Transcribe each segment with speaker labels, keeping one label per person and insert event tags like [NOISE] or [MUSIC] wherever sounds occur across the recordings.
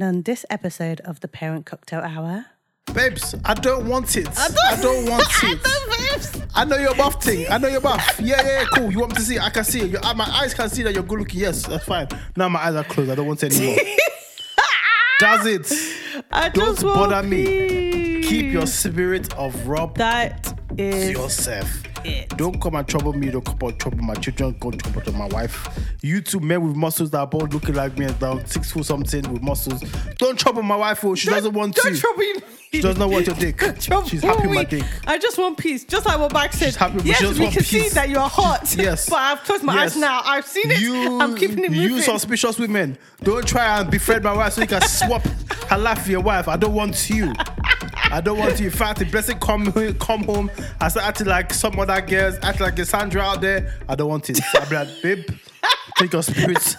Speaker 1: Now, on this episode of the Parent Cocktail Hour,
Speaker 2: Babes, I don't want it. I don't, want
Speaker 1: [LAUGHS]
Speaker 2: it. I know you're buff thing. I know you're buff. Yeah, yeah, yeah, cool. You want me to see? it? I can see it. Your, uh, my eyes can see that you're good looking. Yes, that's fine. Now my eyes are closed. I don't want
Speaker 1: [LAUGHS]
Speaker 2: it anymore. Does it?
Speaker 1: I
Speaker 2: Don't
Speaker 1: just want
Speaker 2: bother me.
Speaker 1: peace.
Speaker 2: Keep your spirit of rub
Speaker 1: That
Speaker 2: to
Speaker 1: is
Speaker 2: yourself.
Speaker 1: it.
Speaker 2: Don't come and trouble me. Don't come and trouble my children. Don't trouble to my wife. You two men with muscles that are both looking like me and down six foot something with muscles. Don't trouble my wife. Oh, she doesn't want
Speaker 1: don't
Speaker 2: to.
Speaker 1: trouble me.
Speaker 2: She does not want your dick.
Speaker 1: Don't trouble
Speaker 2: She's happy with my
Speaker 1: me.
Speaker 2: dick.
Speaker 1: I just want peace, just like what Mark said.
Speaker 2: She's happy with-
Speaker 1: yes,
Speaker 2: she just
Speaker 1: we
Speaker 2: want
Speaker 1: can see
Speaker 2: peace.
Speaker 1: that you are hot. [LAUGHS]
Speaker 2: Yes.
Speaker 1: but I've closed my eyes
Speaker 2: Yes.
Speaker 1: now. I've seen it. I'm keeping it moving.
Speaker 2: You suspicious women, don't try and befriend my wife so you
Speaker 1: [LAUGHS]
Speaker 2: can swap her life for your wife. I don't want you. I don't want you. In fact, if blessing come ho- come home and start acting like some other girls, acting like a Sandra out there, I don't want it. I'll be like, babe, take your spirits.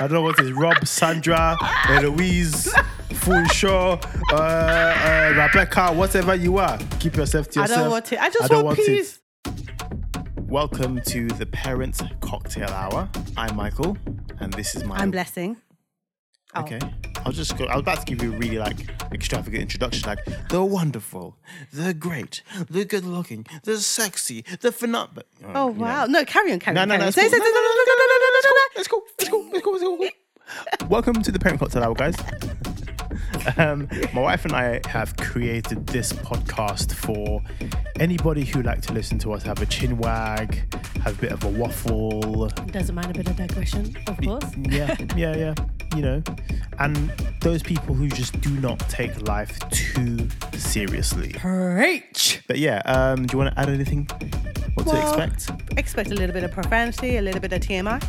Speaker 2: I don't want it. Rob, Sandra, Eloise, Funshaw, uh, uh, Rebecca, whatever you are, keep yourself to
Speaker 1: I
Speaker 2: yourself.
Speaker 1: don't want it. I just
Speaker 2: don't
Speaker 1: want,
Speaker 2: it.
Speaker 1: peace.
Speaker 2: Welcome to the Parent Cocktail Hour. I'm Michael, and this is my.
Speaker 1: I'm blessing. Oh.
Speaker 2: Okay. I'll just go. I was about to give you a really like extravagant introduction, like the wonderful, the great, the good looking, the sexy, the um, phenomenal.
Speaker 1: Oh wow! No, carry on, carry
Speaker 2: No,
Speaker 1: on.
Speaker 2: no,
Speaker 1: carry
Speaker 2: no.
Speaker 1: on.
Speaker 2: It's
Speaker 1: Say,
Speaker 2: cool.
Speaker 1: say,
Speaker 2: No,
Speaker 1: say,
Speaker 2: no,
Speaker 1: no, no, no, no, no, no, no.
Speaker 2: It's cool. It's cool. It's cool. It's cool. Welcome to the Parent Cocktail Hour, guys. um, my wife and I have created this podcast for anybody who like to listen to us have a chin wag, have a bit of a waffle,
Speaker 3: Doesn't mind a bit of digression, of course.
Speaker 2: yeah, yeah, yeah. You know, and those people who just do not take life too seriously.
Speaker 1: Preach.
Speaker 2: But yeah, um, do you want to add anything? What
Speaker 1: Well-
Speaker 2: to expect?
Speaker 1: Expect a little bit of profanity, a little bit of TMI.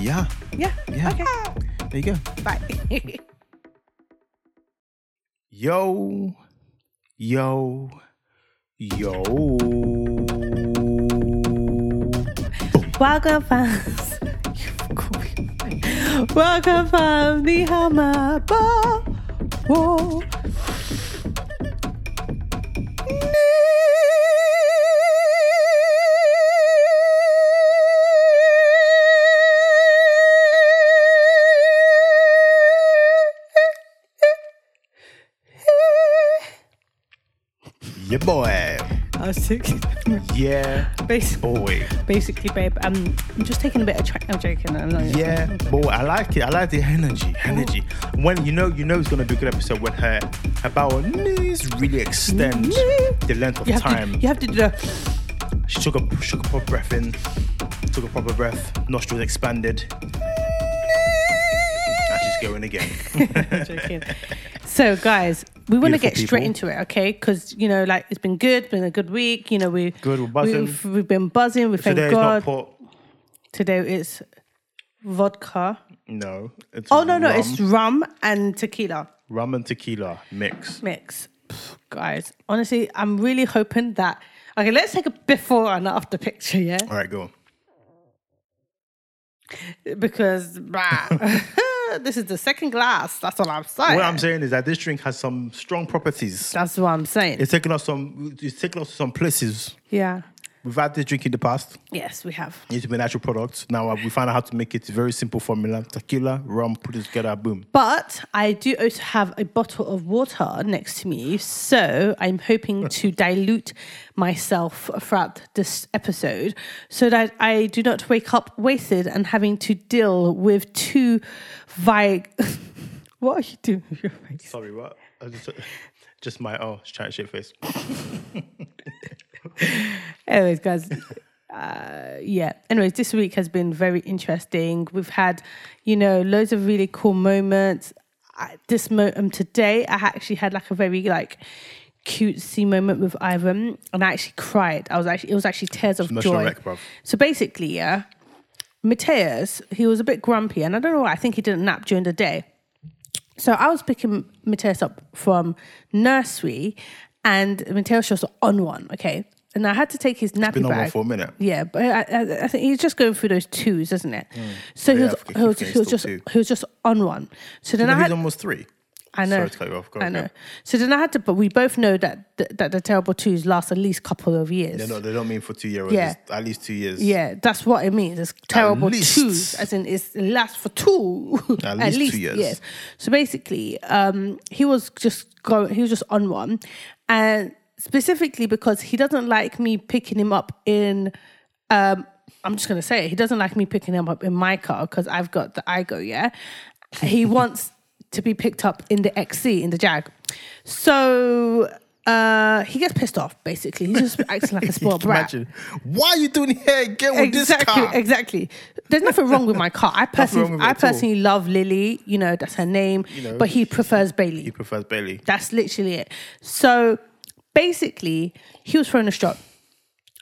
Speaker 2: Yeah,
Speaker 1: Yeah.
Speaker 2: Yeah.
Speaker 1: Okay.
Speaker 2: there you go.
Speaker 1: Bye. [LAUGHS]
Speaker 2: Yo, yo, yo.
Speaker 1: Welcome, fans. Welcome, fam. The hammer ball. Whoa.
Speaker 2: Yeah, boy.
Speaker 1: I was sick. [LAUGHS]
Speaker 2: Yeah,
Speaker 1: Basically,
Speaker 2: boy.
Speaker 1: basically, babe, um, I'm just taking a bit of track. I'm joking. I'm not
Speaker 2: Yeah, boy. I like it. I like the energy. Energy. When you know, you know, it's gonna be a good episode when her her bowel knees really extend the length of
Speaker 1: You have,
Speaker 2: time.
Speaker 1: to, you have to do
Speaker 2: [LAUGHS]
Speaker 1: the.
Speaker 2: She took a took a proper breath in, took a proper breath, nostrils expanded. And she's going again.
Speaker 1: joking. So, guys, we want to
Speaker 2: Beautiful
Speaker 1: get straight
Speaker 2: people.
Speaker 1: into it, okay? Because you know, like it's been good, been a good week. You know, we
Speaker 2: Good, we're buzzing.
Speaker 1: We've, we've been buzzing. We thank
Speaker 2: Today is not
Speaker 1: God.
Speaker 2: port.
Speaker 1: Today it's vodka.
Speaker 2: No. It's
Speaker 1: Oh no, no,
Speaker 2: rum,
Speaker 1: it's rum and tequila
Speaker 2: rum and tequila mix.
Speaker 1: mix. Pff, guys, honestly, I'm really hoping that. Okay, let's take a before and after picture, yeah?
Speaker 2: All right, go.
Speaker 1: Because bah, [LAUGHS] this is the second glass. That's all I'm saying.
Speaker 2: What I'm saying is that this drink has some strong properties.
Speaker 1: That's what I'm saying.
Speaker 2: It's taken us some. It's taken us to some places.
Speaker 1: yeah.
Speaker 2: We've had this drink in the past.
Speaker 1: Yes, we have.
Speaker 2: It's been natural products. Now uh, we found out how to make it. Very simple formula: tequila, rum, put it together, boom.
Speaker 1: But I do also have a bottle of water next to me, so I'm hoping to dilute myself throughout this episode so that I do not wake up wasted and having to deal with two vi. [LAUGHS] what are you doing with your face?
Speaker 2: Sorry, what? I just, [LAUGHS] just my oh, she's trying to shit face.
Speaker 1: Anyways, guys. Uh, yeah. Anyways, this week has been very interesting. We've had, you know, loads of really cool moments. I, this mo- um, today, I actually had like a very like cutesy moment with Ivan, and I actually cried. I was actually it was actually tears of
Speaker 2: Emotional
Speaker 1: joy.
Speaker 2: wreck, bruv.
Speaker 1: So basically, yeah, Mateus, he was a bit grumpy, and I don't know why. I think he didn't nap during the day. So I was picking Mateus up from nursery, and Mateus was on one, okay. And I had to take his nappy
Speaker 2: Been on one
Speaker 1: bag.
Speaker 2: for a minute.
Speaker 1: Yeah, but I, I, I think he's just going through those twos, isn't it? So he
Speaker 2: Mm. Yeah,
Speaker 1: was,
Speaker 2: I forget-
Speaker 1: he was,
Speaker 2: keep
Speaker 1: he was
Speaker 2: getting
Speaker 1: just
Speaker 2: still two.
Speaker 1: he was just on one. So then I
Speaker 2: He's
Speaker 1: had
Speaker 2: almost three.
Speaker 1: I know.
Speaker 2: Sorry to cut you off. Go
Speaker 1: I
Speaker 2: on,
Speaker 1: know.
Speaker 2: go.
Speaker 1: So then I had to, but we both know that th- that the terrible twos last at least couple of years.
Speaker 2: No, no, they don't mean for two years.
Speaker 1: Yeah.
Speaker 2: It's At least two years.
Speaker 1: Yeah, that's what it means. It's terrible
Speaker 2: least.
Speaker 1: twos, as in it's, it lasts for two, [LAUGHS]
Speaker 2: At least two years.
Speaker 1: So basically, um, he was just going. He was just on one, and specifically because he doesn't like me picking him up in. Um, I'm just gonna say it. He doesn't like me picking him up in my car because I've got the Igo. Yeah, he
Speaker 2: [LAUGHS]
Speaker 1: wants to be picked up in the XC in the Jag. So. Uh, he gets pissed off. Basically, he's just acting like a spoiled
Speaker 2: [LAUGHS]
Speaker 1: brat.
Speaker 2: Imagine. Why are you doing here again with
Speaker 1: Exactly,
Speaker 2: this car?
Speaker 1: exactly. There's nothing wrong with my car. I
Speaker 2: wrong
Speaker 1: personally,
Speaker 2: with it
Speaker 1: I
Speaker 2: at all.
Speaker 1: personally love Lily. You know, that's her name.
Speaker 2: know,
Speaker 1: but he prefers
Speaker 2: He
Speaker 1: Bailey.
Speaker 2: prefers Bailey.
Speaker 1: That's literally it. So basically, he was throwing a shot.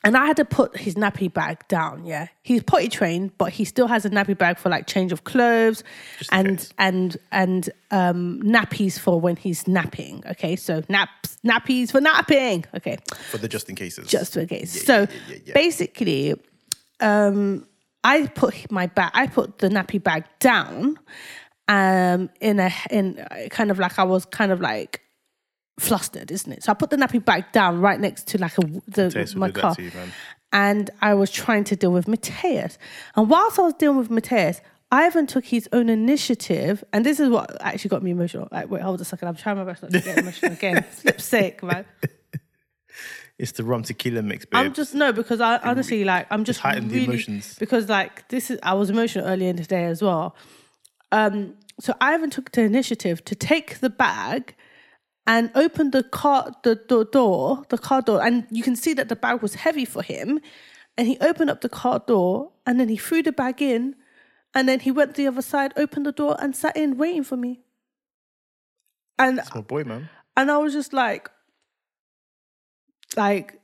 Speaker 1: And I had to put his nappy bag down. Yeah, he's potty trained, but he still has a nappy bag for like change of clothes,
Speaker 2: in
Speaker 1: and
Speaker 2: case.
Speaker 1: and and um, nappies for when he's napping. Okay, so naps nappies for napping. Okay,
Speaker 2: For the just in cases.
Speaker 1: just in case.
Speaker 2: Yeah,
Speaker 1: so
Speaker 2: yeah, yeah, yeah.
Speaker 1: basically, um, I put my bag, I put the nappy bag down, um, in a in uh, kind of like I was kind of like flustered, isn't it? So I put the nappy bag down right next to like a, w- the
Speaker 2: Taste will
Speaker 1: my
Speaker 2: do that
Speaker 1: car,
Speaker 2: to you, man.
Speaker 1: and I was trying to deal with Mateus. And whilst I was dealing with Mateus. Ivan took his own initiative, and this is what actually got me emotional. Like, wait, hold a second. I'm trying my best not to get emotional
Speaker 2: [LAUGHS]
Speaker 1: again. Flip's sake, man.
Speaker 2: It's the rum tequila mix, babe.
Speaker 1: I'm just no because I honestly like I'm just
Speaker 2: heightened the
Speaker 1: really,
Speaker 2: emotions.
Speaker 1: because like this is I was emotional earlier in the day as well. Um, so Ivan took the initiative to take the bag and open the car the, the door the car door and you can see that the bag was heavy for him and he opened up the car door and then he threw the bag in and then he went the other side opened the door and sat in waiting for me and
Speaker 2: It's my boy, man.
Speaker 1: and I was just like, like,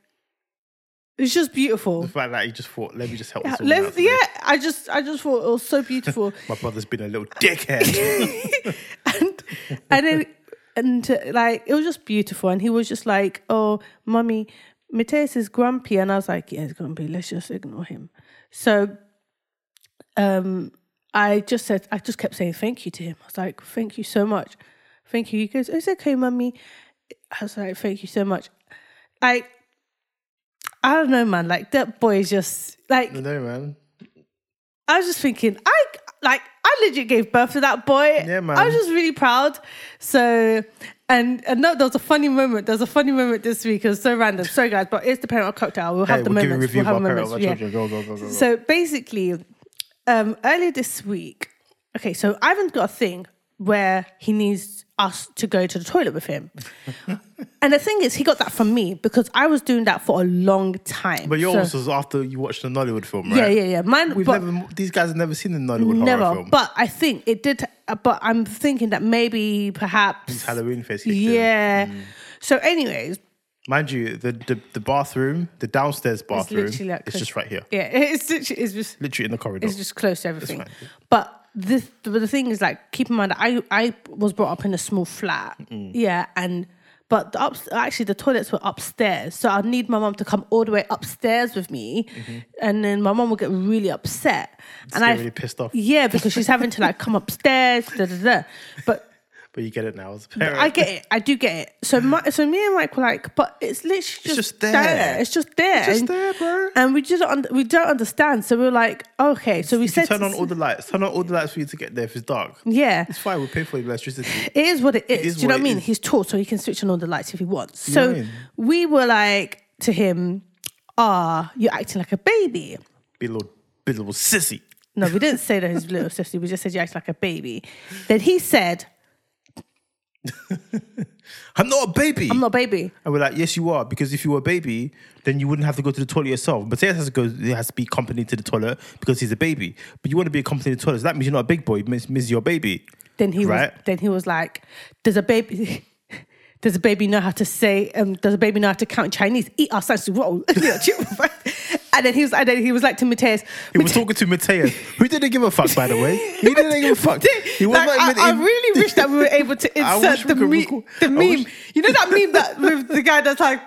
Speaker 1: it's just beautiful.
Speaker 2: The fact that he just thought, let me just help this woman out
Speaker 1: Let's,
Speaker 2: today.
Speaker 1: yeah, I just, I just thought it was so beautiful,
Speaker 2: My brother's been a little dickhead.
Speaker 1: [LAUGHS] and and then and to, like it was just beautiful. And he was just like, "Oh, mummy, Mateus is grumpy," and I was like, "Yeah, he's grumpy. Let's just ignore him." So, um, I just said, I just kept saying thank you to him. I was like, "Thank you so much, thank you." He goes, "It's okay, mummy." I was like, "Thank you so much." Like, I don't know, man. Like that boy is just like
Speaker 2: no, man.
Speaker 1: I was just thinking, I like I legit gave birth to that boy.
Speaker 2: Yeah, man.
Speaker 1: I was just really proud. So and and no, there was a funny moment. There was a funny moment this week. It was so random. Sorry guys, but it's the parent cocktail. We'll have
Speaker 2: Hey,
Speaker 1: the
Speaker 2: we'll give you
Speaker 1: moments.
Speaker 2: a review
Speaker 1: we'll have
Speaker 2: of our parent
Speaker 1: moments.
Speaker 2: of our
Speaker 1: yeah.
Speaker 2: children. Go, go, go, go, go.
Speaker 1: So basically, um, earlier this week, okay, so Ivan's got a thing where he needs us to go to the toilet with
Speaker 2: [LAUGHS]
Speaker 1: him. and the thing is, he got that from me because I was doing that for a long time.
Speaker 2: But
Speaker 1: So-
Speaker 2: yours was after you watched the Nollywood film, right?
Speaker 1: yeah, yeah, yeah. Mine,
Speaker 2: We've
Speaker 1: but,
Speaker 2: never, these guys have never seen the Nollywood horror film.
Speaker 1: But I think it did. uh, But I'm thinking that maybe, perhaps,
Speaker 2: It's Halloween face. kicked in.
Speaker 1: yeah.
Speaker 2: Mm.
Speaker 1: So, anyways,
Speaker 2: Mind you, the, the, the bathroom, the downstairs bathroom, it's,
Speaker 1: literally like Chris-
Speaker 2: just right here.
Speaker 1: yeah, [LAUGHS] it's literally it's just
Speaker 2: Literally in the corridor.
Speaker 1: it's just close to everything.
Speaker 2: fine.
Speaker 1: But the but the thing is, like, keep in mind, that I I was brought up in a small flat, yeah, and. But the up, actually, the toilets were upstairs, so I'd need my mum to come all the way upstairs with me, and then my mum would get really upset. and
Speaker 2: Mm-hmm. get
Speaker 1: I
Speaker 2: really pissed off.
Speaker 1: Yeah, because she's having to like come upstairs, da da da. But
Speaker 2: But you get it now as a parent.
Speaker 1: I get it. I do get it. So my, so me and Mike were like, but it's literally just,
Speaker 2: just there.
Speaker 1: It's just there.
Speaker 2: just
Speaker 1: And-
Speaker 2: there, bro.
Speaker 1: And we just un- we don't understand. So we were like, okay. So we
Speaker 2: You
Speaker 1: said,
Speaker 2: turn on all the lights. Turn on all the lights for you to get there if it's dark.
Speaker 1: yeah.
Speaker 2: It's fine. We'll pay for the electricity.
Speaker 1: It is what it is.
Speaker 2: is
Speaker 1: do you know
Speaker 2: what
Speaker 1: what I
Speaker 2: it
Speaker 1: mean?
Speaker 2: is.
Speaker 1: He's tall, so he can switch on all the lights if he wants.
Speaker 2: know
Speaker 1: So
Speaker 2: what I mean?
Speaker 1: we were like to him, ah, you're acting like a baby.
Speaker 2: Be a little, be a little sissy.
Speaker 1: No, we didn't say that he's little sister. We just said you act like a baby. Then he said,
Speaker 2: I'm not a baby.
Speaker 1: I'm not a baby.
Speaker 2: and we're like, yes, you are. Because if you were a baby, then you wouldn't have to go to the toilet yourself. Mateus has to go. He has to be accompanied to the toilet because he's a baby. But you want to be accompanied to the toilet. So that means you're not a big boy. It means, means you're a baby.
Speaker 1: Then he
Speaker 2: Right.
Speaker 1: was then he was like, Does a baby [LAUGHS] does a baby know how to say um does a baby know how to count Chinese? Eat our slices
Speaker 2: [LAUGHS]
Speaker 1: roll. [LAUGHS] You know, chip. and then he was and then he was like to Mateus.
Speaker 2: He was talking to Mateus, who didn't give a fuck, by the way.
Speaker 1: [LAUGHS]
Speaker 2: He didn't give a fuck. He was
Speaker 1: like,
Speaker 2: not even
Speaker 1: I, I
Speaker 2: in-
Speaker 1: really
Speaker 2: [LAUGHS]
Speaker 1: wish that we were able to
Speaker 2: I
Speaker 1: insert
Speaker 2: wish we
Speaker 1: the,
Speaker 2: could
Speaker 1: me-
Speaker 2: record-
Speaker 1: the
Speaker 2: I
Speaker 1: meme.
Speaker 2: wish-
Speaker 1: You know that meme that with the guy that's like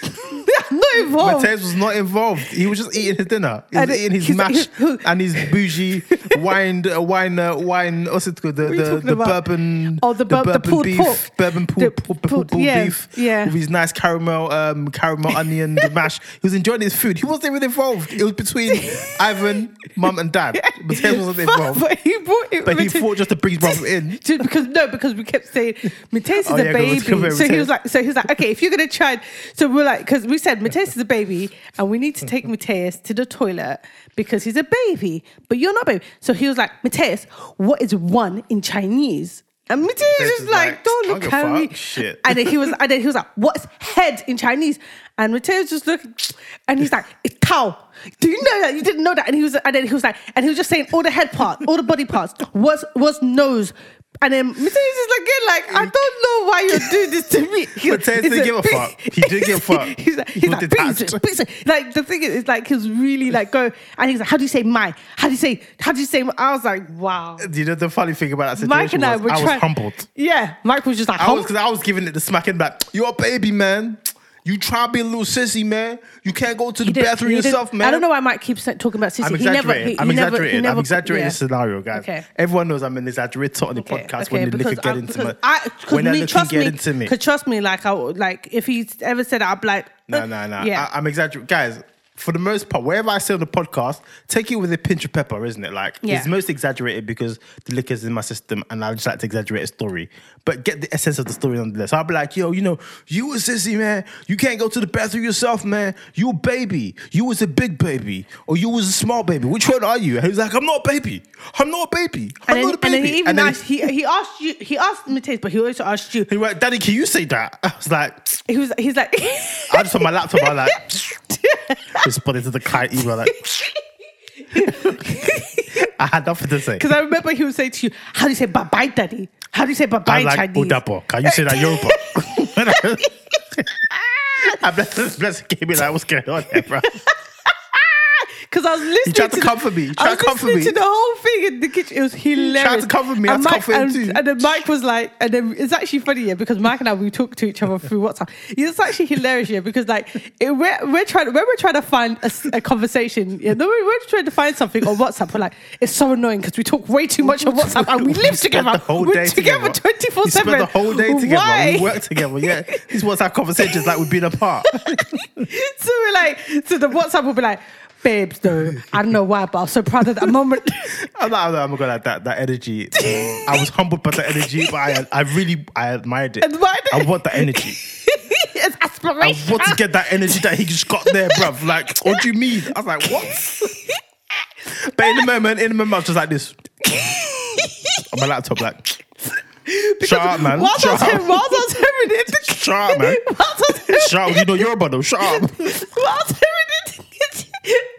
Speaker 1: [LAUGHS] not involved.
Speaker 2: Mateus was not involved. He was just eating his dinner. He was
Speaker 1: Oh. And
Speaker 2: eating his
Speaker 1: he's-
Speaker 2: mash
Speaker 1: he-
Speaker 2: and his
Speaker 1: [LAUGHS]
Speaker 2: bougie wine, uh, wine, uh, wine. What's it called? The,
Speaker 1: are you
Speaker 2: the,
Speaker 1: talking
Speaker 2: the
Speaker 1: about?
Speaker 2: bourbon.
Speaker 1: Oh, the bur- the pulled
Speaker 2: beef,
Speaker 1: pork.
Speaker 2: bourbon
Speaker 1: The
Speaker 2: pulled, pulled, pulled,
Speaker 1: pulled- yeah,
Speaker 2: beef.
Speaker 1: yeah.
Speaker 2: with his nice caramel, um, caramel onion mash. He was enjoying his food. He wasn't even involved. It was between
Speaker 1: [LAUGHS]
Speaker 2: Ivan, mum, and dad. Mateus wasn't involved.
Speaker 1: But he brought it.
Speaker 2: But he
Speaker 1: with him.
Speaker 2: thought just to bring
Speaker 1: [LAUGHS]
Speaker 2: his brother in.
Speaker 1: Just because no, because we kept saying Mateus is
Speaker 2: Oh,
Speaker 1: a
Speaker 2: yeah, 'cause
Speaker 1: baby.
Speaker 2: it's covered
Speaker 1: So
Speaker 2: with
Speaker 1: he was
Speaker 2: tape.
Speaker 1: like, so he was like, okay, if you're gonna try, so we're like, because we said Mateus is a baby, and we need to take Mateus to the toilet because he's a baby, but you're not a baby. So he was like, Mateus, what is one in Chinese? And Mateus
Speaker 2: Mateus
Speaker 1: was
Speaker 2: is
Speaker 1: like,
Speaker 2: like,
Speaker 1: don't
Speaker 2: I
Speaker 1: look
Speaker 2: don't give
Speaker 1: at
Speaker 2: a
Speaker 1: me.
Speaker 2: fuck, shit.
Speaker 1: And then he was, and then he was like, what's head in Chinese? And Mateus just looked, and he's like, it's cow. Do you know that? You didn't know that. And he was, and then he was like, and he was just saying all the head parts, all the body parts. What's what's nose? And then Mateus is like, again, like, I don't know why you're doing this to me.
Speaker 2: [LAUGHS]
Speaker 1: He-
Speaker 2: Mateus didn't
Speaker 1: he's
Speaker 2: give a
Speaker 1: like, [LAUGHS]
Speaker 2: fuck. He didn't give a fuck.
Speaker 1: He's like,
Speaker 2: He
Speaker 1: he's
Speaker 2: was
Speaker 1: like, please,
Speaker 2: detached.
Speaker 1: please. Like the thing is, it's like he's really like go, and he's like, how do you say my? How do you say? How do you say? my?" I was like, wow.
Speaker 2: You know the funny thing about that situation
Speaker 1: Mike and I
Speaker 2: was
Speaker 1: were
Speaker 2: I was
Speaker 1: trying-
Speaker 2: humbled.
Speaker 1: Yeah, Mike was just like,
Speaker 2: I was
Speaker 1: humble.
Speaker 2: because I was giving it the smacking back. You're a baby, man. You try to be a little sissy, man. You can't go to the
Speaker 1: didn't-
Speaker 2: bathroom
Speaker 1: he didn't-
Speaker 2: yourself, man.
Speaker 1: I don't know why Mike keeps talking about Sissy.
Speaker 2: I'm
Speaker 1: he never,
Speaker 2: exaggerating.
Speaker 1: he, he
Speaker 2: I'm
Speaker 1: never, he
Speaker 2: exaggerating.
Speaker 1: never-
Speaker 2: I'm exaggerating
Speaker 1: yeah.
Speaker 2: the scenario, guys.
Speaker 1: Okay.
Speaker 2: Everyone knows I'm an exaggerator on the podcast when the
Speaker 1: because
Speaker 2: liquor get
Speaker 1: I-
Speaker 2: into
Speaker 1: because
Speaker 2: me.
Speaker 1: I, cause
Speaker 2: when
Speaker 1: me,
Speaker 2: the liquor
Speaker 1: trust
Speaker 2: get
Speaker 1: me,
Speaker 2: into me.
Speaker 1: Cause trust me, like I would- like if he's ever said it, I'd be like,
Speaker 2: No,
Speaker 1: uh,
Speaker 2: no, no.
Speaker 1: Yeah,
Speaker 2: I, I'm exaggerating. Guys, for the most part, wherever I say on the podcast, take it with a pinch of pepper, isn't it? Like,
Speaker 1: Yeah.
Speaker 2: it's most exaggerated because the liquor's in my system and I just like to exaggerate a story. But get the essence of the story nonetheless. I'll be like, yo, you know, you was sissy, man. You can't go to the bathroom yourself, man. You a baby. You was a big baby. Or you was a small baby. Which one are you? And he's like, I'm not a baby. I'm not a baby.
Speaker 1: and
Speaker 2: I'm
Speaker 1: then,
Speaker 2: not a
Speaker 1: and
Speaker 2: baby.
Speaker 1: then he even
Speaker 2: And then
Speaker 1: asked, he, he asked you, he asked Mateus, but he also asked you.
Speaker 2: he went, Daddy, can you say that? [LAUGHS] I was like,
Speaker 1: He was, he's like,
Speaker 2: I just on my laptop, I like
Speaker 1: [LAUGHS]
Speaker 2: responded to the client email like I had nothing to
Speaker 1: [LAUGHS]
Speaker 2: say.
Speaker 1: because I remember he would say to you, "How do you say bye bye, daddy? How do you say bye
Speaker 2: I
Speaker 1: bye,
Speaker 2: was like
Speaker 1: Chinese?"
Speaker 2: Udapo. Can you say that Yoruba? I bless bless gave me like what's going on there, bro.
Speaker 1: Because I was listening.
Speaker 2: tried to
Speaker 1: the-
Speaker 2: comfort me. He
Speaker 1: I
Speaker 2: tried
Speaker 1: was
Speaker 2: to comfort
Speaker 1: listening to
Speaker 2: me.
Speaker 1: the whole thing in the kitchen. It was hilarious.
Speaker 2: to comfort me. I
Speaker 1: And
Speaker 2: had to
Speaker 1: Mike-
Speaker 2: comfort him
Speaker 1: and-
Speaker 2: too.
Speaker 1: And then Mike was like, and then it's actually funny, yeah, because Mike and I we talk to each other through WhatsApp. It's actually hilarious, yeah, because like it, we're we're trying when we're trying to find a, s- a conversation, yeah, no, we're, we're trying to find something on WhatsApp. We're like, it's so annoying because we talk way too much on WhatsApp and we
Speaker 2: [LAUGHS]
Speaker 1: live
Speaker 2: spent
Speaker 1: together.
Speaker 2: The whole
Speaker 1: we're
Speaker 2: day
Speaker 1: together twenty four seven.
Speaker 2: We spent the whole day together.
Speaker 1: Why?
Speaker 2: We worked together. Yeah, this was our conversations like we've been apart.
Speaker 1: [LAUGHS] so we're like, so the WhatsApp will be like. Babes, though I don't know why, but I was so proud of that moment. [LAUGHS]
Speaker 2: I'm not, I'm not, I'm not gonna like that. That energy. I was humbled by that energy, but I, I really, I admired it.
Speaker 1: Admired it.
Speaker 2: I want that energy.
Speaker 1: [LAUGHS] it's
Speaker 2: I
Speaker 1: aspiration.
Speaker 2: want to get that energy that he just got there, bruv. Like, what do you mean? I was like,
Speaker 1: [LAUGHS]
Speaker 2: what? But in the moment, in the moment, I was just like this on my laptop, like, shut up, man.
Speaker 1: Whilst I
Speaker 2: Shut
Speaker 1: was
Speaker 2: up.
Speaker 1: hearing, whilst I was hearing it, in [LAUGHS] the
Speaker 2: Shut up, man.
Speaker 1: Whilst I was hearing
Speaker 2: Shut up. You know you're a bundle. Shut up.
Speaker 1: [LAUGHS] Whilst hearing it in the kitchen,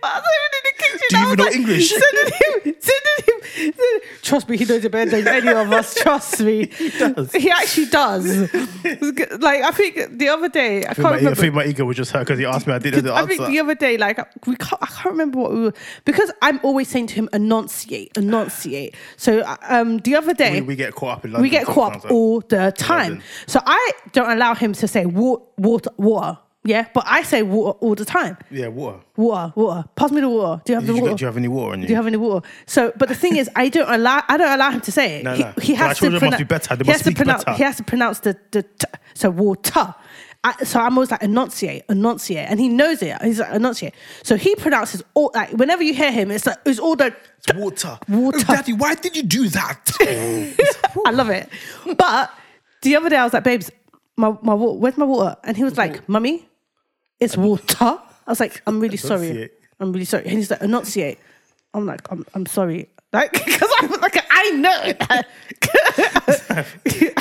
Speaker 1: whilst hearing it in the kitchen,
Speaker 2: Do
Speaker 1: I
Speaker 2: you
Speaker 1: was
Speaker 2: even know
Speaker 1: like,
Speaker 2: English?
Speaker 1: Sending him, sending him, sending, trust me, he knows it better than any of
Speaker 2: [LAUGHS]
Speaker 1: us. Trust me, he
Speaker 2: does.
Speaker 1: He actually
Speaker 2: [LAUGHS]
Speaker 1: does. It's good. like I think the other day, I
Speaker 2: I think,
Speaker 1: can't
Speaker 2: my, I
Speaker 1: remember.
Speaker 2: think my ego was just hurt because he asked me. I didn't know the
Speaker 1: I think
Speaker 2: answer.
Speaker 1: the other day, like we can't, I can't remember what we were because I'm always saying to him, enunciate, enunciate. So um, the other day,
Speaker 2: we, we get caught up in London.
Speaker 1: we get caught up
Speaker 2: sometimes, uh, like,
Speaker 1: all the time. So I don't allow him to say water, water, water. Yeah, but I say water all the time.
Speaker 2: Yeah, water.
Speaker 1: Water, water. Pass me the water. Do you have
Speaker 2: Did
Speaker 1: the
Speaker 2: you,
Speaker 1: water?
Speaker 2: got, do you have any water on you?
Speaker 1: do you have any water? So, but the thing is, I don't allow. I don't allow him to say it.
Speaker 2: No, no.
Speaker 1: He, he
Speaker 2: Our
Speaker 1: has to
Speaker 2: children must
Speaker 1: pronounce.
Speaker 2: be better. They
Speaker 1: he
Speaker 2: must
Speaker 1: has to
Speaker 2: speak
Speaker 1: pronounce.
Speaker 2: better.
Speaker 1: He has to pronounce the the t- so water. I, so I'm always like enunciate, enunciate, and he knows it. He's like enunciate. So he pronounces all. Like whenever you hear him, it's like it's all the.
Speaker 2: It's water.
Speaker 1: Water.
Speaker 2: Oh, Daddy, why did you do
Speaker 1: [LAUGHS]
Speaker 2: that?
Speaker 1: I love it. But the other day I was like, babes, my, my wa- where's my water? And he was like, mummy, it's water. I was like, I'm really sorry.
Speaker 2: Enunciate.
Speaker 1: I'm really sorry. And he's like, enunciate. I'm like, I'm, I'm sorry. Like, [LAUGHS] because I was like, I [LAUGHS] know.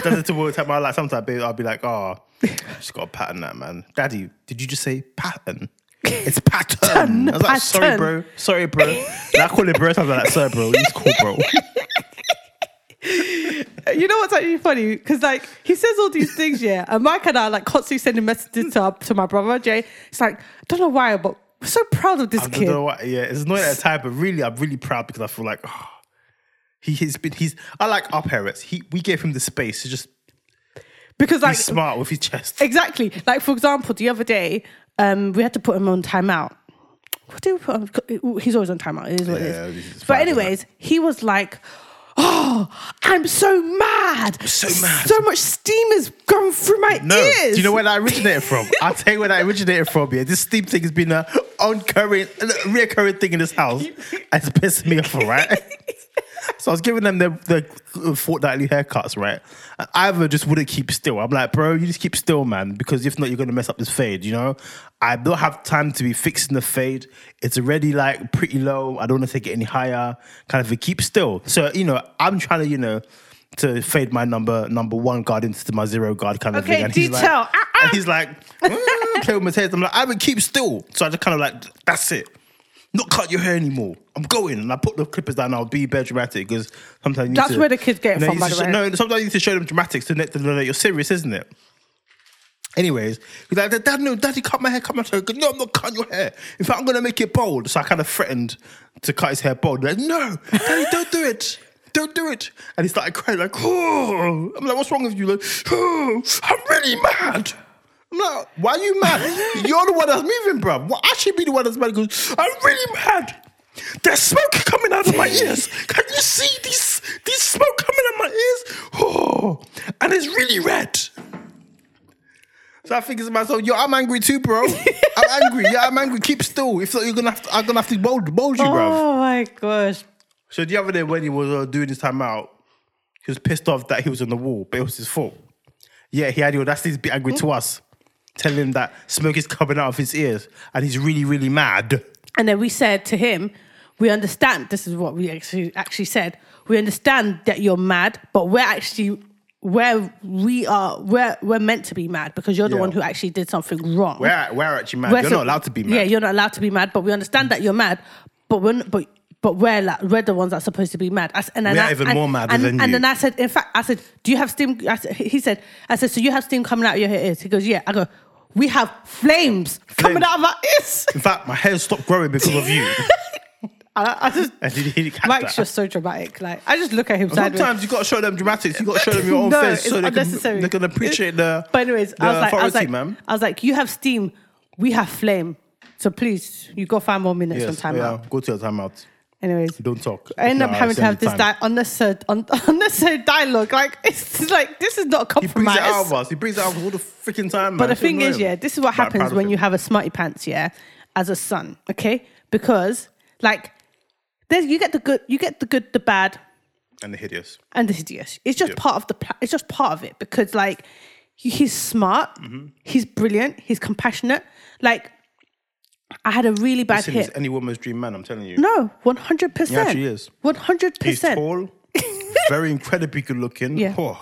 Speaker 2: does it to work time. I like sometimes babe, I'll be like, oh, just got a pattern that man. Daddy, did you just say pattern? It's pattern. I was like, sorry,
Speaker 1: pattern.
Speaker 2: bro. Sorry, bro. And I call it bro. Sometimes I'm like, sorry, bro. He's cool, bro.
Speaker 1: you know what's actually funny? Because like he says all these things, yeah. And Mike and I are like constantly sending messages to, our, to my brother Jay. It's like, I don't know why, but we're so proud of this
Speaker 2: I don't
Speaker 1: kid.
Speaker 2: know why. Yeah, it's annoying at the time, but really, I'm really proud because I feel like oh, he has been. He's. I like our parents. He. We gave him the space to just
Speaker 4: Because like
Speaker 2: He's smart with his chest.
Speaker 4: Exactly. Like for example, the other day, um, we had to put him on timeout. What do we put on? He's always on timeout. It [LAUGHS] is what
Speaker 2: Yeah,
Speaker 4: it
Speaker 2: it's
Speaker 4: is. But
Speaker 2: fine,
Speaker 4: anyways, he was like, "Oh, I'm so mad.
Speaker 2: so mad.
Speaker 4: So much steam is going through my
Speaker 2: No,
Speaker 4: ears."
Speaker 2: do you know where that originated from? I'll tell you where that originated from. Yeah, this steam thing has been a oncurring, reoccurring thing in this house. It's pissing me off, all right? So I was giving them their, their fortnightly haircuts, right? And Either just wouldn't keep still. I'm like, bro, you just keep still, man, because if not, you're gonna mess up this fade. You know, I don't have time to be fixing the fade. It's already like pretty low. I don't want to take it any higher. Kind of a keep still. So you know, I'm trying to you know to fade my number number one guard into my zero guard kind of
Speaker 4: Okay,
Speaker 2: thing. And he's
Speaker 4: detail.
Speaker 2: like,
Speaker 4: Ah, ah.
Speaker 2: and he's like, "Mm," play with my tails. I'm like, I haven't keep still. So I just kind of like, that's it. Not cut your hair anymore. I'm going, and I put the clippers down. I'll be bare dramatic because sometimes you need
Speaker 4: That's
Speaker 2: to-
Speaker 4: where the kids get it
Speaker 2: you know,
Speaker 4: from,
Speaker 2: you
Speaker 4: by
Speaker 2: need
Speaker 4: the
Speaker 2: to
Speaker 4: way.
Speaker 2: show- No, sometimes you need to show them dramatics to let them know that you're serious, isn't it? Anyways, he's like, Dad, no, Daddy, cut my hair, cut my hair. I go, No, I'm not cutting your hair. In fact, I'm going to make it bold. So I kind of threatened to cut his hair bold. Like, no, Daddy, don't do it. Don't do it. And he started crying, like, oh. I'm like, what's wrong with you? Like, oh, I'm really mad. I'm like, why are you mad? You're the one that's moving, bruv. Well, I should be the one that's mad. He goes, I'm really mad. There's smoke coming out of my ears. Can you see this, this smoke coming out of my ears? Oh, and it's really red. So I think to myself, yo, I'm angry too, bro. I'm angry. Yeah, I'm angry. Keep still. If not, you're gonna have to, I'm gonna have to bold, bold you, bro.
Speaker 4: Oh my gosh.
Speaker 2: So the other day when he was uh, doing his time out, he was pissed off that he was on the wall, but it was his fault. Yeah, he had the audacity to be angry to us, telling him that smoke is coming out of his ears, and he's really, really mad.
Speaker 4: And then we said to him, "We understand. This is what we actually actually said. We understand that you're mad, but we're actually." Where we are, we're, we're meant to be mad because you're the
Speaker 2: Yeah.
Speaker 4: one who actually did something wrong.
Speaker 2: We're, we're actually mad.
Speaker 4: We're
Speaker 2: you're
Speaker 4: so-
Speaker 2: not allowed to be mad.
Speaker 4: Yeah, you're not allowed to be mad, but we understand that you're mad. But we're not, but but we're like, we're the ones that's supposed to be mad. I s- and then
Speaker 2: We're
Speaker 4: I-
Speaker 2: even
Speaker 4: and-
Speaker 2: more madder
Speaker 4: and,
Speaker 2: than
Speaker 4: And
Speaker 2: you.
Speaker 4: then I said, in fact, I said, do you have steam? I said, he said, I said, so you have steam coming out of your ears? He goes, yeah. I go, we have flames, coming
Speaker 2: Flames.
Speaker 4: out of our
Speaker 2: [LAUGHS]
Speaker 4: ears.
Speaker 2: In fact, my hair stopped growing because of
Speaker 4: [LAUGHS]
Speaker 2: you.
Speaker 4: I, I just
Speaker 2: and he didn't catch
Speaker 4: Mike's
Speaker 2: that.
Speaker 4: just so dramatic. Like I just look at him sideways.
Speaker 2: Sometimes you gotta show them dramatics. You gotta show them your own
Speaker 4: [LAUGHS] No,
Speaker 2: face
Speaker 4: it's
Speaker 2: so they
Speaker 4: unnecessary.
Speaker 2: can, they can appreciate the.
Speaker 4: But anyways,
Speaker 2: the
Speaker 4: I was like, I was
Speaker 2: authority,
Speaker 4: like,
Speaker 2: man.
Speaker 4: I was like, you have steam, we have flame. So please, you go find more minutes on
Speaker 2: Yes,
Speaker 4: time
Speaker 2: yeah,
Speaker 4: out.
Speaker 2: go to your timeout.
Speaker 4: Anyways,
Speaker 2: Don't talk.
Speaker 4: I end
Speaker 2: No,
Speaker 4: up having to
Speaker 2: send
Speaker 4: have
Speaker 2: you
Speaker 4: this
Speaker 2: time.
Speaker 4: di- unnecessary, [LAUGHS] un- unnecessary dialogue. Like [LAUGHS] it's just like this is not a
Speaker 2: He brings
Speaker 4: compromise.
Speaker 2: it out of us. He brings it out of us all the freaking time,
Speaker 4: But the thing is, yeah, this is what happens when you have a smarty pants, yeah, as a son, okay? Because like there's you get the good, you get the good, the bad,
Speaker 2: And the hideous.
Speaker 4: and the hideous. It's just
Speaker 2: Yeah.
Speaker 4: part of the. Pla- it's just part of it because like he- he's smart,
Speaker 2: Mm-hmm.
Speaker 4: he's brilliant, he's compassionate. Like I had a really bad
Speaker 2: Listen, it's
Speaker 4: hit.
Speaker 2: any woman's dream man, I'm telling you.
Speaker 4: No, one hundred percent.
Speaker 2: Yeah, she is.
Speaker 4: One hundred
Speaker 2: He's
Speaker 4: percent.
Speaker 2: tall,
Speaker 4: [LAUGHS]
Speaker 2: very incredibly good looking.
Speaker 4: Yeah.
Speaker 2: Oh,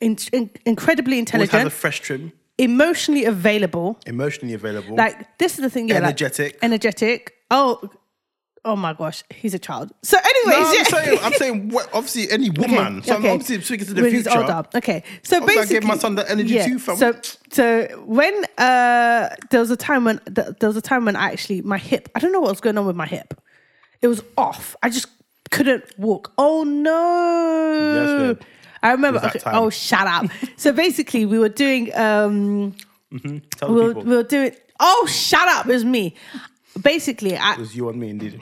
Speaker 4: in, in, incredibly
Speaker 2: always has a
Speaker 4: intelligent,
Speaker 2: fresh trim,
Speaker 4: emotionally available.
Speaker 2: emotionally available.
Speaker 4: Like this is the thing. Yeah, like-
Speaker 2: Energetic.
Speaker 4: energetic. Oh, oh my gosh, he's a child. So,
Speaker 2: no,
Speaker 4: anyways,
Speaker 2: I'm
Speaker 4: yeah.
Speaker 2: saying, I'm saying, what- obviously, any
Speaker 4: Okay,
Speaker 2: woman. So
Speaker 4: okay.
Speaker 2: I'm obviously speaking to the
Speaker 4: [LAUGHS] When he's
Speaker 2: future.
Speaker 4: older. Okay, so
Speaker 2: Also, I
Speaker 4: basically,
Speaker 2: gave my son that energy too, fam.
Speaker 4: So, so when uh, there was a time when th- there was a time when I actually my hip. I don't know what was going on with my hip. It was off. I just couldn't walk. Oh no!
Speaker 2: Yes, babe.
Speaker 4: I remember.
Speaker 2: It was
Speaker 4: Okay,
Speaker 2: that time.
Speaker 4: oh,
Speaker 2: [LAUGHS]
Speaker 4: shut up. so basically, we were doing. Um,
Speaker 2: Tell
Speaker 4: we'll,
Speaker 2: people.
Speaker 4: we'll do it. Oh, shut up. It was me. Basically, I,
Speaker 2: It was you and me, indeed.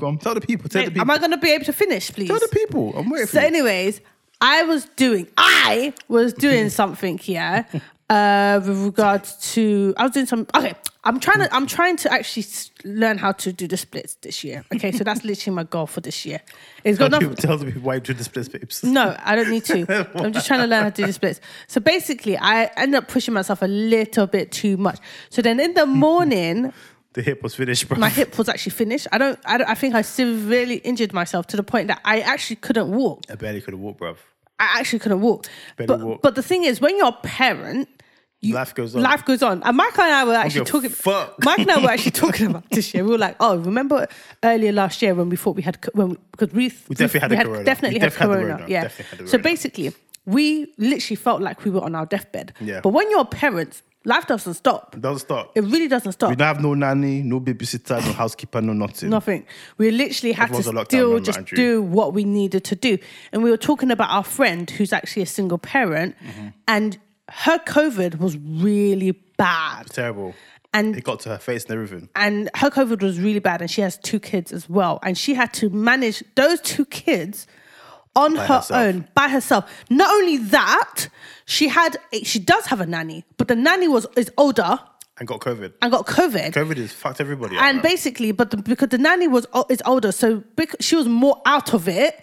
Speaker 2: Go on, tell the people. Tell the people.
Speaker 4: am I going to be able to finish, please?
Speaker 2: Tell the people. I'm waiting
Speaker 4: So,
Speaker 2: for you.
Speaker 4: anyways, I was doing, I was
Speaker 2: [LAUGHS]
Speaker 4: doing something here uh, with regards to, I was doing some. Okay, I'm trying to, I'm trying to actually s- learn how to do the splits this year. Okay, so that's literally my goal for this year. It's got
Speaker 2: Tell,
Speaker 4: nothing.
Speaker 2: people, tell the people why you do the split babes.
Speaker 4: No, I don't need
Speaker 2: [LAUGHS]
Speaker 4: to. I'm just trying to learn how to do the splits. So basically, I ended up pushing myself a little bit too much. So
Speaker 2: [LAUGHS]
Speaker 4: then in the morning,
Speaker 2: The hip was finished, bro.
Speaker 4: my hip was actually finished. I don't, I don't. I think I severely injured myself to the point that I actually couldn't walk.
Speaker 2: I barely could have walked, bruv.
Speaker 4: I actually couldn't walk.
Speaker 2: Barely
Speaker 4: But
Speaker 2: walk.
Speaker 4: but the thing is, when you're a parent,
Speaker 2: Life goes on.
Speaker 4: Life goes on. And Mike and I were actually
Speaker 2: give a
Speaker 4: talking.
Speaker 2: fuck.
Speaker 4: Mike and I were actually talking about this year. We were like, oh, remember earlier last year when we thought we had co- when because we, we
Speaker 2: definitely had a corona.
Speaker 4: definitely
Speaker 2: We definitely
Speaker 4: had
Speaker 2: had the
Speaker 4: corona.
Speaker 2: corona.
Speaker 4: Yeah.
Speaker 2: Definitely had the
Speaker 4: so
Speaker 2: corona.
Speaker 4: basically, we literally felt like we were on our deathbed.
Speaker 2: Yeah.
Speaker 4: But when you're a parent, life doesn't stop.
Speaker 2: [LAUGHS] Don't stop.
Speaker 4: It really doesn't stop.
Speaker 2: We don't have no nanny, no babysitter, no housekeeper, no nothing.
Speaker 4: Nothing. We literally had
Speaker 2: Everyone's
Speaker 4: to
Speaker 2: on lockdown,
Speaker 4: still
Speaker 2: remember,
Speaker 4: just
Speaker 2: Andrew?
Speaker 4: do what
Speaker 2: Mm-hmm.
Speaker 4: we needed to do. And we were talking about our friend who's actually a single parent, and her COVID was really bad.
Speaker 2: Terrible.
Speaker 4: And
Speaker 2: It got to her face and everything.
Speaker 4: and her COVID was really bad, and she has two kids as well, and she had to manage those two kids on her
Speaker 2: herself.
Speaker 4: own by herself. Not only that, she had a, she does have a nanny, but the nanny was is older
Speaker 2: And got COVID.
Speaker 4: and got COVID.
Speaker 2: COVID has fucked everybody up.
Speaker 4: And
Speaker 2: man.
Speaker 4: basically, but the, because the nanny was o- is older, so bec- she was more out
Speaker 2: [LAUGHS]
Speaker 4: of it.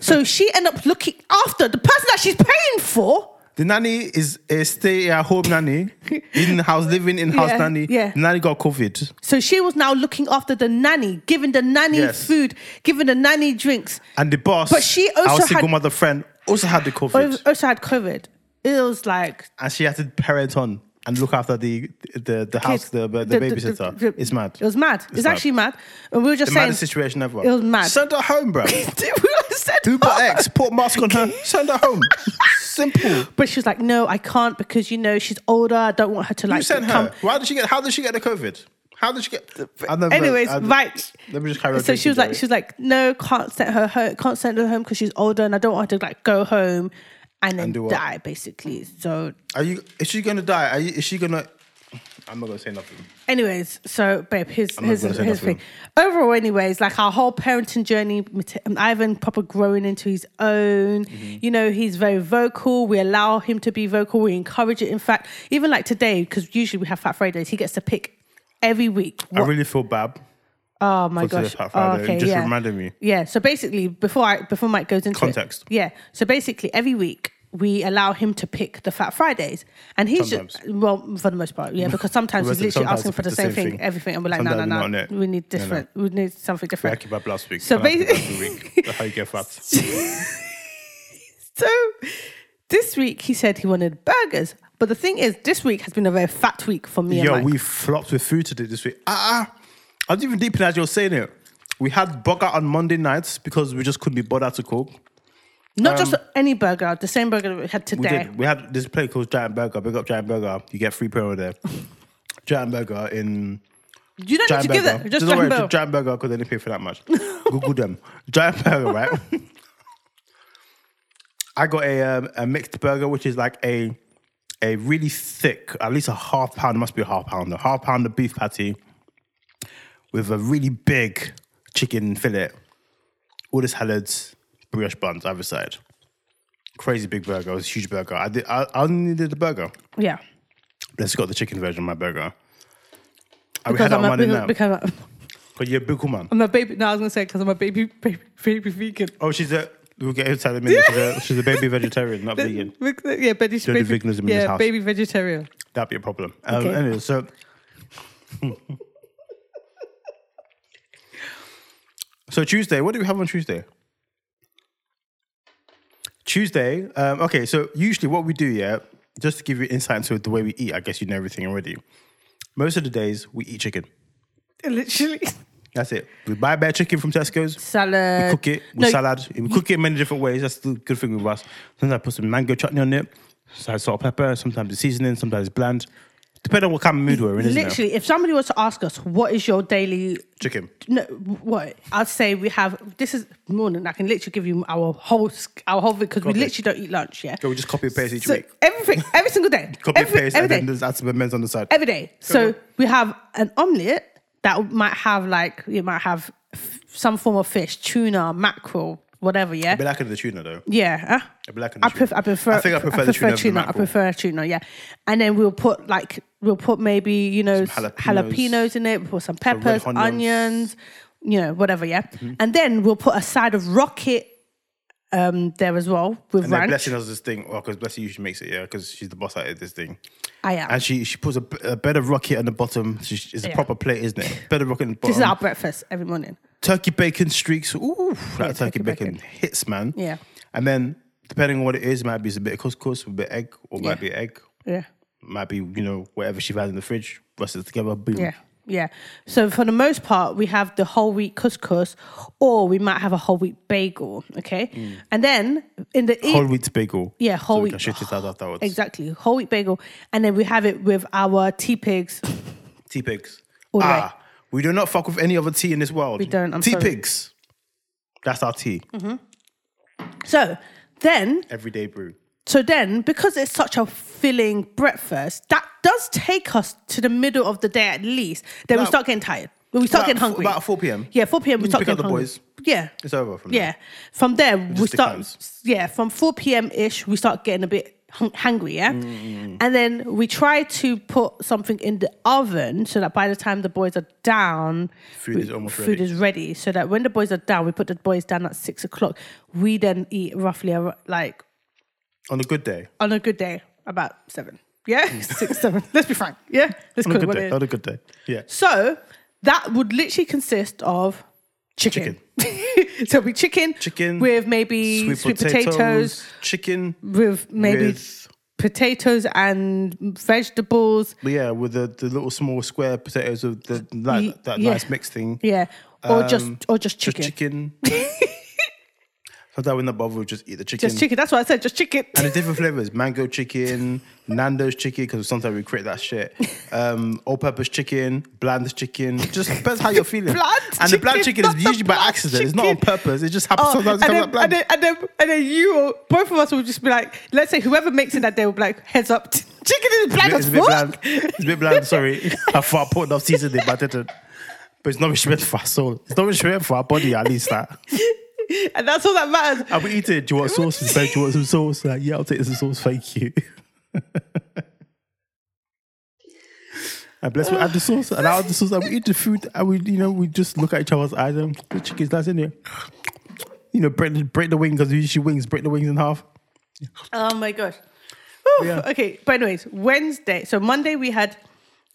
Speaker 4: so she ended up looking after the person that she's paying for.
Speaker 2: the nanny is a stay at home
Speaker 4: [LAUGHS]
Speaker 2: nanny, in house, living in house
Speaker 4: Yeah,
Speaker 2: nanny.
Speaker 4: yeah.
Speaker 2: The nanny got COVID.
Speaker 4: So she was now looking after the nanny, giving the nanny
Speaker 2: Yes.
Speaker 4: food, giving the nanny drinks.
Speaker 2: And the boss,
Speaker 4: But she also
Speaker 2: our single
Speaker 4: had-
Speaker 2: mother friend, also had the COVID.
Speaker 4: But also had COVID. It was like
Speaker 2: and she had to parent on and look after the the, the house, the, the, babysitter.
Speaker 4: the-
Speaker 2: it's mad.
Speaker 4: It was mad. It's,
Speaker 2: mad.
Speaker 4: actually mad. And we were just
Speaker 2: the
Speaker 4: saying,
Speaker 2: maddest situation ever.
Speaker 4: It was mad.
Speaker 2: Send her home, bro.
Speaker 4: [LAUGHS] We were sent
Speaker 2: Uber
Speaker 4: home.
Speaker 2: X, put mask on her, send her home. Simple.
Speaker 4: But she was like, no, I can't because you know she's older. I don't want her to like
Speaker 2: Who sent
Speaker 4: come.
Speaker 2: her? Why did she get? How did she get the COVID? How did she get? I never-
Speaker 4: Anyways,
Speaker 2: I-
Speaker 4: right.
Speaker 2: Let me just carry on.
Speaker 4: So she was like, she was like, no, can't send her home. Can't send her home because she's older, and I don't want her to like go home and then
Speaker 2: do what?
Speaker 4: die basically. So,
Speaker 2: "Are you? Is she gonna die? Are you, is she gonna?" I'm not gonna say nothing.
Speaker 4: anyways, so babe, here's
Speaker 2: not
Speaker 4: here's
Speaker 2: gonna say
Speaker 4: here's the
Speaker 2: nothing.
Speaker 4: thing. Overall, anyways, like our whole parenting journey, Mate- um, Ivan proper growing into his own.
Speaker 2: Mm-hmm.
Speaker 4: You know, he's very vocal. We allow him to be vocal. We encourage it. In fact, even like today, because usually we have Fat Fridays, he gets to pick every week.
Speaker 2: I
Speaker 4: what-
Speaker 2: really feel bad.
Speaker 4: oh my
Speaker 2: for today's
Speaker 4: gosh!
Speaker 2: Fat
Speaker 4: Oh,
Speaker 2: Friday. You just reminded me.
Speaker 4: Yeah. So basically, before I before Mike goes into it-
Speaker 2: Context.
Speaker 4: yeah. So basically, every week we allow him to pick the Fat Fridays, and he's just,
Speaker 2: Sometimes.
Speaker 4: well for the most part,
Speaker 2: [LAUGHS]
Speaker 4: yeah, because sometimes
Speaker 2: Sometimes
Speaker 4: he's literally asking
Speaker 2: we
Speaker 4: for the
Speaker 2: pick
Speaker 4: same, thing, everything, and we're like,
Speaker 2: Sometimes we're
Speaker 4: no, no,
Speaker 2: not on
Speaker 4: no,
Speaker 2: it.
Speaker 4: we need
Speaker 2: No, no.
Speaker 4: different, we need something
Speaker 2: I
Speaker 4: different. [LAUGHS]
Speaker 2: keep up last week.
Speaker 4: So
Speaker 2: Can't have it
Speaker 4: basi-
Speaker 2: every week. That's how you get fat.
Speaker 4: [LAUGHS] So this week he said he wanted burgers, but the thing is, this week has been a very fat week for me. and
Speaker 2: Yo,
Speaker 4: Mike.
Speaker 2: we flopped with food today this week. Ah, ah. I was even deep in as you were saying it. We had burger on Monday nights because we just couldn't be bothered to cook.
Speaker 4: not just any burger, the same burger that we had today.
Speaker 2: um, We did. We had this place called Giant Burger. Big up Giant Burger. You get free promo there. Giant Burger in
Speaker 4: You don't need
Speaker 2: Giant
Speaker 4: to give
Speaker 2: Burger.
Speaker 4: it. Just
Speaker 2: Don't worry,
Speaker 4: Giant Burger.
Speaker 2: Giant Burger because they didn't pay for that much. Google
Speaker 4: [LAUGHS]
Speaker 2: them. Giant Burger, right? I got a um, a mixed burger, which is like a a really thick, at least a half pound. It must be a half pound. A half pound of beef patty with a really big chicken fillet. All the salads, brioche buns either side. Crazy big burger. It was a huge burger. I did. I, I only did the burger.
Speaker 4: Yeah.
Speaker 2: Let's got the chicken version of my burger. And we
Speaker 4: Because
Speaker 2: had that
Speaker 4: I'm, a,
Speaker 2: one in now.
Speaker 4: because, because I'm-
Speaker 2: Because you're a big woman.
Speaker 4: I'm a baby. No, I was gonna say because I'm a baby, baby, baby vegan.
Speaker 2: Oh, she's a. We'll get into that in a minute. She's,
Speaker 4: [LAUGHS]
Speaker 2: a, she's a baby vegetarian, not vegan. only
Speaker 4: Yeah, baby, baby
Speaker 2: veganism in
Speaker 4: yeah,
Speaker 2: this house.
Speaker 4: baby vegetarian.
Speaker 2: That'd be a problem. Um,
Speaker 4: Okay.
Speaker 2: Anyway,
Speaker 4: [LAUGHS]
Speaker 2: so. so Tuesday, what do we have on Tuesday? Tuesday, um, okay, so usually what we do, yeah, just to give you insight into the way we eat, I guess you know everything already. Most of the days, we eat chicken.
Speaker 4: Literally
Speaker 2: That's it. We buy bare chicken from Tesco's.
Speaker 4: salad.
Speaker 2: We cook it with salad. We cook it in many different ways. That's the good thing with us. Sometimes I put some mango chutney on it, sometimes salt, pepper, sometimes it's seasoning, sometimes it's bland. Depending on what kind of mood we're in, isn't it?
Speaker 4: Literally, if somebody was to ask us, what is your daily?
Speaker 2: Chicken.
Speaker 4: No, what I'd say we have. This is morning. I can literally give you our whole sc- our whole because we
Speaker 2: Okay.
Speaker 4: literally don't eat lunch. Yeah.
Speaker 2: So we just copy and paste each
Speaker 4: So
Speaker 2: week.
Speaker 4: everything, every single day.
Speaker 2: [LAUGHS] Copy
Speaker 4: every,
Speaker 2: and paste,
Speaker 4: every
Speaker 2: and
Speaker 4: day.
Speaker 2: then there's add some amendments on the side.
Speaker 4: every day. So we have an omelette that might have like it might have f- some form of fish, tuna, mackerel, whatever. Yeah,
Speaker 2: I like the tuna though.
Speaker 4: yeah. huh?
Speaker 2: I like the
Speaker 4: I,
Speaker 2: tuna.
Speaker 4: pref- I prefer.
Speaker 2: I think I prefer the tuna. over the
Speaker 4: I
Speaker 2: mackerel.
Speaker 4: prefer tuna. Yeah, and then we'll put like we'll put maybe you know
Speaker 2: Some
Speaker 4: s-
Speaker 2: jalapenos.
Speaker 4: jalapenos in it. We'll put some peppers,
Speaker 2: onions.
Speaker 4: onions, you know, whatever. Yeah,
Speaker 2: Mm-hmm.
Speaker 4: and then we'll put a side of rocket um there as well with
Speaker 2: And then
Speaker 4: ranch.
Speaker 2: Blessing does this thing. Well, because Blessing usually makes it, yeah, because she's the boss at this thing.
Speaker 4: I am.
Speaker 2: And she she puts a, b- a bed of rocket on the bottom. She- It's a
Speaker 4: Yeah.
Speaker 2: proper plate, isn't it? Bed of rocket on the bottom.
Speaker 4: this is our breakfast every morning.
Speaker 2: turkey bacon streaks. Ooh, that turkey,
Speaker 4: turkey
Speaker 2: bacon,
Speaker 4: bacon.
Speaker 2: hits, man.
Speaker 4: Yeah.
Speaker 2: And then depending on what it is, might be a bit of couscous, a bit of egg, or
Speaker 4: Yeah.
Speaker 2: might be egg,
Speaker 4: Yeah.
Speaker 2: might be you know whatever she has in the fridge. Rust it together. Boom.
Speaker 4: Yeah, yeah. So for the most part, we have the whole wheat couscous, or we might have a whole wheat bagel. Okay, and then in the e-
Speaker 2: Mm. Whole wheat bagel.
Speaker 4: yeah whole
Speaker 2: so We
Speaker 4: wheat
Speaker 2: can shit it out afterwards.
Speaker 4: exactly whole wheat bagel, and then we have it with our tea pigs.
Speaker 2: Tea pigs.
Speaker 4: All the way.
Speaker 2: ah, we do not fuck with any other tea in this world. We
Speaker 4: don't, I'm
Speaker 2: tea
Speaker 4: sorry. Mm-hmm.
Speaker 2: pigs. That's our tea.
Speaker 4: So then,
Speaker 2: Everyday brew.
Speaker 4: so then, because it's such a f- filling breakfast, that does take us to the middle of the day at least. Then we
Speaker 2: About-
Speaker 4: start getting tired. We start
Speaker 2: about
Speaker 4: getting
Speaker 2: four-
Speaker 4: hungry.
Speaker 2: about 4 p.m..
Speaker 4: Yeah, 4 p.m.
Speaker 2: Need
Speaker 4: We
Speaker 2: to
Speaker 4: start
Speaker 2: pick up
Speaker 4: getting
Speaker 2: the
Speaker 4: hungry.
Speaker 2: boys.
Speaker 4: Yeah.
Speaker 2: It's over from
Speaker 4: Yeah. From there, we
Speaker 2: just
Speaker 4: start.
Speaker 2: declines.
Speaker 4: Yeah, from 4 p.m. ish, we start getting a bit hun- hungry, yeah? And then we try to put something in the oven so that by the time the boys are down,
Speaker 2: Food
Speaker 4: we-
Speaker 2: is almost
Speaker 4: food
Speaker 2: ready.
Speaker 4: is ready. So that when the boys are down, we put the boys down at six o'clock. We then eat roughly ar- like
Speaker 2: On a good day.
Speaker 4: on a good day about seven. [LAUGHS] Yeah, six, seven. Let's be frank. Yeah, let's
Speaker 2: On
Speaker 4: cook
Speaker 2: a good
Speaker 4: what
Speaker 2: day.
Speaker 4: it is.
Speaker 2: On a good day. Yeah.
Speaker 4: So that would literally consist of [LAUGHS] chicken. so we chicken,
Speaker 2: Chicken,
Speaker 4: with maybe sweet, potatoes,
Speaker 2: chicken
Speaker 4: with maybe
Speaker 2: with
Speaker 4: potatoes and vegetables.
Speaker 2: yeah, with the, the little small square potatoes of the that,
Speaker 4: Ye-
Speaker 2: that
Speaker 4: yeah.
Speaker 2: nice mixed thing.
Speaker 4: Yeah, or just
Speaker 2: Um,
Speaker 4: or just chicken.
Speaker 2: Just chicken.
Speaker 4: [LAUGHS]
Speaker 2: so that we're not bothered, we'll just eat the chicken.
Speaker 4: Just chicken. That's what I said. Just chicken.
Speaker 2: And the different flavors: mango chicken, Nando's chicken, because sometimes we create that shit. Um, all-purpose chicken, bland chicken. Just depends
Speaker 4: [LAUGHS]
Speaker 2: how you're feeling.
Speaker 4: Bland
Speaker 2: and the bland chicken
Speaker 4: chicken,
Speaker 2: is
Speaker 4: not the
Speaker 2: usually by
Speaker 4: bland
Speaker 2: accident. It's not on
Speaker 4: chicken.
Speaker 2: purpose. It just happens
Speaker 4: Oh,
Speaker 2: sometimes.
Speaker 4: and,
Speaker 2: It comes out
Speaker 4: then,
Speaker 2: bland.
Speaker 4: and, then, and, then, and then you or both of us will just be like, let's say whoever makes it that day will be like, heads up, [LAUGHS] chicken is black
Speaker 2: it's
Speaker 4: as
Speaker 2: a bit
Speaker 4: fuck.
Speaker 2: bland. It's a bit bland. [LAUGHS]
Speaker 4: [LAUGHS]
Speaker 2: Sorry, I thought I put enough seasoning, but I didn't. But it's not much meant for our soul. It's not much meant for our body. At least that.
Speaker 4: And that's all that matters.
Speaker 2: I'll be eating. it. Do you want sauce? It's like, Do you want some sauce? Like, yeah, I'll take some sauce. Thank you. And bless we add the sauce, and I add the sauce, and we eat the food, and we, you know, we just look at each other's eyes, and the chicken's nice in there. You know, break the, break the wing because usually wings break the wings in half.
Speaker 4: Oh my gosh. Whew,
Speaker 2: Yeah.
Speaker 4: Okay, but anyways, Wednesday. So Monday we had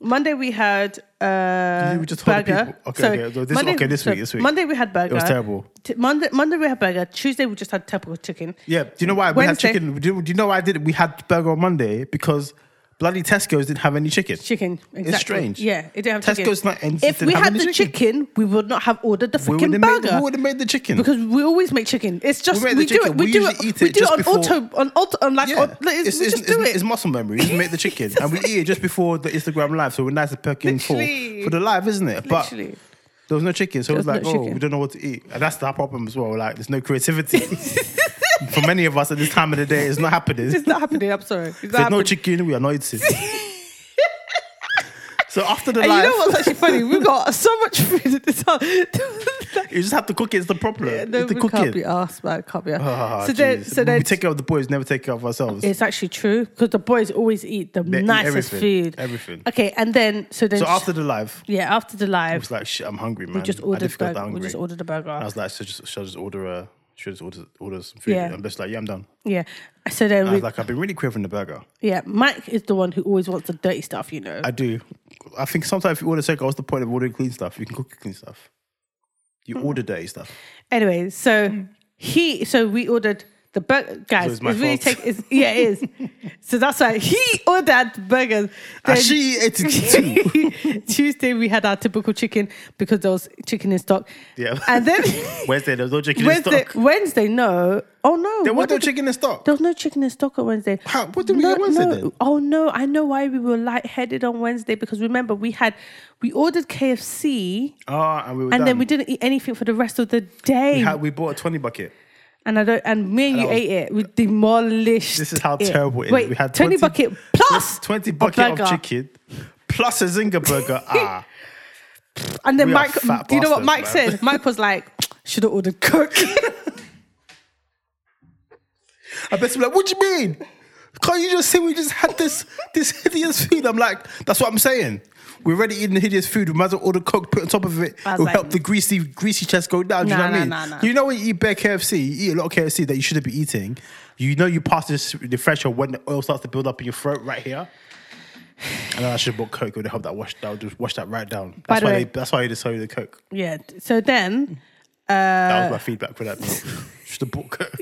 Speaker 4: Monday we had uh
Speaker 2: You would just hold the
Speaker 4: burger.
Speaker 2: people. Okay, okay, so this- okay, this week, this week.
Speaker 4: Monday we had burger.
Speaker 2: was terrible.
Speaker 4: T- Monday Monday we had burger. Tuesday we just had typical chicken.
Speaker 2: Yeah, do you know why
Speaker 4: Wednesday.
Speaker 2: we had chicken? Do, do you know why I did it? We had burger on Monday because bloody Tesco's didn't have any chicken.
Speaker 4: Chicken. Exactly.
Speaker 2: strange.
Speaker 4: Yeah, it didn't have
Speaker 2: Tesco's
Speaker 4: chicken.
Speaker 2: not and
Speaker 4: if
Speaker 2: didn't
Speaker 4: we
Speaker 2: have
Speaker 4: had
Speaker 2: any
Speaker 4: the chicken, we would not have ordered the
Speaker 2: we
Speaker 4: freaking
Speaker 2: would have made,
Speaker 4: burger.
Speaker 2: we would've made the chicken
Speaker 4: because we always make chicken. It's just
Speaker 2: We
Speaker 4: we,
Speaker 2: make the
Speaker 4: do it.
Speaker 2: chicken.
Speaker 4: We,
Speaker 2: We
Speaker 4: do
Speaker 2: usually
Speaker 4: it.
Speaker 2: eat
Speaker 4: we
Speaker 2: it
Speaker 4: do it
Speaker 2: just
Speaker 4: on
Speaker 2: before-
Speaker 4: auto on auto on like
Speaker 2: Yeah.
Speaker 4: on, like, oh, it's- we just
Speaker 2: it's,
Speaker 4: do it.
Speaker 2: it's muscle memory. We just make the chicken and we eat it just before the Instagram live, so we're nice and perky and full
Speaker 4: Literally.
Speaker 2: for the live, isn't it? But
Speaker 4: Literally.
Speaker 2: there was no chicken, so it was
Speaker 4: was
Speaker 2: like,
Speaker 4: no
Speaker 2: oh,
Speaker 4: chicken.
Speaker 2: we don't know what to eat, and that's our problem as well. Like, there's no creativity [LAUGHS] for many of us at this time of the day. It's not happening.
Speaker 4: It's not happening. I'm sorry. It's not
Speaker 2: there's no
Speaker 4: happening.
Speaker 2: chicken. We are not
Speaker 4: [LAUGHS]
Speaker 2: eating. so after the
Speaker 4: And
Speaker 2: live,
Speaker 4: you know what's actually funny? We've got so much food at this time. [LAUGHS]
Speaker 2: you just have to cook it. It's the problem.
Speaker 4: no,
Speaker 2: it's the
Speaker 4: we can't be
Speaker 2: cooking.
Speaker 4: asked, man. Can't be asked.
Speaker 2: Ah,
Speaker 4: so then,
Speaker 2: jeez.
Speaker 4: so then,
Speaker 2: we take care of the boys, never take care of ourselves.
Speaker 4: it's actually true because the boys always eat the
Speaker 2: They eat
Speaker 4: nicest
Speaker 2: everything,
Speaker 4: food.
Speaker 2: everything.
Speaker 4: Okay, and then so then
Speaker 2: so after the live,
Speaker 4: yeah, after the
Speaker 2: It's
Speaker 4: live,
Speaker 2: like, shit, I'm hungry, man.
Speaker 4: we just
Speaker 2: I
Speaker 4: ordered
Speaker 2: just got
Speaker 4: burger. We
Speaker 2: hungry.
Speaker 4: just ordered a
Speaker 2: I
Speaker 4: burger.
Speaker 2: was like, so just, should I just order a, should I just order, order some food?
Speaker 4: Yeah.
Speaker 2: I'm just like, yeah, I'm done.
Speaker 4: Yeah. So then
Speaker 2: I
Speaker 4: we
Speaker 2: was like, I've been really craving the burger.
Speaker 4: yeah, Mike is the one who always wants the dirty stuff. You know.
Speaker 2: I do. I think sometimes if you order circle, what's the point of ordering clean stuff? You can cook clean stuff. You
Speaker 4: Hmm.
Speaker 2: order dirty stuff.
Speaker 4: Anyway, so he so we ordered the burger. Guys,
Speaker 2: it's my
Speaker 4: it's really
Speaker 2: fault.
Speaker 4: take it's,
Speaker 2: [LAUGHS]
Speaker 4: yeah it is. so that's why he ordered burgers.
Speaker 2: And
Speaker 4: Then-
Speaker 2: she
Speaker 4: [LAUGHS]
Speaker 2: ate it too.
Speaker 4: Tuesday we had our typical chicken because there was chicken in stock.
Speaker 2: Yeah.
Speaker 4: And then
Speaker 2: [LAUGHS] Wednesday, there was no chicken
Speaker 4: Wednesday,
Speaker 2: in stock.
Speaker 4: Wednesday, no. Oh no.
Speaker 2: There was
Speaker 4: what
Speaker 2: no
Speaker 4: did-
Speaker 2: chicken in stock.
Speaker 4: There was no chicken in stock on Wednesday.
Speaker 2: How- what did we eat Wednesday
Speaker 4: no.
Speaker 2: then?
Speaker 4: Oh no, I know why we were lightheaded on Wednesday because remember we had we ordered KFC
Speaker 2: Oh, and we were
Speaker 4: and
Speaker 2: done.
Speaker 4: then we didn't eat anything for the rest of the day.
Speaker 2: How- we bought a 20 bucket.
Speaker 4: and I don't and me and, you
Speaker 2: that was-
Speaker 4: ate it. We demolished
Speaker 2: This is how
Speaker 4: it.
Speaker 2: terrible it is.
Speaker 4: Wait,
Speaker 2: We had
Speaker 4: Tony
Speaker 2: 20
Speaker 4: Bucket
Speaker 2: [LAUGHS]
Speaker 4: plus
Speaker 2: 20
Speaker 4: a
Speaker 2: bucket of
Speaker 4: burger.
Speaker 2: chicken plus a Zinger
Speaker 4: [LAUGHS]
Speaker 2: burger. Ah.
Speaker 4: And then
Speaker 2: We are
Speaker 4: Mike,
Speaker 2: fat
Speaker 4: do you know what
Speaker 2: bastards,
Speaker 4: Mike
Speaker 2: man. [LAUGHS]
Speaker 4: said? Mike was like, should have ordered Coke.
Speaker 2: I bet be like, what do you mean? Can't you just see we just had this this hideous food? I'm like, that's what I'm saying. We're already eating the hideous food. We might as well order Coke, put on top of it.
Speaker 4: I was
Speaker 2: It'll
Speaker 4: like-
Speaker 2: help the greasy greasy chest go down. do you
Speaker 4: Nah,
Speaker 2: know what I mean?
Speaker 4: nah, nah, nah.
Speaker 2: You know when you eat bare KFC, you eat a lot of KFC that you shouldn't be eating. You know you pass this the threshold when the oil starts to build up in your throat right here. And then I should have bought Coke. It would help that wash. That would just wash that right down.
Speaker 4: By
Speaker 2: That's
Speaker 4: the
Speaker 2: why.
Speaker 4: way-
Speaker 2: They, that's why they sold the Coke.
Speaker 4: yeah. So then
Speaker 2: That
Speaker 4: Uh,
Speaker 2: was my feedback for that. [LAUGHS] should have bought
Speaker 4: [LAUGHS]
Speaker 2: Coke.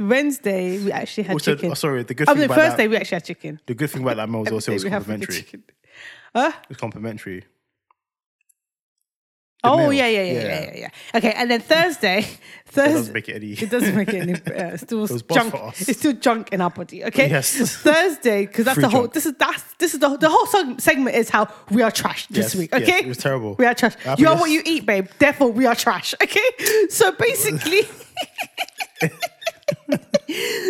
Speaker 4: Wednesday we actually had
Speaker 2: Also,
Speaker 4: chicken.
Speaker 2: oh, sorry. The good
Speaker 4: I
Speaker 2: thing
Speaker 4: mean,
Speaker 2: about
Speaker 4: Thursday
Speaker 2: that,
Speaker 4: we actually had chicken.
Speaker 2: the good thing about that meal was also it was
Speaker 4: Thursday we had freaking
Speaker 2: complimentary.
Speaker 4: chicken.
Speaker 2: It's complimentary.
Speaker 4: Oh
Speaker 2: meal.
Speaker 4: yeah, yeah, yeah, yeah,
Speaker 2: Yeah.
Speaker 4: yeah, yeah, Okay, and then Thursday, [LAUGHS] Thursday.
Speaker 2: It doesn't make it any.
Speaker 4: It doesn't make it any. Uh, it's still
Speaker 2: It was boss
Speaker 4: junk.
Speaker 2: for us.
Speaker 4: It's still junk in our body. Okay.
Speaker 2: Yes.
Speaker 4: Thursday, because that's
Speaker 2: Free
Speaker 4: the whole.
Speaker 2: junk.
Speaker 4: This is that's this is the the whole seg- segment is how we are trash this
Speaker 2: Yes,
Speaker 4: week.
Speaker 2: yes,
Speaker 4: Okay.
Speaker 2: it was terrible.
Speaker 4: We are trash.
Speaker 2: Happiness.
Speaker 4: You are [LAUGHS] what you eat, babe. Therefore, we are trash. Okay. So basically, [LAUGHS]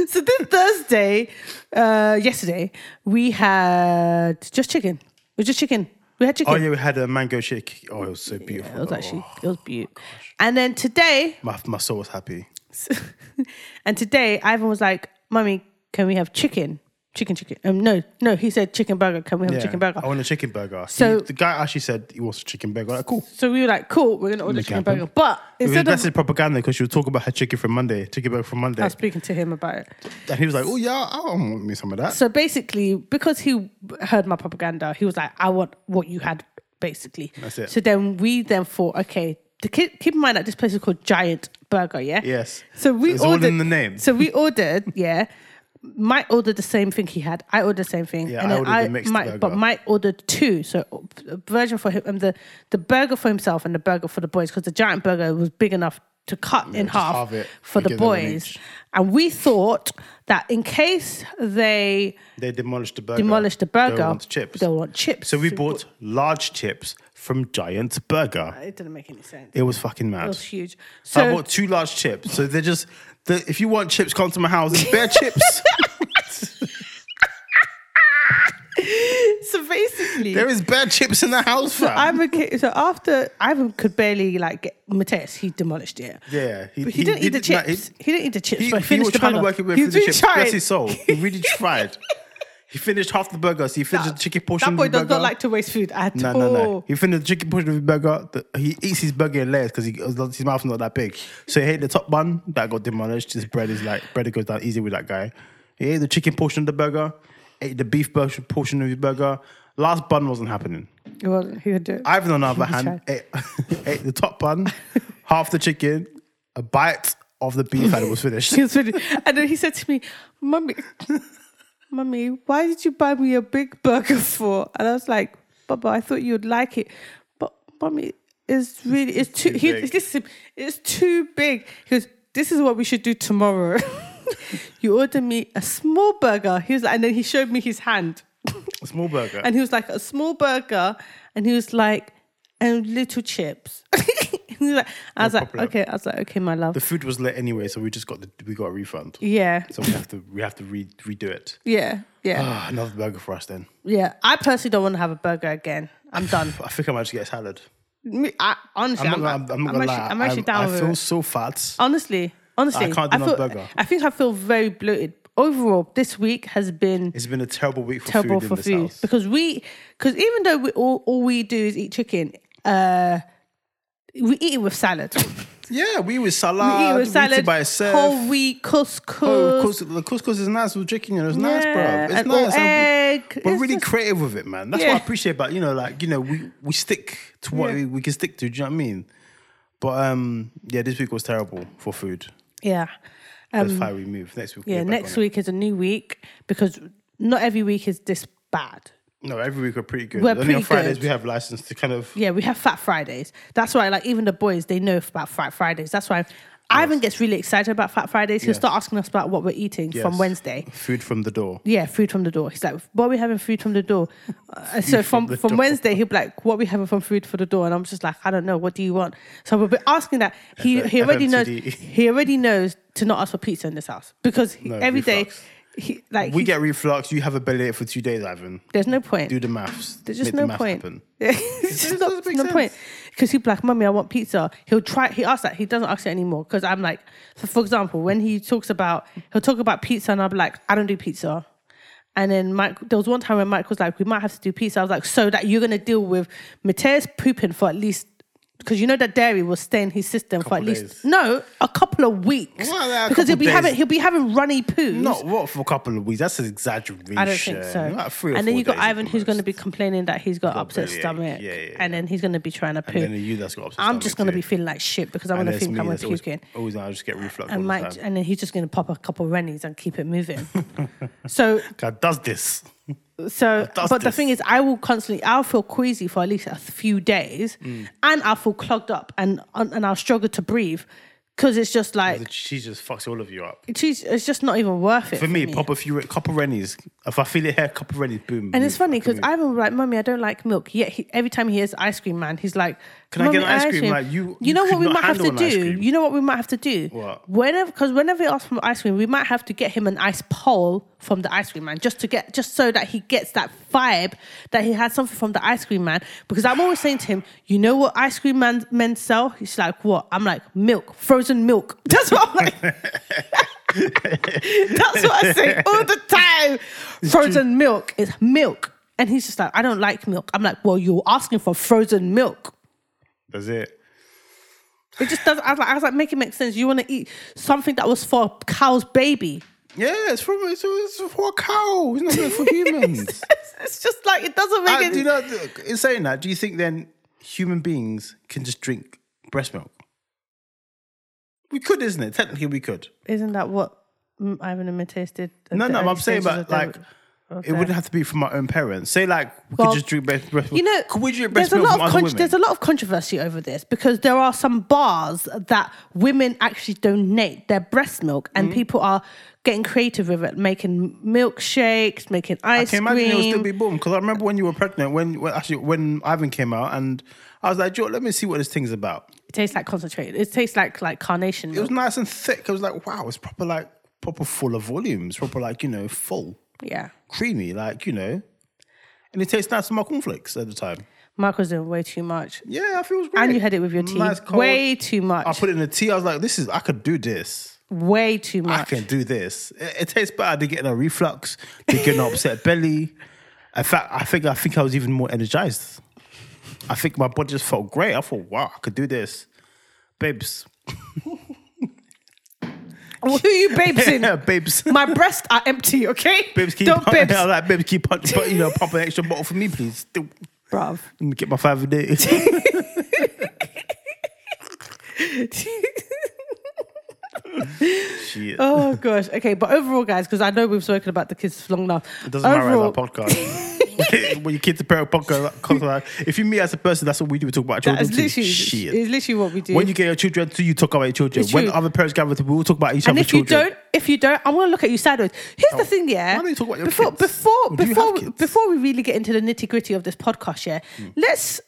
Speaker 4: so this Thursday, uh, yesterday, we had just chicken. It was just chicken. We had chicken.
Speaker 2: [LAUGHS] Oh yeah, we had a mango shake. Oh, it was so beautiful.
Speaker 4: It was
Speaker 2: Oh,
Speaker 4: actually it was beautiful. And then today,
Speaker 2: my, my soul was happy.
Speaker 4: and today, Ivan was like, "Mummy, can we have chicken? Chicken, chicken? Um, no, no." He said, "Chicken burger. Can we have a
Speaker 2: Yeah.
Speaker 4: chicken burger?"
Speaker 2: I want a chicken burger.
Speaker 4: So-
Speaker 2: So the guy actually said he wants a chicken burger. Like, cool.
Speaker 4: So we were like, "Cool, we're gonna order
Speaker 2: Make it
Speaker 4: chicken
Speaker 2: happen.
Speaker 4: burger." But
Speaker 2: It was
Speaker 4: instead of
Speaker 2: blessed propaganda because she was talking about her chicken from Monday, chicken burger from Monday,
Speaker 4: I was speaking to him about it.
Speaker 2: and he was like, "Oh yeah, I want me some of that."
Speaker 4: So basically, because he heard my propaganda, he was like, "I want what you had." Basically,
Speaker 2: That's it.
Speaker 4: So then we then thought, okay, to keep, keep in mind that this place is called Giant Burger, yeah.
Speaker 2: Yes.
Speaker 4: So we
Speaker 2: It's all
Speaker 4: ordered
Speaker 2: in the name.
Speaker 4: So we ordered, yeah. Mike ordered the same thing he had. I ordered the same thing.
Speaker 2: Yeah, I ordered the mixed
Speaker 4: Mike,
Speaker 2: burger.
Speaker 4: But Mike ordered two. So a version for him, um, the the burger for himself and the burger for the boys because the giant burger was big enough to cut in
Speaker 2: just
Speaker 4: half
Speaker 2: halve it
Speaker 4: for
Speaker 2: and
Speaker 4: the
Speaker 2: give them an
Speaker 4: boys.
Speaker 2: each.
Speaker 4: And we thought that in case they
Speaker 2: they demolished the burger.
Speaker 4: demolish the burger,
Speaker 2: They want chips.
Speaker 4: They'll want chips.
Speaker 2: so we bought large chips from Giant Burger.
Speaker 4: It didn't make any sense. It
Speaker 2: It was fucking mad.
Speaker 4: was huge. So
Speaker 2: I bought two large chips. So they're just, the, if you want chips, come to my house. It's
Speaker 4: [LAUGHS]
Speaker 2: bare chips. Oh.
Speaker 4: so basically,
Speaker 2: There is bare chips in the house, fam.
Speaker 4: I'm a kid, so after Ivan could barely like get Mateus, he demolished it.
Speaker 2: yeah,
Speaker 4: But he, didn't eat the
Speaker 2: nah,
Speaker 4: chips. he, didn't eat the chips.
Speaker 2: he,
Speaker 4: but
Speaker 2: he
Speaker 4: he finished
Speaker 2: was
Speaker 4: the
Speaker 2: trying to
Speaker 4: burger.
Speaker 2: work his way
Speaker 4: He
Speaker 2: through the
Speaker 4: really
Speaker 2: chips.
Speaker 4: tried.
Speaker 2: Bless his soul. He really
Speaker 4: [LAUGHS]
Speaker 2: tried. He finished half the burger, so he finished the chicken portion.
Speaker 4: That boy
Speaker 2: of the
Speaker 4: does
Speaker 2: burger.
Speaker 4: not like to waste food at
Speaker 2: No,
Speaker 4: all.
Speaker 2: no, no. He finished the chicken portion of his burger. The, he eats his burger in layers because his mouth's not that big. So he ate the top bun that got demolished. His bread is like bread goes down easy with that guy. He ate the chicken portion of the burger. Ate the beef bur- portion of his burger. Last bun wasn't happening.
Speaker 4: It wasn't. He could do it.
Speaker 2: Ivan, on the other
Speaker 4: [LAUGHS] He
Speaker 2: hand,
Speaker 4: tried.
Speaker 2: ate, [LAUGHS] ate the top bun, half the chicken, a bite of the beef, and it was
Speaker 4: [LAUGHS]
Speaker 2: finished.
Speaker 4: He was really- and then he said to me, "Mummy, mummy, why did you buy me a big burger for?" And I was like, "Baba, I thought you'd like it, but mummy, it's really it's too.
Speaker 2: too
Speaker 4: he,
Speaker 2: big."
Speaker 4: listen, it's too big. He goes, "This is what we should do tomorrow. [LAUGHS] you order me a small burger." He was like, and then he showed me his hand.
Speaker 2: A small burger.
Speaker 4: And he was like, a small burger. And he was like, and little chips. [LAUGHS] And he was like- I was like,
Speaker 2: popular.
Speaker 4: okay. I was like, okay, my love.
Speaker 2: the food was lit anyway, so we just got the we got a refund.
Speaker 4: yeah.
Speaker 2: So we have to we have to re, redo it.
Speaker 4: Yeah. Yeah.
Speaker 2: Ah, another burger for us then.
Speaker 4: yeah. I personally don't want to have a burger again. I'm done.
Speaker 2: I think I might just get a salad.
Speaker 4: Me- I, honestly,
Speaker 2: I'm not
Speaker 4: I'm,
Speaker 2: gonna, I'm, I'm not
Speaker 4: I'm
Speaker 2: gonna
Speaker 4: actually,
Speaker 2: lie.
Speaker 4: I'm actually
Speaker 2: I
Speaker 4: down with
Speaker 2: feel
Speaker 4: it. Oh.
Speaker 2: so fat.
Speaker 4: Honestly. Honestly.
Speaker 2: I can't do no
Speaker 4: feel,
Speaker 2: burger.
Speaker 4: I think I feel very bloated. Overall, this week has been
Speaker 2: It's been a terrible week for
Speaker 4: terrible
Speaker 2: food
Speaker 4: for
Speaker 2: in this
Speaker 4: food
Speaker 2: house.
Speaker 4: because we because even though we all, all we do is eat chicken, uh, we eat it with salad. [LAUGHS]
Speaker 2: Yeah, we with
Speaker 4: We
Speaker 2: salad.
Speaker 4: eat it with
Speaker 2: We eat
Speaker 4: salad,
Speaker 2: it by itself.
Speaker 4: whole wheat, couscous,
Speaker 2: Oh, cous- the couscous is nice with chicken. You know, it's nice,
Speaker 4: yeah,
Speaker 2: bro. It's
Speaker 4: and- or
Speaker 2: nice. And
Speaker 4: egg.
Speaker 2: We're
Speaker 4: It's
Speaker 2: really
Speaker 4: just-
Speaker 2: creative with it, man. That's
Speaker 4: Yeah.
Speaker 2: what I appreciate about you know, like you know, we we stick to what
Speaker 4: Yeah.
Speaker 2: we, we can stick to. Do you know what I mean? But um, yeah, this week was terrible for food.
Speaker 4: yeah, Um,
Speaker 2: That's why we move next week. we'll
Speaker 4: yeah.
Speaker 2: get back
Speaker 4: Next
Speaker 2: on it.
Speaker 4: week is a new week because not every week is this bad.
Speaker 2: No, every week we're pretty good.
Speaker 4: We're
Speaker 2: Only on
Speaker 4: pretty
Speaker 2: Fridays
Speaker 4: good.
Speaker 2: we have license to kind of.
Speaker 4: Yeah, we have Fat Fridays. That's why, like, even the boys they know about Fat Fridays. That's why. Ivan gets really excited about Fat Fridays. He'll
Speaker 2: Yes.
Speaker 4: start asking us about what we're eating from
Speaker 2: Yes.
Speaker 4: Wednesday.
Speaker 2: Food from the door.
Speaker 4: Yeah, food from the door. He's like, what are we having food from the
Speaker 2: [LAUGHS]
Speaker 4: door? Uh,
Speaker 2: from
Speaker 4: so from,
Speaker 2: the
Speaker 4: from
Speaker 2: door.
Speaker 4: Wednesday, he'll be like, what are we having from food for the door? And I'm just like, I don't know. What do you want? So we'll be asking that. He,
Speaker 2: F-
Speaker 4: he already knows.
Speaker 2: FMCD.
Speaker 4: He already knows to not ask for pizza in this house because he-
Speaker 2: No,
Speaker 4: every day,
Speaker 2: reflux.
Speaker 4: he like
Speaker 2: We
Speaker 4: he-
Speaker 2: get reflux. You have a bellyache for two days, Ivan.
Speaker 4: There's no point.
Speaker 2: Do the maths.
Speaker 4: There's just
Speaker 2: Make the
Speaker 4: no
Speaker 2: math
Speaker 4: point.
Speaker 2: happen.
Speaker 4: Yeah, [LAUGHS] There's
Speaker 2: just
Speaker 4: no,
Speaker 2: doesn't make
Speaker 4: no
Speaker 2: sense.
Speaker 4: point. Because he'd be like, Mummy, I want pizza. He'll try, he asks that. He doesn't ask it anymore. Because I'm like, so for example, when he talks about, he'll talk about pizza and I'll be like, I don't do pizza. And then Mike, there was one time when Mike was like, we might have to do pizza. I was like, so that you're going to deal with Mateus pooping for at least, because you know that dairy will stay in his system for at
Speaker 2: Couple
Speaker 4: least,
Speaker 2: days.
Speaker 4: no, a couple of weeks.
Speaker 2: Well, yeah, a
Speaker 4: because he'll
Speaker 2: couple
Speaker 4: be,
Speaker 2: days.
Speaker 4: having, he'll be having runny poos.
Speaker 2: Not what for a couple of weeks. That's an exaggeration.
Speaker 4: I don't think so.
Speaker 2: Like three or
Speaker 4: and then
Speaker 2: four
Speaker 4: you got
Speaker 2: days at
Speaker 4: Ivan
Speaker 2: the
Speaker 4: who's going to
Speaker 2: most.
Speaker 4: be complaining that he's got, upset
Speaker 2: bellyache.
Speaker 4: stomach,
Speaker 2: Yeah, yeah,
Speaker 4: and then he's going to be trying to
Speaker 2: And then
Speaker 4: poo.
Speaker 2: you that's got upset.
Speaker 4: I'm just going
Speaker 2: stomach
Speaker 4: to be
Speaker 2: too.
Speaker 4: feeling like shit because I'm
Speaker 2: And
Speaker 4: going to
Speaker 2: there's
Speaker 4: think
Speaker 2: me
Speaker 4: I'm
Speaker 2: that's always-
Speaker 4: puking.
Speaker 2: Always, I just get reflux.
Speaker 4: And
Speaker 2: all the
Speaker 4: Mike,
Speaker 2: time.
Speaker 4: and then he's just going to pop a couple rennies and keep
Speaker 2: [LAUGHS]
Speaker 4: it moving. so,
Speaker 2: God does this.
Speaker 4: so,
Speaker 2: does
Speaker 4: but the
Speaker 2: this.
Speaker 4: thing is, I will constantly, I'll feel queasy for at least a few days,
Speaker 2: Mm.
Speaker 4: and I'll feel clogged up, and and I'll struggle to breathe because it's just like
Speaker 2: She just fucks all of you up.
Speaker 4: geez, it's just not even worth it
Speaker 2: For me, pop a few couple rennies. If I feel it here, couple rennies, boom.
Speaker 4: And it's funny because Ivan was like, "Mummy, I don't like milk." Yet he, every time he has ice cream, man, he's like,
Speaker 2: Can I get
Speaker 4: Mummy,
Speaker 2: an ice cream? Like you,
Speaker 4: You know
Speaker 2: could
Speaker 4: what we
Speaker 2: not
Speaker 4: might have
Speaker 2: handle
Speaker 4: to
Speaker 2: an ice
Speaker 4: do.
Speaker 2: cream.
Speaker 4: You know what we might have to do.
Speaker 2: What?
Speaker 4: Whenever, because whenever he asks for ice cream, we might have to get him an ice pole from the ice cream man, just to get, just so that he gets that vibe that he had something from the ice cream man. Because I'm always saying to him, you know what ice cream man men sell? He's like, what? I'm like, milk, frozen milk. [LAUGHS] That's what I'm like. That's what I say all the time. Frozen milk is milk. And he's just like, I don't like milk. I'm like, well, you're asking for frozen milk.
Speaker 2: That's it.
Speaker 4: It just doesn't. I was like, I was like, make it make sense. You want to eat something that was for a cow's baby.
Speaker 2: Yeah, it's from it's, it's for a cow. It's not meant
Speaker 4: [LAUGHS]
Speaker 2: for humans.
Speaker 4: It's just like it doesn't make
Speaker 2: I,
Speaker 4: it.
Speaker 2: do you know, in saying that, do you think then human beings can just drink breast milk? We could, isn't it? Technically, we could.
Speaker 4: Isn't that what mm, Ivan and Mateus did? at
Speaker 2: No,
Speaker 4: the
Speaker 2: no,
Speaker 4: early
Speaker 2: I'm saying,
Speaker 4: stages
Speaker 2: but
Speaker 4: of their-
Speaker 2: like,
Speaker 4: of
Speaker 2: it
Speaker 4: their-
Speaker 2: wouldn't have to be from our own parents. Say, like, we
Speaker 4: Well,
Speaker 2: could just drink breast, breast milk.
Speaker 4: You know,
Speaker 2: could we drink breast
Speaker 4: there's a
Speaker 2: milk
Speaker 4: lot
Speaker 2: from
Speaker 4: of
Speaker 2: other
Speaker 4: con-
Speaker 2: women?
Speaker 4: there's a lot of controversy over this because there are some bars that women actually donate their breast milk, and
Speaker 2: Mm.
Speaker 4: people are getting creative with it, making milkshakes, making ice
Speaker 2: Can you
Speaker 4: cream.
Speaker 2: imagine it would still be boom? Because I remember when you were pregnant, when, when actually when Ivan came out, and I was like, "Joe, let me see what this thing's about."
Speaker 4: it tastes like concentrate. It tastes like like carnation.
Speaker 2: It was
Speaker 4: Milk.
Speaker 2: nice and thick. I was like, "Wow, it's proper like proper full of volumes, proper like you know full,
Speaker 4: yeah.
Speaker 2: creamy, like you know." And it tastes nice with my cornflakes at the time.
Speaker 4: Mark was doing way too much.
Speaker 2: Yeah, I feel it was great.
Speaker 4: And you had it with your tea.
Speaker 2: Nice, cold.
Speaker 4: way too much.
Speaker 2: I put it in the tea. I was like, "This is I could do this.
Speaker 4: way too
Speaker 2: I
Speaker 4: much.
Speaker 2: can do this." It, it tastes better than getting a reflux, than getting an
Speaker 4: [LAUGHS]
Speaker 2: upset belly. In fact, I think I think I was even more energized. I think my body just felt great. I thought, "Wow, I could do this, babes."
Speaker 4: Well, Who are you
Speaker 2: [LAUGHS]
Speaker 4: babesing?
Speaker 2: babes.
Speaker 4: My breasts are empty, okay?
Speaker 2: Babes, keep
Speaker 4: Don't
Speaker 2: pumping. [LAUGHS]
Speaker 4: babes.
Speaker 2: I was like, babes, keep punch, but, you know, pump an extra bottle for me, please. Let
Speaker 4: [LAUGHS] Bruv.
Speaker 2: me get my five a day. [LAUGHS] Shit.
Speaker 4: oh, gosh. Okay, but overall, guys, because I know we've spoken about the kids for long enough.
Speaker 2: It doesn't
Speaker 4: overall,
Speaker 2: matter as our
Speaker 4: [LAUGHS]
Speaker 2: podcast. when you kids prepare a podcast, comes like, if you meet as a person, that's what we do. We talk about
Speaker 4: that
Speaker 2: children.
Speaker 4: is
Speaker 2: too.
Speaker 4: literally,
Speaker 2: Shit.
Speaker 4: is literally what we do.
Speaker 2: when you get your children too, you talk about your children.
Speaker 4: It's
Speaker 2: When
Speaker 4: true.
Speaker 2: other parents gather, to- we'll talk about each
Speaker 4: and
Speaker 2: other's
Speaker 4: if you
Speaker 2: children. Oh.
Speaker 4: don't, if you don't, I'm going to look at you sideways. Here's the thing, yeah.
Speaker 2: Why don't you talk about your
Speaker 4: before,
Speaker 2: kids?
Speaker 4: before,
Speaker 2: Or do you
Speaker 4: before,
Speaker 2: have kids?
Speaker 4: before we really get into the nitty gritty of this podcast, yeah.
Speaker 2: Hmm.
Speaker 4: Let's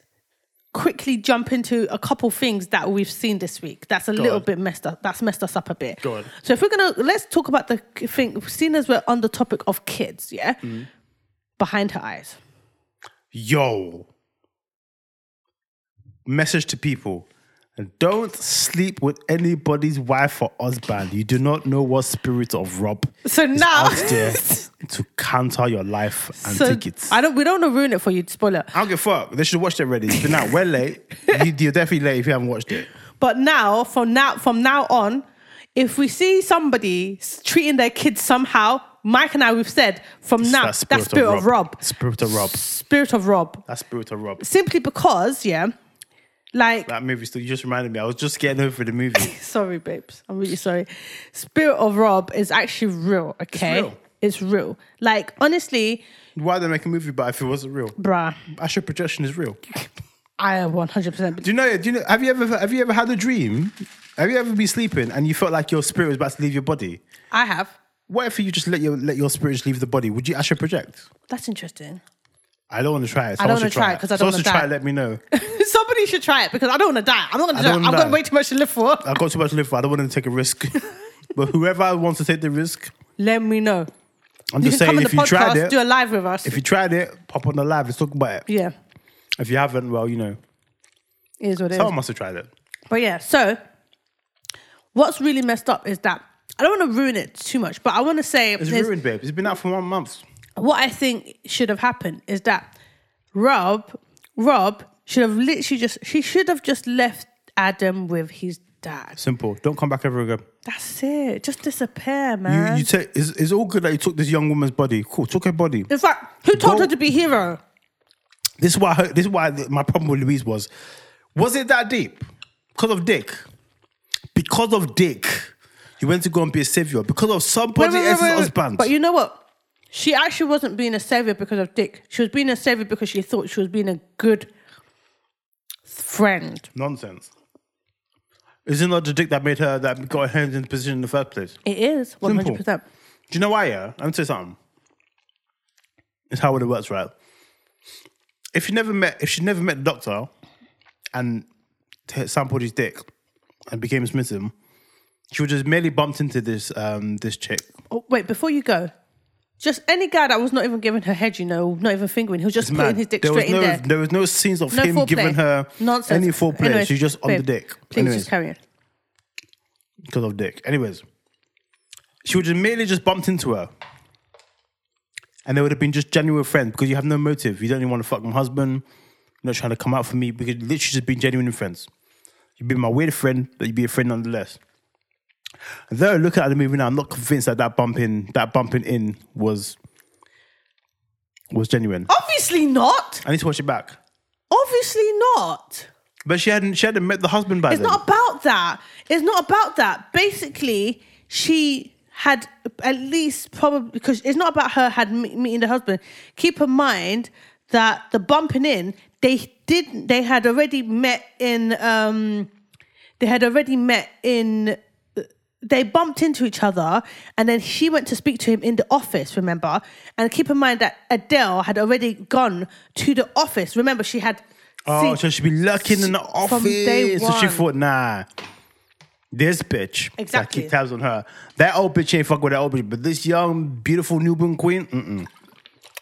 Speaker 4: quickly jump into a couple things that we've seen this week. That's a little
Speaker 2: on.
Speaker 4: bit messed up. That's messed us up a bit.
Speaker 2: Go on.
Speaker 4: So if we're gonna let's talk about the k- thing. Seeing as we're on the topic of kids, yeah.
Speaker 2: Mm-hmm.
Speaker 4: Behind her eyes,
Speaker 2: yo message to people don't sleep with anybody's wife or husband you do not know what spirit of rob
Speaker 4: So
Speaker 2: is
Speaker 4: now-
Speaker 2: out
Speaker 4: [LAUGHS]
Speaker 2: there to counter your life and
Speaker 4: so
Speaker 2: take it
Speaker 4: I don't. We don't want to ruin it for you. Spoiler.
Speaker 2: I don't give a fuck. They should have watched it already. It's been out. We're
Speaker 4: [LAUGHS]
Speaker 2: late. You, you're definitely late if you haven't watched it.
Speaker 4: But now, from now, from now on, if we see somebody s- treating their kids somehow, Mike and I, we've said from now
Speaker 2: That's
Speaker 4: that spirit of Rob,
Speaker 2: Spirit of Rob.
Speaker 4: spirit of Rob,
Speaker 2: That's spirit of Rob.
Speaker 4: simply because, yeah, like
Speaker 2: That movie still. You just reminded me. I was just getting over the movie.
Speaker 4: sorry, babes. I'm really sorry. Spirit of Rob is actually real, okay?
Speaker 2: real.
Speaker 4: It's real. Like, honestly,
Speaker 2: Why they make a movie about if it wasn't real?
Speaker 4: bruh,
Speaker 2: Astral projection is real.
Speaker 4: I 100%
Speaker 2: Do you know? Do you know? Have you ever? Have you ever had a dream? Have you ever been sleeping and you felt like your spirit was about to leave your body?
Speaker 4: I have.
Speaker 2: What if you just let your let your spirit just leave the body? Would you astral project?
Speaker 4: That's interesting. [LAUGHS]
Speaker 2: I don't want to try it.
Speaker 4: I
Speaker 2: Someone
Speaker 4: don't wanna
Speaker 2: should
Speaker 4: try it 'cause I don't
Speaker 2: Someone should
Speaker 4: wanna
Speaker 2: try. it,
Speaker 4: die.
Speaker 2: Let me know.
Speaker 4: Somebody should try it because I don't want to die. I'm not going to
Speaker 2: I
Speaker 4: die.
Speaker 2: don't Uh,
Speaker 4: I've
Speaker 2: wanna
Speaker 4: got
Speaker 2: die.
Speaker 4: way too much to live for.
Speaker 2: I've got too much to live for. I don't want to take a risk. [LAUGHS] but whoever wants to take the risk,
Speaker 4: Let me know.
Speaker 2: I'm
Speaker 4: You
Speaker 2: just
Speaker 4: can
Speaker 2: saying.
Speaker 4: come on the
Speaker 2: If you tried
Speaker 4: podcast,
Speaker 2: it,
Speaker 4: do a live with us.
Speaker 2: if you tried it, pop on the live. Let's talk about it.
Speaker 4: yeah,
Speaker 2: If you haven't, well, you know,
Speaker 4: it is what it is.
Speaker 2: someone must have tried it.
Speaker 4: But yeah, so what's really messed up is that I don't want to ruin it too much, but I want to say
Speaker 2: It's
Speaker 4: there's-
Speaker 2: ruined, babe. It's been out for one month.
Speaker 4: what I think should have happened is that Rob, Rob should have literally just she should have just left Adam with his dad.
Speaker 2: Simple. Don't come back ever again.
Speaker 4: That's it. Just disappear,
Speaker 2: You,
Speaker 4: man.
Speaker 2: you take. It's, it's all good that you took this young woman's body. Cool. Took her body.
Speaker 4: in fact, who told
Speaker 2: Go-
Speaker 4: her to be hero?
Speaker 2: This is why. I heard- This is why my problem with Louise was, was it that deep? Because of Dick. Because of Dick, you went to go and be a savior. Because of somebody
Speaker 4: Wait, wait, wait,
Speaker 2: else's
Speaker 4: wait, wait.
Speaker 2: husband.
Speaker 4: But you know what? She actually wasn't being a savior because of Dick. She was being a savior because she thought she was being a good friend.
Speaker 2: Nonsense. Is it not the Dick that made her that got her hands in position in the first place?
Speaker 4: It is one hundred percent.
Speaker 2: Do you know why? Yeah, I'm gonna say something. It's how it works, right? If you never met, if she never met the doctor, and t- sampled his dick and became smitten, she was just merely bumped into this um this chick.
Speaker 4: Oh, wait, before you go, just any guy that was not even giving her head, you know, not even fingering, he was just
Speaker 2: It's
Speaker 4: putting
Speaker 2: mad.
Speaker 4: his dick
Speaker 2: there
Speaker 4: straight
Speaker 2: was no
Speaker 4: in there.
Speaker 2: there was no scenes of
Speaker 4: No
Speaker 2: him
Speaker 4: foreplay.
Speaker 2: giving her
Speaker 4: Nonsense.
Speaker 2: any foreplay.
Speaker 4: Anyways,
Speaker 2: She's just on the
Speaker 4: babe,
Speaker 2: dick.
Speaker 4: Please
Speaker 2: Anyways.
Speaker 4: just carry on.
Speaker 2: because of dick. Anyways, she would have merely just bumped into her. And they would have been just genuine friends because you have no motive. You don't even want to fuck my husband. You're not trying to come out for me because literally just been genuine friends. You'd be my weird friend, but you'd be a friend nonetheless. Though looking at the movie now, I'm not convinced that that bumping that bumping in was was genuine.
Speaker 4: Oh. Obviously not.
Speaker 2: I need to watch it back.
Speaker 4: Obviously not.
Speaker 2: But she hadn't she hadn't met the husband by
Speaker 4: It's
Speaker 2: then.
Speaker 4: not about that. It's not about that. Basically, she had at least probably because it's not about her had me- meeting the husband. Keep in mind that the bumping in they didn't. They had already met in. um They had already met in. uh, They bumped into each other, and then she went to speak to him in the office. Remember, and keep in mind that Adele had already gone to the office. Remember, she had.
Speaker 2: Oh,
Speaker 4: seen-
Speaker 2: so she'd be lurking in the office.
Speaker 4: from day
Speaker 2: So she
Speaker 4: one.
Speaker 2: thought, nah, this bitch.
Speaker 4: Exactly.
Speaker 2: That keep tabs on her. That old bitch ain't fuck with that old bitch, but this young, beautiful newborn queen, mm-mm.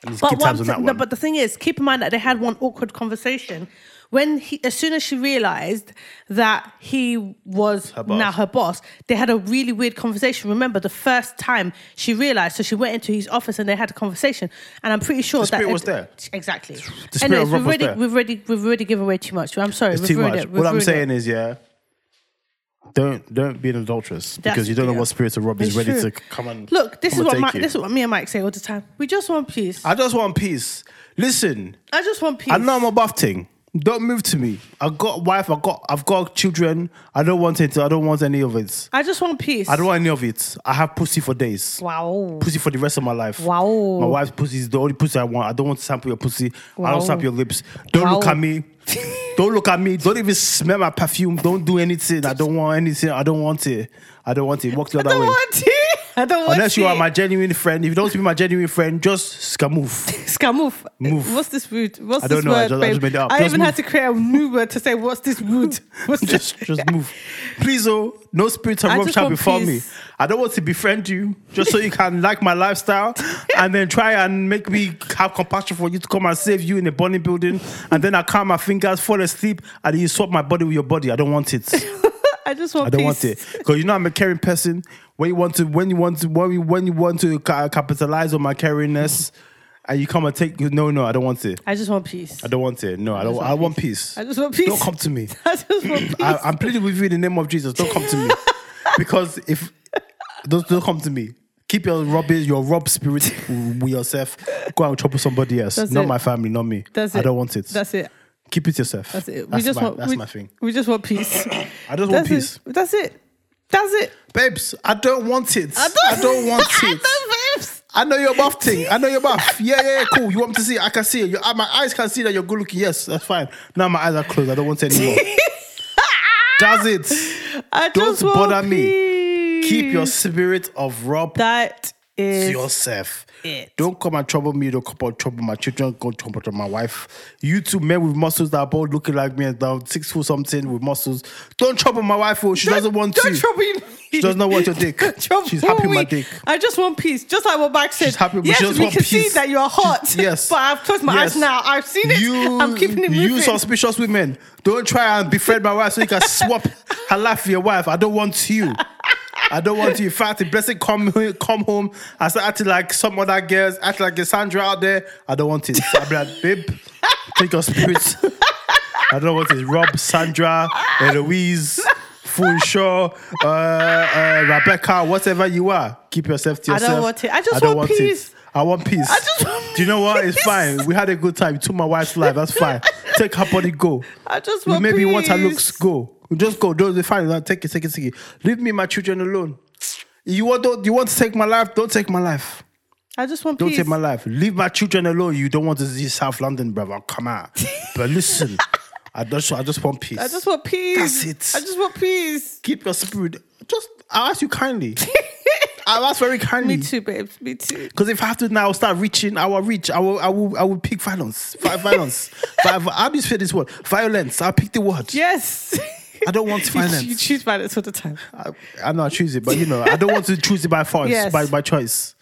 Speaker 2: Let's keep
Speaker 4: one
Speaker 2: tabs on
Speaker 4: thi-
Speaker 2: that
Speaker 4: no,
Speaker 2: one.
Speaker 4: but the thing is, keep in mind that they had one awkward conversation. When he, as soon as she realized that he was
Speaker 2: boss.
Speaker 4: now her boss, they had a really weird conversation. Remember the first time she realized, so she went into his office and they had a conversation. And I'm pretty sure
Speaker 2: The
Speaker 4: that
Speaker 2: spirit was there.
Speaker 4: Exactly.
Speaker 2: The spirit
Speaker 4: Anyways,
Speaker 2: of Rob was
Speaker 4: we've already,
Speaker 2: there.
Speaker 4: we've already, we've already given away too much. I'm sorry.
Speaker 2: it's
Speaker 4: we've
Speaker 2: too
Speaker 4: ruined
Speaker 2: much.
Speaker 4: it, we've
Speaker 2: What I'm
Speaker 4: ruined it.
Speaker 2: saying is, yeah, don't don't be an adulteress because you don't know
Speaker 4: yeah.
Speaker 2: what spirit of Rob is
Speaker 4: It's
Speaker 2: ready to
Speaker 4: true.
Speaker 2: come and
Speaker 4: Look, this
Speaker 2: come and
Speaker 4: is what
Speaker 2: take
Speaker 4: Mike,
Speaker 2: you.
Speaker 4: this is what me and Mike say all the time. We just want peace. I,
Speaker 2: I just want peace. Listen,
Speaker 4: just want peace.
Speaker 2: I know I'm a buff thing. Don't move to me. I got wife. I got. I've got children. I don't want it. I don't want any of it.
Speaker 4: I just want peace.
Speaker 2: I don't want any of it. I have pussy for days.
Speaker 4: Wow.
Speaker 2: Pussy for the rest of my life.
Speaker 4: Wow.
Speaker 2: My wife's pussy is the only pussy I want. I don't want to sample your pussy. I
Speaker 4: Wow.
Speaker 2: don't sample your lips. Don't look
Speaker 4: Wow.
Speaker 2: at me. don't look at me. Don't even smell my perfume. Don't do anything. I don't want anything. I don't want it. I don't want it. Walk the
Speaker 4: I
Speaker 2: other
Speaker 4: don't
Speaker 2: way.
Speaker 4: want it. [LAUGHS] I don't want
Speaker 2: Unless you are
Speaker 4: it.
Speaker 2: my genuine friend. If you don't be my genuine friend, just scamoof.
Speaker 4: Skamoof.
Speaker 2: Move.
Speaker 4: What's this word? What's
Speaker 2: I don't
Speaker 4: this
Speaker 2: know, I
Speaker 4: word?
Speaker 2: just- I
Speaker 4: babe?
Speaker 2: just made it up. Just
Speaker 4: even had
Speaker 2: move.
Speaker 4: to create a new word to say what's
Speaker 2: [LAUGHS]
Speaker 4: this word? What's
Speaker 2: just
Speaker 4: this?
Speaker 2: just move. Please, oh, no spirit of
Speaker 4: I
Speaker 2: Rob
Speaker 4: just
Speaker 2: shall
Speaker 4: want
Speaker 2: befall me.
Speaker 4: peace.
Speaker 2: I don't want to befriend you just so you can like my
Speaker 4: [LAUGHS]
Speaker 2: lifestyle and then try and make me have compassion for you to come and save you in a burning building. And then I count my fingers, fall asleep, and then you swap my body with your body. I don't want
Speaker 4: [LAUGHS]
Speaker 2: it.
Speaker 4: [LAUGHS] I just want.
Speaker 2: I don't
Speaker 4: peace.
Speaker 2: want it because you know I'm a caring person. When you want to, when you want to, when you, when you want to ca- capitalize on my caringness, and you come and take, no, no, I don't want it.
Speaker 4: I just want peace.
Speaker 2: I don't want it. No, I don't.
Speaker 4: want
Speaker 2: I want peace.
Speaker 4: I just want peace.
Speaker 2: Don't come to me.
Speaker 4: [LAUGHS] I
Speaker 2: [CLEARS THROAT]
Speaker 4: just want peace.
Speaker 2: I, I'm pleading with you in the name of Jesus. Don't come to
Speaker 4: [LAUGHS]
Speaker 2: me, because if don't, don't come to me, keep your rubbish, your rob spirit
Speaker 4: [LAUGHS]
Speaker 2: with yourself. Go out and trouble somebody else.
Speaker 4: That's
Speaker 2: not
Speaker 4: it.
Speaker 2: my family, not me.
Speaker 4: That's
Speaker 2: I
Speaker 4: it.
Speaker 2: don't want it.
Speaker 4: That's it.
Speaker 2: keep it yourself.
Speaker 4: That's it.
Speaker 2: That's,
Speaker 4: we just
Speaker 2: my,
Speaker 4: want.
Speaker 2: that's
Speaker 4: we,
Speaker 2: my thing.
Speaker 4: We just want peace.
Speaker 2: [COUGHS] I just want
Speaker 4: that's
Speaker 2: peace,
Speaker 4: it. That's it. That's it.
Speaker 2: babes. I don't want it. I
Speaker 4: don't-
Speaker 2: don't,
Speaker 4: [LAUGHS]
Speaker 2: want
Speaker 4: I
Speaker 2: it.
Speaker 4: don't, babes.
Speaker 2: I know you're buff thing. I know you're
Speaker 4: [LAUGHS]
Speaker 2: buff. Yeah, yeah, yeah, cool. You want me to see? it? I can see it. Your, uh, my eyes can see that you're good looking. Yes, that's fine. Now my eyes are closed. I don't want it
Speaker 4: [LAUGHS]
Speaker 2: anymore. Does it?
Speaker 4: I
Speaker 2: Don't
Speaker 4: just want
Speaker 2: bother me.
Speaker 4: peace.
Speaker 2: Keep your spirit of rob
Speaker 4: That
Speaker 2: to
Speaker 4: is
Speaker 2: yourself.
Speaker 4: it.
Speaker 2: Don't come and trouble me. Don't come and trouble my children. Don't trouble trouble my wife. You two men with muscles that are both looking like me and down six foot something with muscles. Don't trouble my wife. Oh, she doesn't want
Speaker 4: don't
Speaker 2: to.
Speaker 4: trouble me.
Speaker 2: She does not want your dick.
Speaker 4: [LAUGHS] Don't trouble
Speaker 2: She's happy with my
Speaker 4: me.
Speaker 2: dick.
Speaker 4: I just want peace, just like what Mike said.
Speaker 2: She's happy with-
Speaker 4: yes,
Speaker 2: she just
Speaker 4: we
Speaker 2: want
Speaker 4: can see
Speaker 2: peace.
Speaker 4: that you are hot.
Speaker 2: She- yes.
Speaker 4: but I've closed my
Speaker 2: Yes.
Speaker 4: eyes now. I've seen it.
Speaker 2: You,
Speaker 4: I'm keeping it moving.
Speaker 2: you suspicious women. Don't try and befriend my wife so you can swap her life with your wife. I don't want you. I don't want you. In fact, the blessing come come home and start acting like some other girls, acting like Cassandra out there. I don't want it. I'll be like, babe, take your spirits. I don't want it. Rob, Sandra, Eloise, Funshaw, uh, uh, Rebecca, whatever you are, keep yourself to
Speaker 4: I don't
Speaker 2: yourself.
Speaker 4: want it. I just
Speaker 2: don't
Speaker 4: want
Speaker 2: it.
Speaker 4: peace.
Speaker 2: I want peace.
Speaker 4: I just want
Speaker 2: Do you know what? It's
Speaker 4: peace.
Speaker 2: fine. We had a good time. You took my wife's life. That's fine. Take her body, go.
Speaker 4: I just
Speaker 2: You
Speaker 4: want
Speaker 2: made
Speaker 4: peace.
Speaker 2: me want her looks, go. Just go. Don't be fine. Don't Take it, take it, take it. Leave me and my children alone. You want don't, you want to take my life? Don't take my life.
Speaker 4: I just want
Speaker 2: Don't
Speaker 4: peace.
Speaker 2: take my life. Leave my children alone. You don't want to see South London, brother. Come
Speaker 4: [LAUGHS]
Speaker 2: out. but listen, I just I just want peace.
Speaker 4: I just want peace.
Speaker 2: That's it.
Speaker 4: I just want peace. [LAUGHS]
Speaker 2: keep your spirit. Just I ask you kindly. I, that's very kindly.
Speaker 4: Me too, babes. Me too.
Speaker 2: Because if I have to now start reaching our reach, I will, I will, I will pick violence. Vi-
Speaker 4: [LAUGHS]
Speaker 2: violence. Vi- vi- how do you say this word? Violence. I'll pick the word.
Speaker 4: Yes.
Speaker 2: I
Speaker 4: [LAUGHS]
Speaker 2: don't want
Speaker 4: You-
Speaker 2: violence.
Speaker 4: You choose violence all the time.
Speaker 2: I, I know I choose it, but you know, I don't want to choose it by force,
Speaker 4: Yes.
Speaker 2: by, by choice.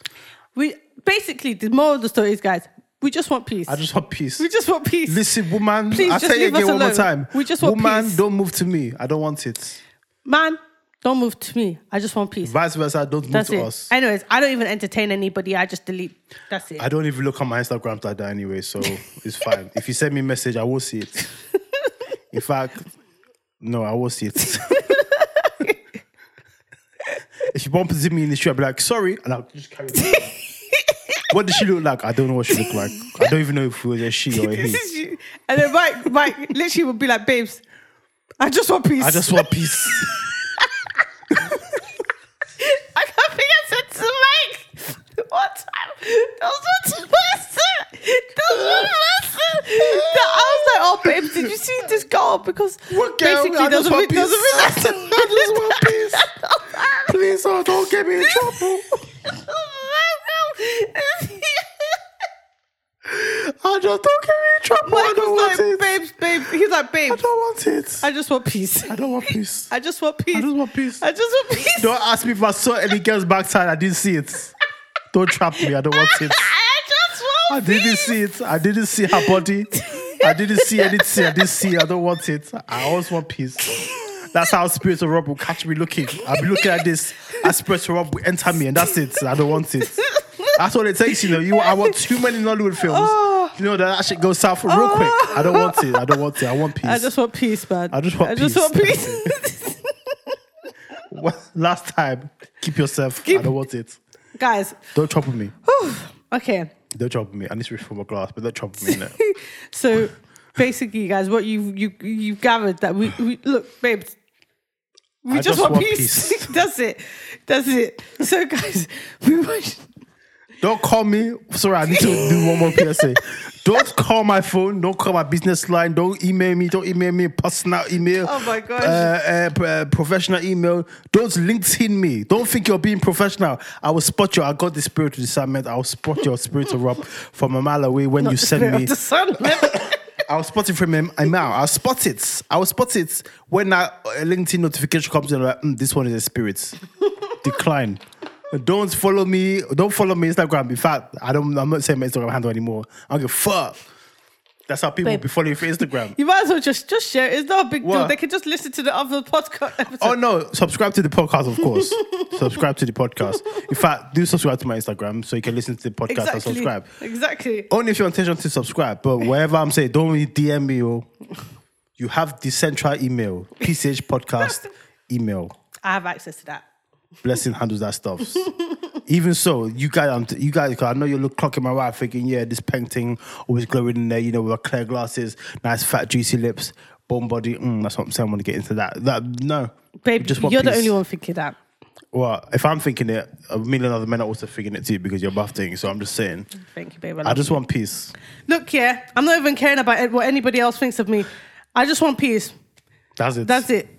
Speaker 4: We basically the moral of the story is, guys, we just want peace.
Speaker 2: I just want peace.
Speaker 4: we just want peace.
Speaker 2: Listen, woman,
Speaker 4: Please
Speaker 2: I
Speaker 4: just
Speaker 2: say it
Speaker 4: leave
Speaker 2: again
Speaker 4: us
Speaker 2: one more
Speaker 4: alone.
Speaker 2: time.
Speaker 4: We just want
Speaker 2: woman,
Speaker 4: peace.
Speaker 2: don't move to me. I don't want it.
Speaker 4: Man, don't move to me. I just want peace.
Speaker 2: Vice versa, don't move
Speaker 4: That's
Speaker 2: to
Speaker 4: it.
Speaker 2: us.
Speaker 4: Anyways, I don't even entertain anybody. I just delete. That's it.
Speaker 2: I don't even look at my Instagram like that anyway,
Speaker 4: [LAUGHS]
Speaker 2: so it's fine. If you send me a message, I will see it. In fact, no, I will see
Speaker 4: [LAUGHS]
Speaker 2: it. if you bump into me in the street, I'll be like, sorry, and I'll just carry on.
Speaker 4: [LAUGHS]
Speaker 2: What does she look like? I don't know what she looked like. I don't even know if it was a she or a he.
Speaker 4: this is you. And then Mike, Mike literally would be like, babes, I just want peace.
Speaker 2: I just want peace.
Speaker 4: [LAUGHS] I can't think I said to Mike one time. There was one person. There was one person that I was like, oh, babes, did you see this girl? Because
Speaker 2: What girl?
Speaker 4: basically,
Speaker 2: I
Speaker 4: there's
Speaker 2: just
Speaker 4: a,
Speaker 2: want
Speaker 4: there's a
Speaker 2: peace.
Speaker 4: reason.
Speaker 2: [LAUGHS] I just
Speaker 4: [LAUGHS]
Speaker 2: want peace. Please, oh, don't get me in trouble. I just don't get me in trouble. I
Speaker 4: Mike
Speaker 2: don't
Speaker 4: was
Speaker 2: want
Speaker 4: like,
Speaker 2: it.
Speaker 4: babes, babes. He's like,
Speaker 2: I
Speaker 4: babes,
Speaker 2: don't want it.
Speaker 4: I just want peace.
Speaker 2: I don't want peace.
Speaker 4: I just want peace.
Speaker 2: I just want peace.
Speaker 4: I just want peace.
Speaker 2: Don't ask me if I saw any girl's backside. I didn't see it. Don't trap me. I don't want it.
Speaker 4: I just want
Speaker 2: I didn't see it. I didn't see her body. I didn't see anything. I didn't see. I don't want it. I always want peace. That's how spiritual rob will catch me looking. I'll be looking at this. A spiritual rob will enter me, and that's it. I don't want it. That's what it takes, you know. You, I want too many Nollywood films.
Speaker 4: Oh.
Speaker 2: You know that that shit goes south real quick. I don't want it. I don't want it. I want peace.
Speaker 4: I just want peace, man.
Speaker 2: I just want
Speaker 4: I just
Speaker 2: peace.
Speaker 4: want peace. [LAUGHS]
Speaker 2: [LAUGHS] Last time, keep yourself. I
Speaker 4: Keep-
Speaker 2: don't want it.
Speaker 4: Guys,
Speaker 2: Don't trouble me.
Speaker 4: okay.
Speaker 2: Don't trouble me. I need to refill my glass, but don't trouble me.
Speaker 4: [LAUGHS]
Speaker 2: No.
Speaker 4: So basically, guys, what you you you gathered that we, we look, babes. We
Speaker 2: I
Speaker 4: just,
Speaker 2: just
Speaker 4: want,
Speaker 2: want
Speaker 4: peace.
Speaker 2: peace.
Speaker 4: [LAUGHS] That's it. That's it. So guys, we want
Speaker 2: Don't call me. Sorry, I need to do one more PSA. Don't call my phone. Don't call my business line. Don't email me. Don't email me personal email.
Speaker 4: Oh my gosh.
Speaker 2: Uh, uh, p- uh, professional email. Don't LinkedIn me. Don't think you're being professional. I will spot you. I got the spirit of discernment. I will spot your spirit of rub from a mile away when you send me.
Speaker 4: [LAUGHS]
Speaker 2: [LAUGHS]
Speaker 4: the sun.
Speaker 2: I'll spot it from him. I'm out. I'll spot it. I'll spot it when that uh, LinkedIn notification comes in. Like, mm, this one is a spirit. [LAUGHS] Decline. Don't follow me. Don't follow me Instagram. In fact, I don't. I'm not saying my Instagram handle anymore. I don't give a fuck. That's how people
Speaker 4: Babe.
Speaker 2: be following you for Instagram.
Speaker 4: you might as well just just share. It's not a big deal.
Speaker 2: What?
Speaker 4: They can just listen to the other podcast episode.
Speaker 2: [LAUGHS] Oh no! Subscribe to the podcast, of course. subscribe to the podcast. In fact, do subscribe to my Instagram so you can listen to the podcast and subscribe.
Speaker 4: Exactly.
Speaker 2: Only if you're intention to subscribe. But wherever I'm saying, don't really DM me. Yo. You have the central email, PCH podcast email.
Speaker 4: I have access to that.
Speaker 2: Blessing handles that
Speaker 4: [LAUGHS]
Speaker 2: stuff. Even so, you guys, I'm t- you guys, 'cause I know you look clocking my wife thinking, yeah, this painting always glowing in there, you know, with her clear glasses, nice fat juicy lips, bone body. Mm, that's what I'm saying. I want to get into that. That no,
Speaker 4: Babe,
Speaker 2: We just want
Speaker 4: you're the
Speaker 2: peace.
Speaker 4: only one thinking that.
Speaker 2: Well, if I'm thinking it, a million other men are also thinking it too because you're buff thing. So I'm just saying,
Speaker 4: Thank you, babe. I
Speaker 2: I
Speaker 4: love
Speaker 2: just want peace.
Speaker 4: you. Look, yeah, I'm not even caring about it, what anybody else thinks of me. I just want peace.
Speaker 2: That's it.
Speaker 4: That's it.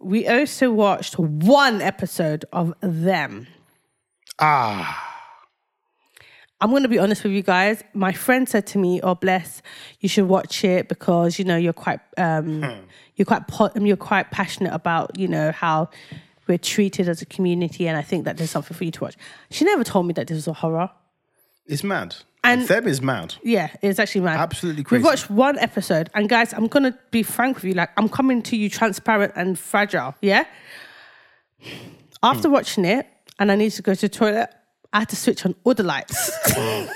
Speaker 4: We also watched one episode of Them.
Speaker 2: Ah.
Speaker 4: I'm going to be honest with you guys. My friend said to me, "Oh, bless, you should watch it because you know you're quite um, you're quite po- um, you're quite passionate about you know how we're treated as a community, and I think that there's something for you to watch." She never told me that this was a horror.
Speaker 2: It's mad.
Speaker 4: And-
Speaker 2: And them is mad.
Speaker 4: Yeah, it's actually mad.
Speaker 2: Absolutely
Speaker 4: We've
Speaker 2: crazy. [LAUGHS]
Speaker 4: watched one episode, and guys, I'm gonna be frank with you. Like, I'm coming to you transparent and fragile. Yeah.
Speaker 2: Hmm.
Speaker 4: After watching it, and I needed to go to the toilet, I had to switch on all the lights. [LAUGHS] I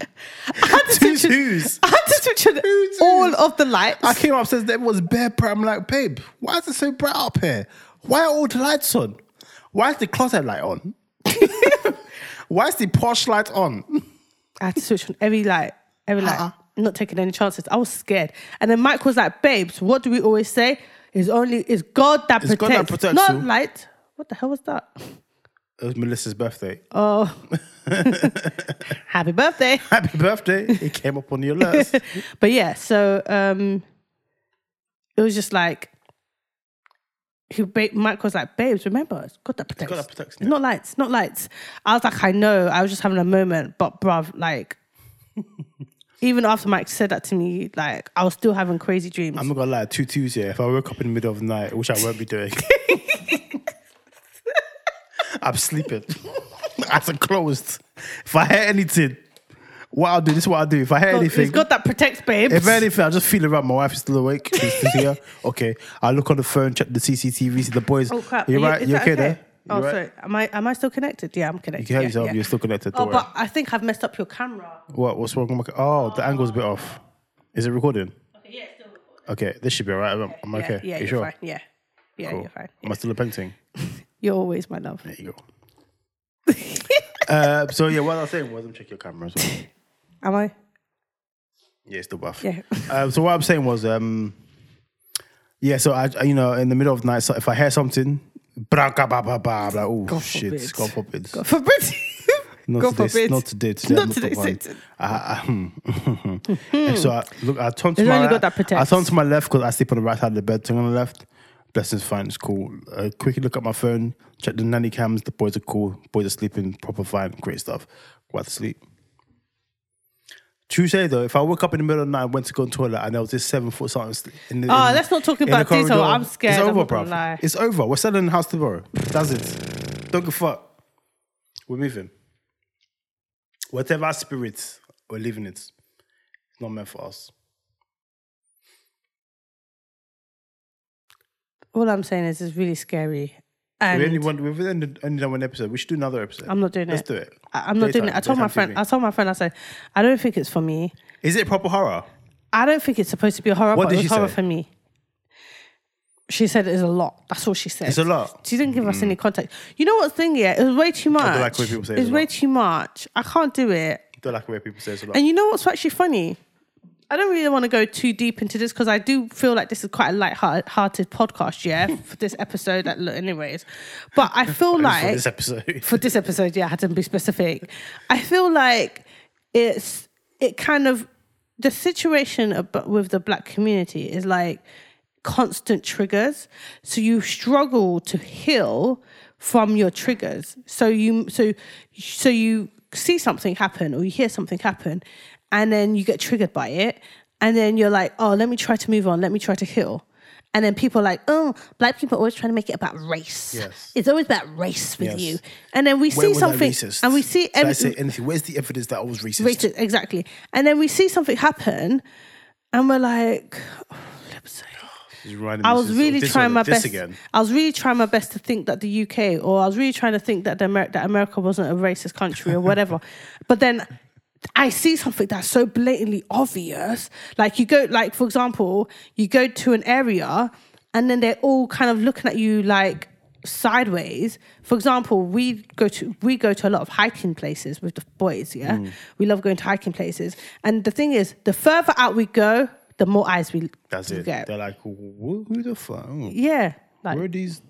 Speaker 4: had
Speaker 2: [LAUGHS]
Speaker 4: to
Speaker 2: Who's
Speaker 4: switch. on-
Speaker 2: who's?
Speaker 4: I had to switch on all of the lights.
Speaker 2: I came upstairs, there was bare bright. I'm like, babe, why is it so bright up here? Why are all the lights on? Why is the closet light
Speaker 4: [LAUGHS]
Speaker 2: on? why is the porch light on?
Speaker 4: I had to switch on every light, every light.
Speaker 2: Uh-uh.
Speaker 4: Not taking any chances. I was scared. And then Mike was like, "Babes, what do we always say? Is only is God that
Speaker 2: It's God
Speaker 4: protects,
Speaker 2: that protects
Speaker 4: not
Speaker 2: you."
Speaker 4: light." What the hell was that? [LAUGHS]
Speaker 2: It was Melissa's birthday.
Speaker 4: Oh, happy birthday.
Speaker 2: Happy birthday. It came up on your
Speaker 4: [LAUGHS]
Speaker 2: list.
Speaker 4: But yeah, so um, it was just like, he, ba- Mike was like, babes, remember, it's got that protection.
Speaker 2: got that protection,
Speaker 4: It's Not lights, not lights. I was like, I know, I was just having a moment, but bruv,
Speaker 2: [LAUGHS]
Speaker 4: like, even after Mike said that to me, like, I was still having crazy dreams.
Speaker 2: I'm not gonna lie, two twos here. If I woke up in the middle of the night, which I won't be
Speaker 4: [LAUGHS]
Speaker 2: doing, I'm sleeping. [LAUGHS] Eyes are closed. If I hear anything, what I'll do, this is what I'll do. If I hear
Speaker 4: But
Speaker 2: anything,
Speaker 4: It's got that protects, babes.
Speaker 2: if anything, I'll just feel around. My wife is still awake. She's still
Speaker 4: [LAUGHS]
Speaker 2: here. Okay. I'll look on the phone, check the CCTV, see the boys.
Speaker 4: Oh crap!
Speaker 2: You're
Speaker 4: Are you-
Speaker 2: right.
Speaker 4: is
Speaker 2: You
Speaker 4: that
Speaker 2: okay, there? You
Speaker 4: Oh,
Speaker 2: right?
Speaker 4: sorry. Am I am I still connected? Yeah, I'm
Speaker 2: You
Speaker 4: connected.
Speaker 2: can hear
Speaker 4: yeah,
Speaker 2: yourself.
Speaker 4: yeah.
Speaker 2: You're still connected.
Speaker 4: Oh,
Speaker 2: Don't worry.
Speaker 4: but I think I've messed up your camera.
Speaker 2: What, what's wrong with my. Oh, the angle's a bit off. Is it recording?
Speaker 4: Okay, yeah, it's still recording.
Speaker 2: Okay. This should be all right. I'm, I'm
Speaker 4: Yeah,
Speaker 2: okay.
Speaker 4: yeah,
Speaker 2: you
Speaker 4: you're
Speaker 2: sure?
Speaker 4: fine. Yeah, yeah,
Speaker 2: Cool.
Speaker 4: you're fine.
Speaker 2: Am I still a painting?
Speaker 4: You're always my love.
Speaker 2: There you go.
Speaker 4: [LAUGHS]
Speaker 2: uh, so yeah, what I was saying was, I'm checking your camera as well.
Speaker 4: Am I? [LAUGHS]
Speaker 2: Yeah, it's still buff.
Speaker 4: Yeah.
Speaker 2: Um, so what I'm saying was, um, yeah. So I, I- you know, in the middle of the night, so if I hear something, blah, blah, blah, blah, blah, I'm like, oh
Speaker 4: God
Speaker 2: shit,
Speaker 4: forbid.
Speaker 2: God forbid.
Speaker 4: God forbid.
Speaker 2: Not
Speaker 4: God
Speaker 2: today.
Speaker 4: forbid.
Speaker 2: Not today. today
Speaker 4: Not
Speaker 2: I'm
Speaker 4: today,
Speaker 2: the one.
Speaker 4: Satan.
Speaker 2: I, I, hmm. [LAUGHS] And so I look. I turned to
Speaker 4: It's
Speaker 2: my.
Speaker 4: only
Speaker 2: right-
Speaker 4: got that protects.
Speaker 2: I turned to my left because I sleep on the right side of the bed. Turn on the left. Blessings fine. It's cool. Uh, quickly look at my phone. Check the nanny cams. The boys are cool. Boys are sleeping. Proper fine. Great stuff. Go out to sleep. Tuesday though, if I woke up in the middle of the night, went to go to the toilet, and there was this seven foot something. In the,
Speaker 4: Oh,
Speaker 2: in-
Speaker 4: let's not talk
Speaker 2: in the
Speaker 4: about detail.
Speaker 2: corridor,
Speaker 4: I'm scared.
Speaker 2: It's
Speaker 4: I'm
Speaker 2: over,
Speaker 4: not gonna
Speaker 2: bruv.
Speaker 4: lie.
Speaker 2: It's over. We're selling the house tomorrow. That's it. Don't give a fuck. We're moving. Whatever our spirit, we're leaving it. It's not meant for us.
Speaker 4: All I'm saying is, it's really scary.
Speaker 2: we only
Speaker 4: And
Speaker 2: want, we've ended, ended on one episode. We should do another episode.
Speaker 4: I'm not doing
Speaker 2: Let's
Speaker 4: it.
Speaker 2: do it.
Speaker 4: I- I'm not doing it.
Speaker 2: Daytime-
Speaker 4: I told my
Speaker 2: daytime
Speaker 4: friend.
Speaker 2: TV.
Speaker 4: I told my friend. I said, I don't think it's for me.
Speaker 2: Is it proper horror?
Speaker 4: I don't think it's supposed to be a horror,
Speaker 2: What
Speaker 4: but
Speaker 2: did
Speaker 4: it was
Speaker 2: she
Speaker 4: horror
Speaker 2: say?
Speaker 4: for me. She said it's a lot. That's all she said.
Speaker 2: It's a Mm. lot.
Speaker 4: She didn't give us any context. You know what's thing? Yeah, it was way too much.
Speaker 2: don't like when people say it's
Speaker 4: it's
Speaker 2: a
Speaker 4: way
Speaker 2: lot.
Speaker 4: too much. I can't do it.
Speaker 2: don't like the way people say it's a lot.
Speaker 4: And you know what's actually funny? I don't really want to go too deep into this because I do feel like this is quite a light-hearted podcast, yeah, [LAUGHS] for this episode. That, look, anyways, but
Speaker 2: [LAUGHS]
Speaker 4: I
Speaker 2: Just
Speaker 4: feel
Speaker 2: for
Speaker 4: like
Speaker 2: this episode.
Speaker 4: [LAUGHS] for this episode, yeah, I had to be specific. I feel like it's it kind of the situation ab- with the black community is like constant triggers, so you struggle to heal from your triggers. So you so so you see something happen or you hear something happen, and then you get triggered by it, and then you're like, oh, let me try to move on, let me try to heal. And then people are like, oh, black people are always trying to make it about race.
Speaker 2: Yes.
Speaker 4: It's always about race with
Speaker 2: Yes.
Speaker 4: you. And then we
Speaker 2: When
Speaker 4: see
Speaker 2: was
Speaker 4: something,
Speaker 2: I racist?
Speaker 4: and we see
Speaker 2: Did I
Speaker 4: em-
Speaker 2: say anything? Where's the evidence that I was racist?
Speaker 4: racist exactly. And then we see something happen, and we're like,
Speaker 2: Just reminding
Speaker 4: I
Speaker 2: me,
Speaker 4: was
Speaker 2: this-
Speaker 4: really
Speaker 2: this
Speaker 4: trying
Speaker 2: one,
Speaker 4: my
Speaker 2: this
Speaker 4: best.
Speaker 2: again.
Speaker 4: I was really trying my best to think that the UK, or I was really trying to think that the Amer- that America wasn't a racist country or whatever. but then I see something that's so blatantly obvious. Like you go, like for example, you go to an area, and then they're all kind of looking at you like sideways. For example, we go to we go to a lot of hiking places with the boys. Yeah,
Speaker 2: Mm.
Speaker 4: we love going to hiking places. And the thing is, the further out we go, the more eyes we
Speaker 2: That's
Speaker 4: we
Speaker 2: it.
Speaker 4: get.
Speaker 2: They're like, who, who the fuck? Oh, Where
Speaker 4: Yeah, like
Speaker 2: are these?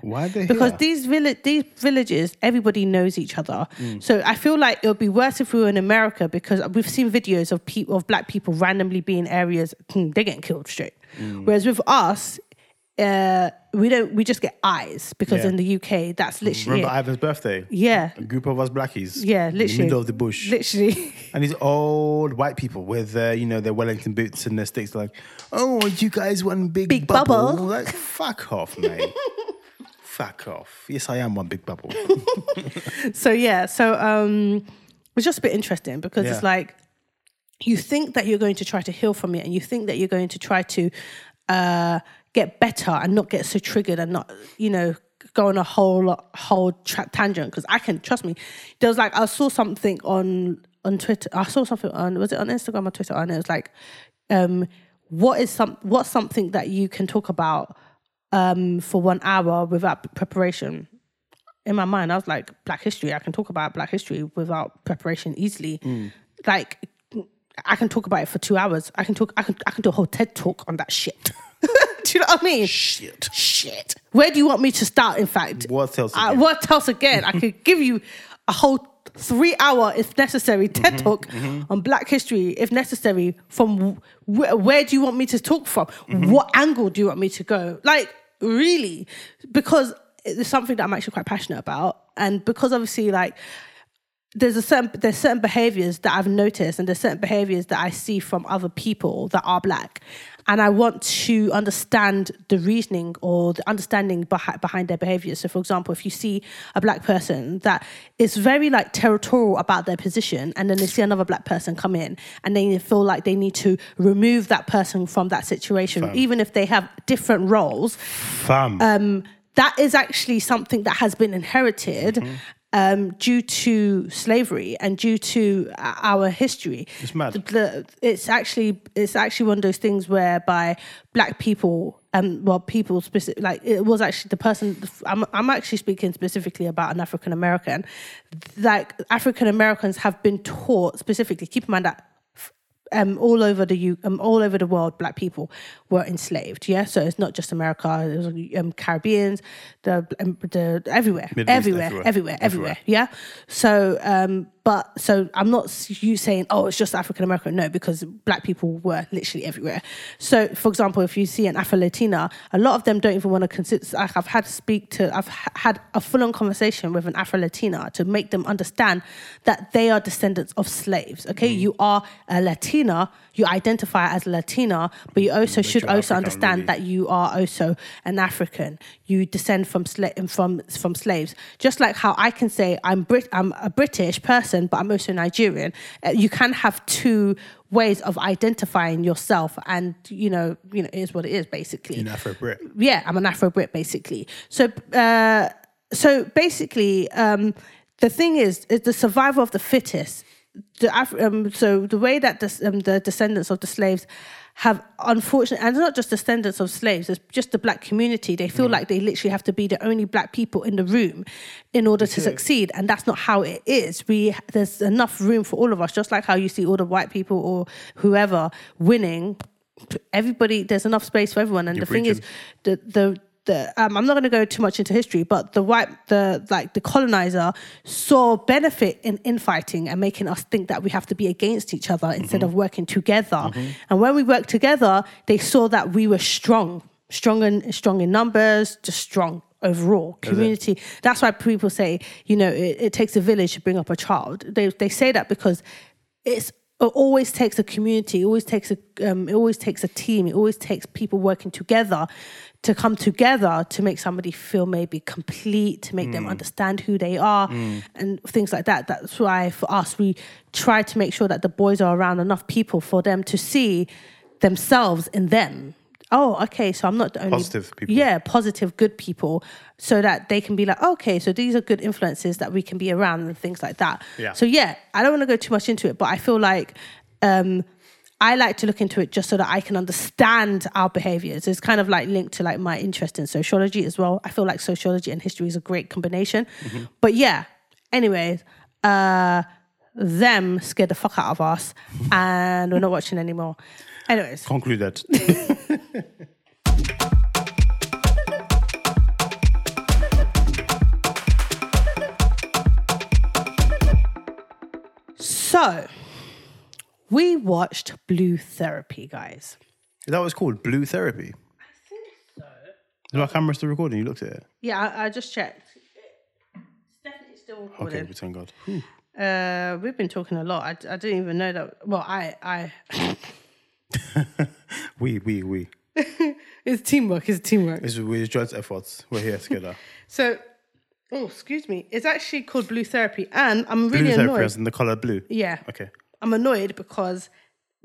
Speaker 2: Why are they
Speaker 4: because
Speaker 2: here?
Speaker 4: these village these villages everybody knows each other so i feel like it would be worse if we were in america because we've seen videos of people of black people randomly being in areas hmm, they're getting killed straight whereas with us uh, we don't we just get eyes because
Speaker 2: Yeah.
Speaker 4: in the uk that's literally
Speaker 2: Remember
Speaker 4: it.
Speaker 2: Ivan's birthday? [LAUGHS]
Speaker 4: yeah
Speaker 2: A group of us blackies.
Speaker 4: yeah
Speaker 2: In
Speaker 4: literally
Speaker 2: the middle of the bush.
Speaker 4: literally [LAUGHS]
Speaker 2: And these old white people with their, you know, their Wellington boots and their sticks, like, oh, you guys one big,
Speaker 4: Big
Speaker 2: bubble.
Speaker 4: bubble.
Speaker 2: Like, fuck off,
Speaker 4: [LAUGHS]
Speaker 2: mate. fuck off. Yes, I am one big bubble.
Speaker 4: so yeah so um it's just a bit interesting because it's
Speaker 2: Yeah.
Speaker 4: like you think that you're going to try to heal from it and you think that you're going to try to uh get better and not get so triggered and not you know go on a whole whole tra- tangent because i can trust me there was like i saw something on on twitter i saw something on was it on instagram or twitter and it was like um what is some what's something that you can talk about um for one hour without preparation in my mind, I was like, Black history, I can talk about Black history without preparation easily. Like, I can talk about it for two hours. I can talk. I can. I can do a whole TED talk on that shit. [LAUGHS] do
Speaker 1: Do you know what I mean?
Speaker 2: Shit.
Speaker 1: Shit. Where do you want me to start? In fact,
Speaker 2: What else?
Speaker 1: Uh,
Speaker 2: again?
Speaker 1: what else again? I could give you a whole three hour, if necessary, TED talk on Black history, if necessary. From wh- where do you want me to talk from? What angle do you want me to go? Like, really? Because it's something that I'm actually quite passionate about, and because obviously, like. There's a certain there's certain behaviors that I've noticed, and there's certain behaviors that I see from other people that are black, and I want to understand the reasoning or the understanding behind behind their behavior. So, for example, if you see a black person that is very like territorial about their position, and then they see another black person come in, and they feel like they need to remove that person from that situation, even if they have different roles,
Speaker 2: Fam.
Speaker 4: um,
Speaker 1: that is actually something that has been inherited um, due to slavery and due to uh, our history.
Speaker 2: It's mad.
Speaker 1: The- the- it's actually it's actually one of those things whereby black people. Um, well, people specific like it was actually the person. I'm I'm actually speaking specifically about an African American. Like African Americans have been taught specifically. Keep in mind that um, all over the U- um, all over the world, black people were enslaved. Yeah, so it's not just America. It was um, Caribbeans, the um, the everywhere,
Speaker 2: Middle
Speaker 1: everywhere,
Speaker 2: East, everywhere.
Speaker 1: everywhere, everywhere,
Speaker 2: Everywhere.
Speaker 1: Yeah. So, um, but so I'm not s- you saying oh it's just African American. No, because black people were literally everywhere. So, for example, if you see an Afro Latina, a lot of them don't even want to consider. Like I've had to speak to, I've h- had a full on conversation with an Afro Latina to make them understand that they are descendants of slaves. Okay,
Speaker 2: Mm.
Speaker 1: you are a Latina, you identify as Latina, but you also should
Speaker 2: you're
Speaker 1: also
Speaker 2: African,
Speaker 1: understand
Speaker 2: really.
Speaker 1: that you are also an African. You descend from sla- from from slaves. Just like how I can say I'm Brit, I'm a British person, but I'm also Nigerian. Uh, You can have two ways of identifying yourself, and you know, you know, it is what it is, basically
Speaker 2: in Afro Brit.
Speaker 1: yeah, I'm an Afro Brit basically. So, uh, so basically, um, the thing is, is the survival of the fittest. The Af- um, so the way that this, um, the descendants of the slaves have unfortunately, and it's not just descendants of slaves, it's just the black community. They feel like they literally have to be the only black people in the room in order to succeed, and that's not how it is. We there's enough room for all of us, just like how you see all the white people or whoever winning. Everybody, there's enough space for everyone, and the thing is, the the the um, I'm not going to go too much into history, but the white the like the colonizer saw benefit in infighting and making us think that we have to be against each other instead of working together. And when we worked together, they saw that we were strong, strong in strong in numbers, just strong overall community that's why people say you know it, it takes a village to bring up a child they, they say that because it's it always takes a community. It always takes a um, it always takes a team. It always takes people working together to come together to make somebody feel maybe complete, to make them
Speaker 2: Mm.
Speaker 1: understand who they are, and things like that. That's why for us we try to make sure that the boys are around enough people for them to see themselves in them. Oh, okay. So I'm not the only
Speaker 2: Positive people.
Speaker 1: Yeah, positive, good people, so that they can be like, okay, so these are good influences that we can be around and things like that.
Speaker 2: Yeah.
Speaker 1: So yeah, I don't want to go too much into it, but I feel like um, I like to look into it just so that I can understand our behaviors. It's kind of like linked to like my interest in sociology as well. I feel like sociology and history is a great combination. But yeah, anyways, uh, them scared the fuck out of us, and we're not watching anymore. Anyways,
Speaker 2: Concluded.
Speaker 1: so we watched Blue Therapy, guys.
Speaker 2: Is that what it's called? Blue therapy. Is my camera still recording? You looked at it.
Speaker 1: Yeah, I, I just checked. It's definitely still recording.
Speaker 2: Okay, we thank God. Whew.
Speaker 1: Uh, we've been talking a lot. I, I didn't even know that. Well, I, I,
Speaker 2: We, we, we.
Speaker 1: it's teamwork. It's teamwork.
Speaker 2: It's with joint efforts. We're
Speaker 1: [LAUGHS]
Speaker 2: here together.
Speaker 1: So, oh, excuse me. It's actually called Blue Therapy, and I'm
Speaker 2: Blue
Speaker 1: really
Speaker 2: therapy
Speaker 1: annoyed.
Speaker 2: as in the color blue.
Speaker 1: Yeah,
Speaker 2: Okay.
Speaker 1: I'm annoyed because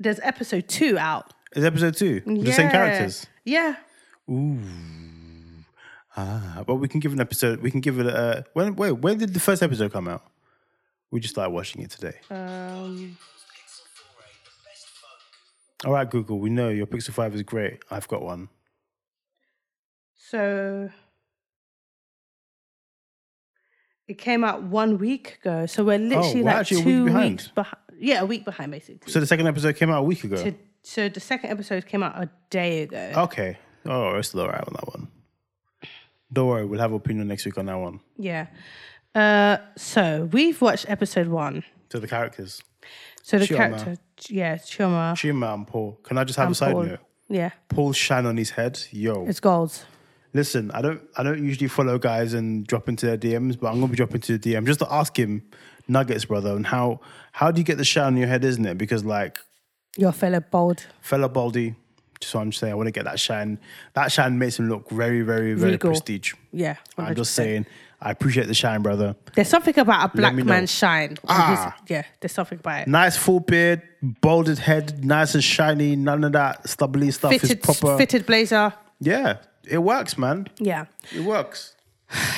Speaker 1: there's episode two out.
Speaker 2: Is episode two with the same
Speaker 1: Yeah.
Speaker 2: characters?
Speaker 1: Yeah.
Speaker 2: Ah, but we can give an episode. We can give it a. When wait, when did the first episode come out? We just started watching it today.
Speaker 1: Um,
Speaker 2: All right, Google. We know your Pixel Five is great. I've got one.
Speaker 1: so it came out one week ago. So we're literally
Speaker 2: we're
Speaker 1: like
Speaker 2: Oh, actually a week
Speaker 1: two
Speaker 2: behind.
Speaker 1: weeks behind. Yeah, a week behind basically.
Speaker 2: So the second episode came out a week ago.
Speaker 1: So- so the second episode came out a day ago.
Speaker 2: Okay. Oh, we're still all right on that one. Don't worry, we'll have opinion next week on that one.
Speaker 1: Yeah. Uh, so we've watched episode one.
Speaker 2: To the characters,
Speaker 1: So the
Speaker 2: Chioma.
Speaker 1: character, yeah, Choma.
Speaker 2: Chima and Paul. Can I just have a side note?
Speaker 1: Yeah,
Speaker 2: Paul Shan on his head, yo.
Speaker 1: it's goals.
Speaker 2: Listen, I don't, I don't usually follow guys and drop into their DMs, but I'm gonna be dropping to the DM just to ask him nuggets, brother, and how how do you get the shine on your head, isn't it? Because like
Speaker 1: Your fellow bold.
Speaker 2: fella Baldy, just what I'm saying, I want to get that shine. That shine makes him look very, very, very
Speaker 1: Regal.
Speaker 2: prestige.
Speaker 1: Yeah,
Speaker 2: I'm just
Speaker 1: 100%.
Speaker 2: saying, I appreciate the shine, brother.
Speaker 1: There's something about a black
Speaker 2: me know.
Speaker 1: man's shine.
Speaker 2: Ah.
Speaker 1: His- yeah, there's something about it.
Speaker 2: Nice full beard, balded head, nice and shiny. None of that stubbly stuff is
Speaker 1: Fitted,
Speaker 2: proper.
Speaker 1: fitted blazer.
Speaker 2: Yeah, it works, man.
Speaker 1: Yeah.
Speaker 2: It works.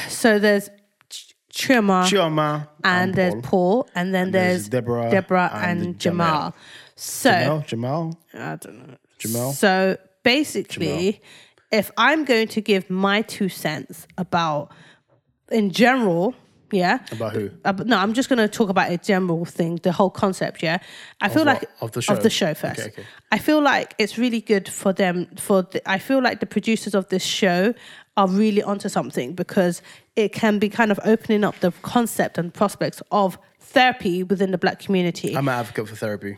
Speaker 1: So there's Ch- Choma.
Speaker 2: Chioma
Speaker 1: and there's Paul, and then there's
Speaker 2: there's Deborah
Speaker 1: Deborah
Speaker 2: and
Speaker 1: and,
Speaker 2: Jamal.
Speaker 1: Jamal. So
Speaker 2: Jamal, Jamal,
Speaker 1: I don't know.
Speaker 2: Jamal.
Speaker 1: So basically, if I'm going to give my two cents about, in general, yeah.
Speaker 2: About who?
Speaker 1: ab- no, I'm just going to talk about a general thing, the whole concept, yeah. I feel
Speaker 2: what?
Speaker 1: like
Speaker 2: Of the show?
Speaker 1: of the show first.
Speaker 2: Okay, okay.
Speaker 1: I feel like it's really good for them. For the, I feel like the producers of this show are really onto something because it can be kind of opening up the concept and prospects of therapy within the black community.
Speaker 2: I'm an advocate for therapy.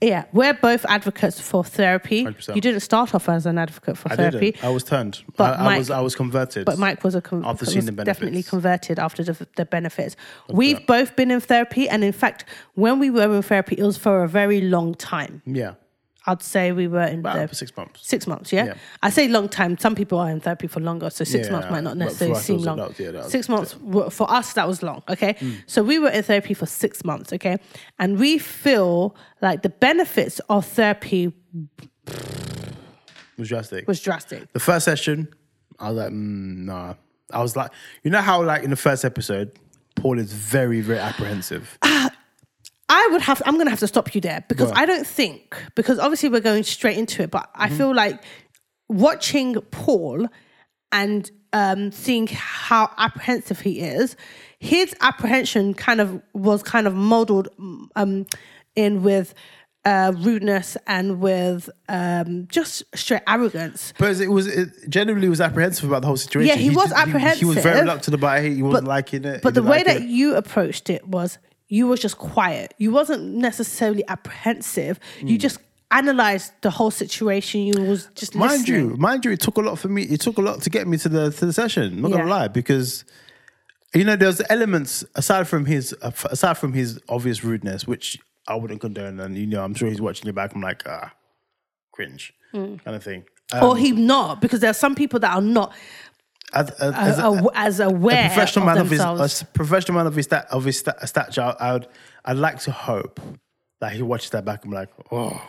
Speaker 1: Yeah, we're both advocates for therapy.
Speaker 2: 100%.
Speaker 1: You didn't start off as an advocate for
Speaker 2: I
Speaker 1: therapy,
Speaker 2: didn't. I was turned.
Speaker 1: But
Speaker 2: I, I
Speaker 1: Mike-
Speaker 2: was. I was converted.
Speaker 1: but Mike was a con-
Speaker 2: After
Speaker 1: was
Speaker 2: seeing the benefits.
Speaker 1: definitely converted after the, the benefits. We've both been in therapy, and in fact, when we were in therapy, it was for a very long time.
Speaker 2: yeah,
Speaker 1: I'd say we were in
Speaker 2: about
Speaker 1: therapy.
Speaker 2: six months.
Speaker 1: Six months, yeah?
Speaker 2: Yeah.
Speaker 1: I say long time. Some people are in therapy for longer, so six
Speaker 2: Yeah,
Speaker 1: months might not
Speaker 2: but for
Speaker 1: necessarily
Speaker 2: us it
Speaker 1: seem
Speaker 2: was-
Speaker 1: long.
Speaker 2: that was- yeah, that was-
Speaker 1: six months were- for us that was long. Okay,
Speaker 2: Mm.
Speaker 1: so we were in therapy for six months. Okay, and we feel like the benefits of therapy
Speaker 2: It was drastic.
Speaker 1: was drastic.
Speaker 2: the first session, I was like, mm, nah. I was like, you know how like in the first episode, Paul is very, very apprehensive.
Speaker 1: I would have. I'm going to have to stop you there because
Speaker 2: Right.
Speaker 1: I don't think because obviously we're going straight into it, but I feel like watching Paul and um, seeing how apprehensive he is, his apprehension kind of was kind of modeled um, in with uh, rudeness and with um, just straight arrogance.
Speaker 2: But it was it generally was apprehensive about the whole situation.
Speaker 1: Yeah, he was
Speaker 2: He, was very
Speaker 1: apprehensive,
Speaker 2: reluctant about it. He wasn't liking it.
Speaker 1: But
Speaker 2: He
Speaker 1: the
Speaker 2: didn't
Speaker 1: way
Speaker 2: like
Speaker 1: that
Speaker 2: it.
Speaker 1: you approached it was you was just quiet. You wasn't necessarily apprehensive.
Speaker 2: Mm.
Speaker 1: You just analyzed the whole situation. You was just
Speaker 2: mind
Speaker 1: listening.
Speaker 2: you, mind you, it took a lot for me. It took a lot to get me to the to the session. Not gonna
Speaker 1: Yeah.
Speaker 2: lie, because you know there's elements aside from his aside from his obvious rudeness, which I wouldn't condone, and you know I'm sure he's watching it back. I'm like, ah, cringe kind of thing. Um,
Speaker 1: Hmm. or he not because there are some people that are not
Speaker 2: as, as,
Speaker 1: uh,
Speaker 2: as a,
Speaker 1: aw- as aware
Speaker 2: professional
Speaker 1: of
Speaker 2: man of his uh,
Speaker 1: themselves.
Speaker 2: a professional man of his sta- of his sta- stature, I would I'd like to hope that he watches that back and be like, oh,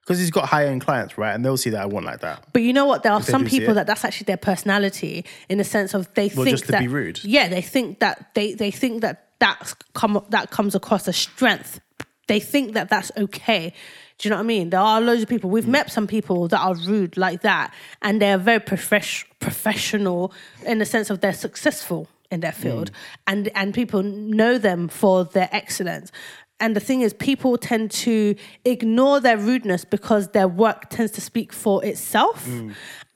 Speaker 2: because he's got high end clients, right? And they'll see that I want like that.
Speaker 1: But you know what? There are
Speaker 2: they
Speaker 1: some
Speaker 2: do see it.
Speaker 1: people that that's actually their personality in the sense of they think
Speaker 2: just to
Speaker 1: that
Speaker 2: be rude.
Speaker 1: Yeah, they think that they they think that that's come that comes across as strength. They think that that's okay. Do you know what I mean? There are loads of people. We've met some people that are rude like that, and they're very profesh- professional in the sense of they're successful in their field, and and people know them for their excellence. And the thing is, people tend to ignore their rudeness because their work tends to speak for itself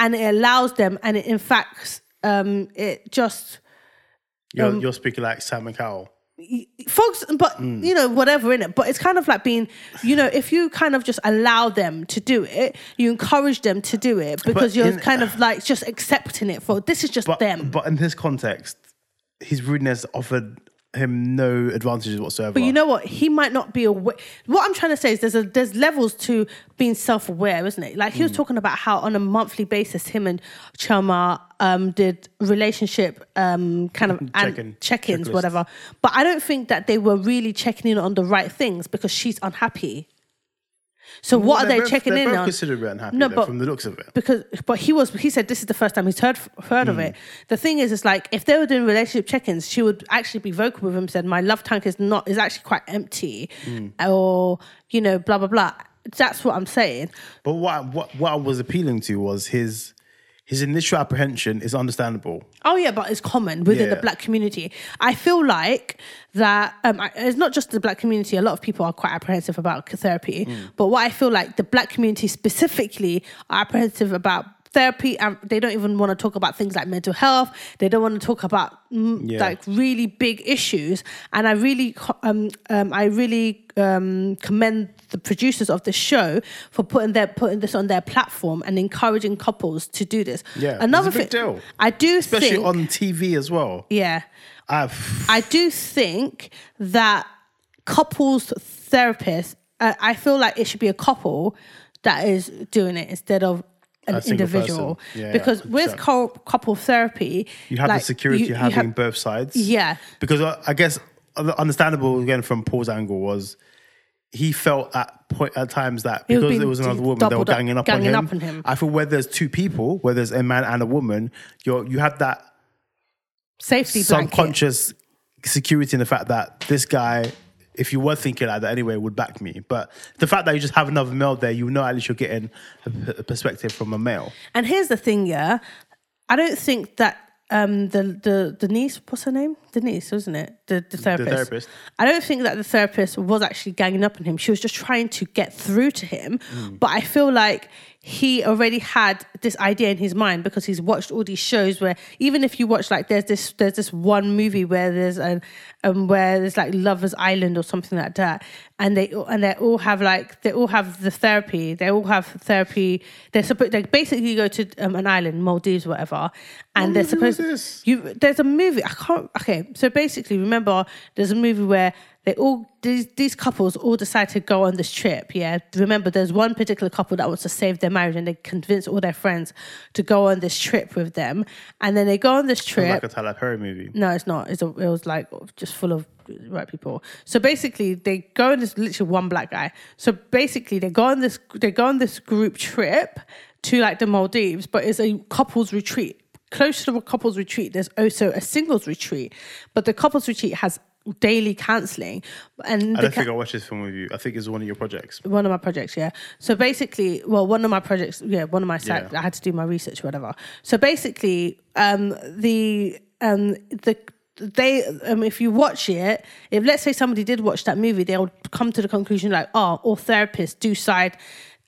Speaker 1: and it allows them. And it, in fact, um, it just,
Speaker 2: You're,
Speaker 1: Um,
Speaker 2: you're speaking like Sam McCowell.
Speaker 1: folks, but
Speaker 2: Mm.
Speaker 1: you know, whatever in it. But it's kind of like being, you know, if you kind of just allow them to do it, you encourage them to do it because you're
Speaker 2: in-
Speaker 1: kind of like just accepting it for this is just
Speaker 2: But
Speaker 1: them.
Speaker 2: but in this context, his rudeness offered him no advantages whatsoever.
Speaker 1: But you know what? He might not be aware. What I'm trying to say is there's a there's levels to being self aware, isn't it? Like he was
Speaker 2: Hmm.
Speaker 1: talking about how on a monthly basis, him and Chama um, did relationship um, kind of
Speaker 2: Check-in.
Speaker 1: and check-ins,
Speaker 2: Checklists.
Speaker 1: whatever. But I don't think that they were really checking in on the right things because she's unhappy. So what are
Speaker 2: They're
Speaker 1: they
Speaker 2: both-
Speaker 1: checking
Speaker 2: they're
Speaker 1: in
Speaker 2: both
Speaker 1: on?
Speaker 2: Considerably unhappy
Speaker 1: No,
Speaker 2: though,
Speaker 1: but-
Speaker 2: from the looks of it.
Speaker 1: because but he was he said this is the first time he's heard heard
Speaker 2: Hmm.
Speaker 1: of it the thing is it's like if they were doing relationship check-ins she would actually be vocal with him said my love tank is not is actually quite empty
Speaker 2: Hmm.
Speaker 1: or you know blah blah blah that's what i'm saying
Speaker 2: But what what what I was appealing to was his his initial apprehension is understandable.
Speaker 1: Oh yeah, but it's common within
Speaker 2: Yeah.
Speaker 1: the black community. I feel like that um, I- it's not just the black community. A lot of people are quite apprehensive
Speaker 2: Hmm.
Speaker 1: about therapy, but what I feel like the black community specifically are apprehensive about therapy and they don't even want to talk about things like mental health. They don't want to talk about mm,
Speaker 2: Yeah.
Speaker 1: like really big issues. And I really, co- um, um, I really um, commend the producers of this show for putting their putting this on their platform and encouraging couples to do this.
Speaker 2: Yeah, it's
Speaker 1: another
Speaker 2: a big
Speaker 1: thing
Speaker 2: deal.
Speaker 1: I do
Speaker 2: especially
Speaker 1: think,
Speaker 2: on TV as well.
Speaker 1: yeah,
Speaker 2: I've,
Speaker 1: I do think that couples therapists, uh, I feel like it should be a couple that is doing it instead of an
Speaker 2: A single
Speaker 1: individual.
Speaker 2: person. Yeah, yeah,
Speaker 1: because with
Speaker 2: 100%.
Speaker 1: cou- couple therapy,
Speaker 2: you have
Speaker 1: like,
Speaker 2: the security
Speaker 1: you- you
Speaker 2: of having
Speaker 1: have-
Speaker 2: both sides.
Speaker 1: yeah,
Speaker 2: because I, I guess the understandable again from Paul's angle was he felt at point at times that
Speaker 1: was
Speaker 2: because
Speaker 1: being
Speaker 2: there was
Speaker 1: d-
Speaker 2: another woman they were
Speaker 1: doubled up-
Speaker 2: ganging up,
Speaker 1: ganging
Speaker 2: on, him.
Speaker 1: up on him.
Speaker 2: I feel where there's two people, where there's a man and a woman, you you have that
Speaker 1: safety blanket.
Speaker 2: subconscious security in the fact that this guy. If you were thinking like that anyway, would back me. But the fact that you just have another male there, you know at least you're getting a p- a perspective from a male.
Speaker 1: And here's the thing, yeah, I don't think that um, the the Denise, what's her name? Denise, wasn't it? The, the therapist.
Speaker 2: therapist.
Speaker 1: I don't think that the therapist was actually ganging up on him. She was just trying to get through to him.
Speaker 2: Mm.
Speaker 1: But I feel like he already had this idea in his mind because he's watched all these shows where even if you watch like there's this there's this one movie where there's an um where there's like Lovers Island or something like that. And they and they all have like they all have the therapy. They all have therapy. They're supposed they basically go to um, an island, Maldives, whatever, and
Speaker 2: What
Speaker 1: they're
Speaker 2: movie was
Speaker 1: supposed
Speaker 2: this?
Speaker 1: you there's a movie I can't okay so basically remember there's a movie where they all these these couples all decide to go on this trip yeah remember there's one particular couple that wants to save their marriage and they convince all their friends to go on this trip with them and then they go on this trip
Speaker 2: Like a Tyler Perry movie.
Speaker 1: no, it's not. It's a, it was like just full of white people. So basically, they go on this literally one black guy. So basically, they go on this they go on this group trip to like the Maldives, but it's a couples retreat. Close to the couples retreat, there's also a singles retreat, but the couples retreat has daily cancelling, and
Speaker 2: I
Speaker 1: the
Speaker 2: don't
Speaker 1: ca-
Speaker 2: think I watched this film with you. I think it's one of your projects.
Speaker 1: one of my projects, yeah. So basically, well, one of my projects, yeah, one of my side,
Speaker 2: Yeah.
Speaker 1: I had to do my research, or whatever. So basically, um, the um, the they um, if you watch it, if let's say somebody did watch that movie, they'll come to the conclusion like, oh, all therapists do side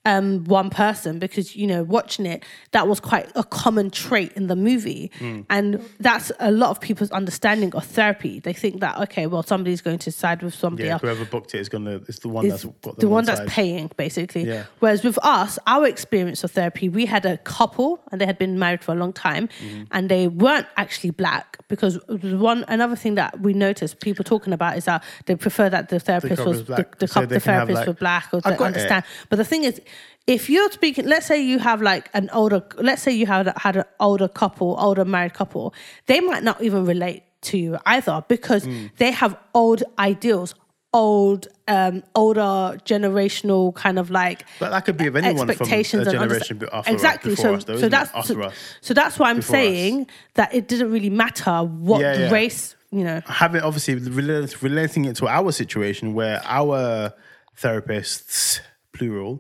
Speaker 1: um, one person because you know watching it that was quite a common trait in the movie
Speaker 2: Hmm.
Speaker 1: and that's a lot of people's understanding of therapy they think that okay well somebody's going to side with somebody
Speaker 2: Yeah,
Speaker 1: else
Speaker 2: whoever booked it is gonna. It's the one
Speaker 1: is
Speaker 2: that's got the,
Speaker 1: the one
Speaker 2: one
Speaker 1: that's paying, basically.
Speaker 2: Yeah.
Speaker 1: Whereas with us, our experience of therapy, we had a couple and they had been married for a long time
Speaker 2: Mm-hmm.
Speaker 1: and they weren't actually black because one another thing that we noticed people talking about is that they prefer that the therapist
Speaker 2: couple's
Speaker 1: was the,
Speaker 2: black,
Speaker 1: the,
Speaker 2: so
Speaker 1: coup-
Speaker 2: they
Speaker 1: the
Speaker 2: can have,
Speaker 1: therapist
Speaker 2: like,
Speaker 1: were black or
Speaker 2: "I
Speaker 1: they
Speaker 2: got it."
Speaker 1: understand. But the thing is, if you're speaking, let's say you have like an older, let's say you had had an older couple, older married couple, they might not even relate to you either because
Speaker 2: Mm.
Speaker 1: they have old ideals, old, um, older generational kind of like
Speaker 2: But that could be of anyone from a
Speaker 1: expectations and
Speaker 2: generation
Speaker 1: understa-
Speaker 2: after
Speaker 1: exactly.
Speaker 2: us, before
Speaker 1: so,
Speaker 2: us, though,
Speaker 1: so
Speaker 2: isn't it?
Speaker 1: that's
Speaker 2: After
Speaker 1: so,
Speaker 2: us.
Speaker 1: so that's why I'm
Speaker 2: Before us.
Speaker 1: saying that uh, it didn't really matter what
Speaker 2: Yeah, yeah.
Speaker 1: race, you know.
Speaker 2: Having obviously relate- relating it to our situation where our therapists, plural,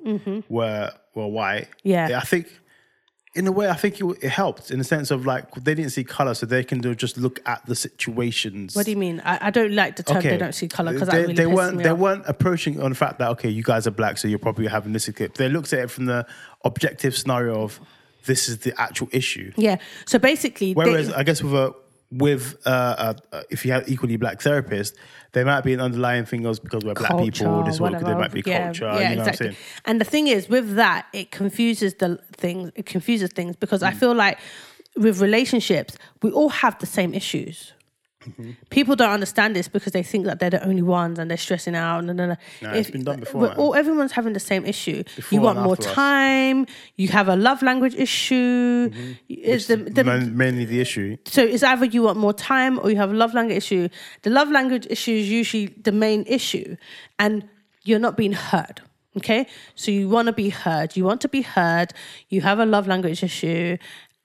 Speaker 2: were were white.
Speaker 1: Mm-hmm. Yeah.
Speaker 2: I think. In a way, I think it, it helped in the sense of like they didn't see color, so they can do, just look at the situations.
Speaker 1: What do you mean? I, I don't like the term they don't see color because
Speaker 2: they,
Speaker 1: that really
Speaker 2: they
Speaker 1: pisses
Speaker 2: weren't
Speaker 1: me
Speaker 2: they
Speaker 1: off.
Speaker 2: weren't approaching on the fact that okay, you guys are black, so you're probably having this. They looked at it from the objective scenario of this is the actual issue.
Speaker 1: Yeah. So basically, they-
Speaker 2: Whereas I guess with a with uh, uh, if you have equally black therapists, there might be an underlying thing of because we're black people. This is what there might be culture. you know what I'm saying?
Speaker 1: And the thing is, with that, it confuses the things. It confuses things because
Speaker 2: Mm.
Speaker 1: I feel like with relationships, we all have the same issues.
Speaker 2: Mm-hmm.
Speaker 1: People don't understand this because they think that they're the only ones and they're stressing out. No, no, no.
Speaker 2: it's been done before,
Speaker 1: we're
Speaker 2: man.
Speaker 1: all- everyone's having the same issue.
Speaker 2: Before
Speaker 1: you want
Speaker 2: and
Speaker 1: more
Speaker 2: after us.
Speaker 1: time. You have a love language issue.
Speaker 2: Mm-hmm.
Speaker 1: It's the, the,
Speaker 2: Ma- mainly the issue.
Speaker 1: so it's either you want more time or you have a love language issue. The love language issue is usually the main issue, and you're not being heard. Okay, so you want to be heard. You want to be heard. You have a love language issue,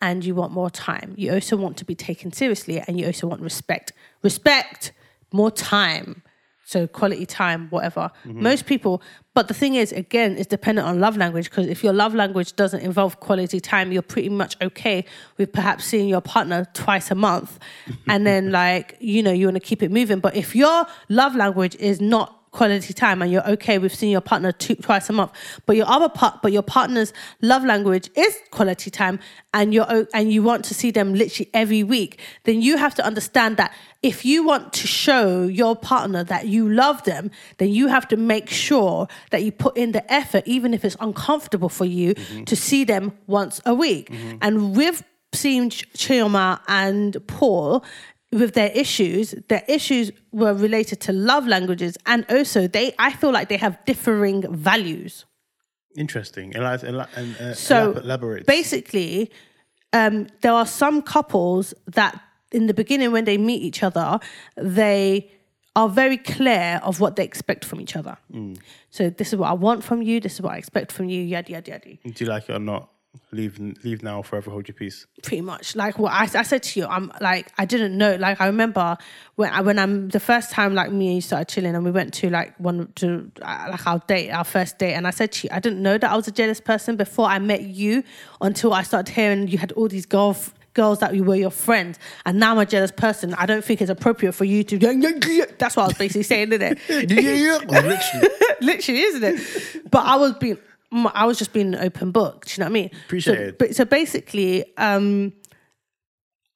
Speaker 1: and you want more time. You also want to be taken seriously, and you also want respect. Respect, more time. So quality time, whatever. Most people, but the thing is, again, it's dependent on love language because if your love language doesn't involve quality time, you're pretty much okay with perhaps seeing your partner twice a month, and then like you know you want to keep it moving. But if your love language is not
Speaker 4: quality time and you're okay with seeing your partner two, twice a month, but your other part, but your partner's love language is quality time, and you're o- and you want to see them literally every week, then you have to understand that if you want to show your partner that you love them, then you have to make sure that you put in the effort, even if it's uncomfortable for you, to see them once a week. And with seeing Ch- Chioma and Paul with their issues, their issues were related to love languages, and also they, I feel like they have differing values.
Speaker 2: Interesting. Eli- eli- and, uh,
Speaker 4: So
Speaker 2: elab- elaborate.
Speaker 4: basically, um, there are some couples that in the beginning when they meet each other, they are very clear of what they expect from each other. So this is what I want from you. This is what I expect from you. Yada yada yada.
Speaker 2: Do you like it or not? Leave, leave now. or Forever hold your peace.
Speaker 4: pretty much like what I, I said to you i'm like i didn't know like i remember when i when i'm the first time like me and you started chilling and we went to like one to uh, like our date our first date and i said to you i didn't know that i was a jealous person before i met you until i started hearing you had all these girls girls that you were your friends and now i'm a jealous person i don't think it's appropriate for you to [LAUGHS] that's what i was basically saying isn't it
Speaker 2: [LAUGHS] Literally.
Speaker 4: literally, isn't it? But I was being, m- I was just being an open book. Do you know what I mean?
Speaker 2: Appreciate
Speaker 4: so,
Speaker 2: it.
Speaker 4: But so basically, um,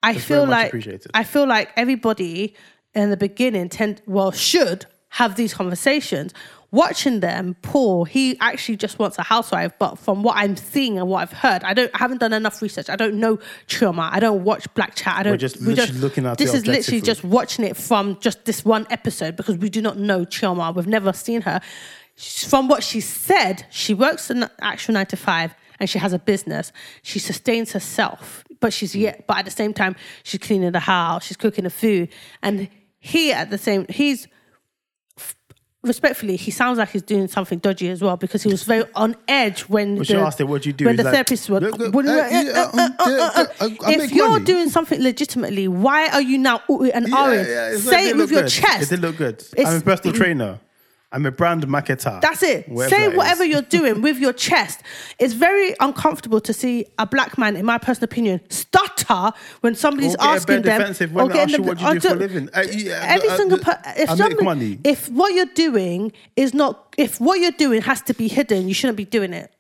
Speaker 4: I feel
Speaker 2: very much
Speaker 4: like
Speaker 2: appreciated.
Speaker 4: I feel like everybody in the beginning tend well should have these conversations. Watching them, Paul, he actually just wants a housewife. But from what I'm seeing and what I've heard, I don't, I haven't done enough research. I don't know trauma. I don't watch Black Chat. I don't.
Speaker 2: just
Speaker 4: we
Speaker 2: literally looking at
Speaker 4: This
Speaker 2: it
Speaker 4: is literally
Speaker 2: objectively.
Speaker 4: just watching it from just this one episode because we do not know Chioma. We've never seen her. She's- From what she said, she works an actual nine to five and she has a business. She sustains herself, but
Speaker 2: Mm.
Speaker 4: she's yet, but at the same time, she's cleaning the house, she's cooking the food. And he at the same, he's respectfully, he sounds like he's doing something dodgy as well because he was very on edge when
Speaker 2: she
Speaker 4: the,
Speaker 2: asked him, "What'd you do?"
Speaker 4: When
Speaker 2: He's
Speaker 4: the
Speaker 2: like,
Speaker 4: therapists were,
Speaker 2: "Look, uh,
Speaker 4: when-
Speaker 2: uh,
Speaker 4: uh,
Speaker 2: yeah,
Speaker 4: uh,
Speaker 2: um,
Speaker 4: uh, uh, uh,
Speaker 2: yeah, I- I
Speaker 4: if
Speaker 2: make
Speaker 4: you're
Speaker 2: money."
Speaker 4: doing something legitimately, why are you now ooh and
Speaker 2: Yeah,
Speaker 4: ahhing?
Speaker 2: yeah, it's like
Speaker 4: Say
Speaker 2: they
Speaker 4: it
Speaker 2: look
Speaker 4: with your
Speaker 2: good.
Speaker 4: chest.
Speaker 2: It did look good. I'm
Speaker 4: It's- mm-hmm.
Speaker 2: a personal trainer. I'm a brand marketer.
Speaker 4: That's it.
Speaker 2: Whatever
Speaker 4: Say
Speaker 2: that is.
Speaker 4: whatever you're
Speaker 2: [LAUGHS]
Speaker 4: doing with your chest. It's very uncomfortable to see a black man, in my personal opinion, stutter when somebody's
Speaker 2: Or get a bit
Speaker 4: asking them.
Speaker 2: defensive when
Speaker 4: or
Speaker 2: they
Speaker 4: getting
Speaker 2: ask you
Speaker 4: the-
Speaker 2: what you do
Speaker 4: or
Speaker 2: for a living. Uh, yeah,
Speaker 4: every
Speaker 2: uh, uh,
Speaker 4: single per- if
Speaker 2: I make
Speaker 4: somebody-
Speaker 2: money.
Speaker 4: if what you're doing is not if what you're doing has to be hidden, you shouldn't be doing it.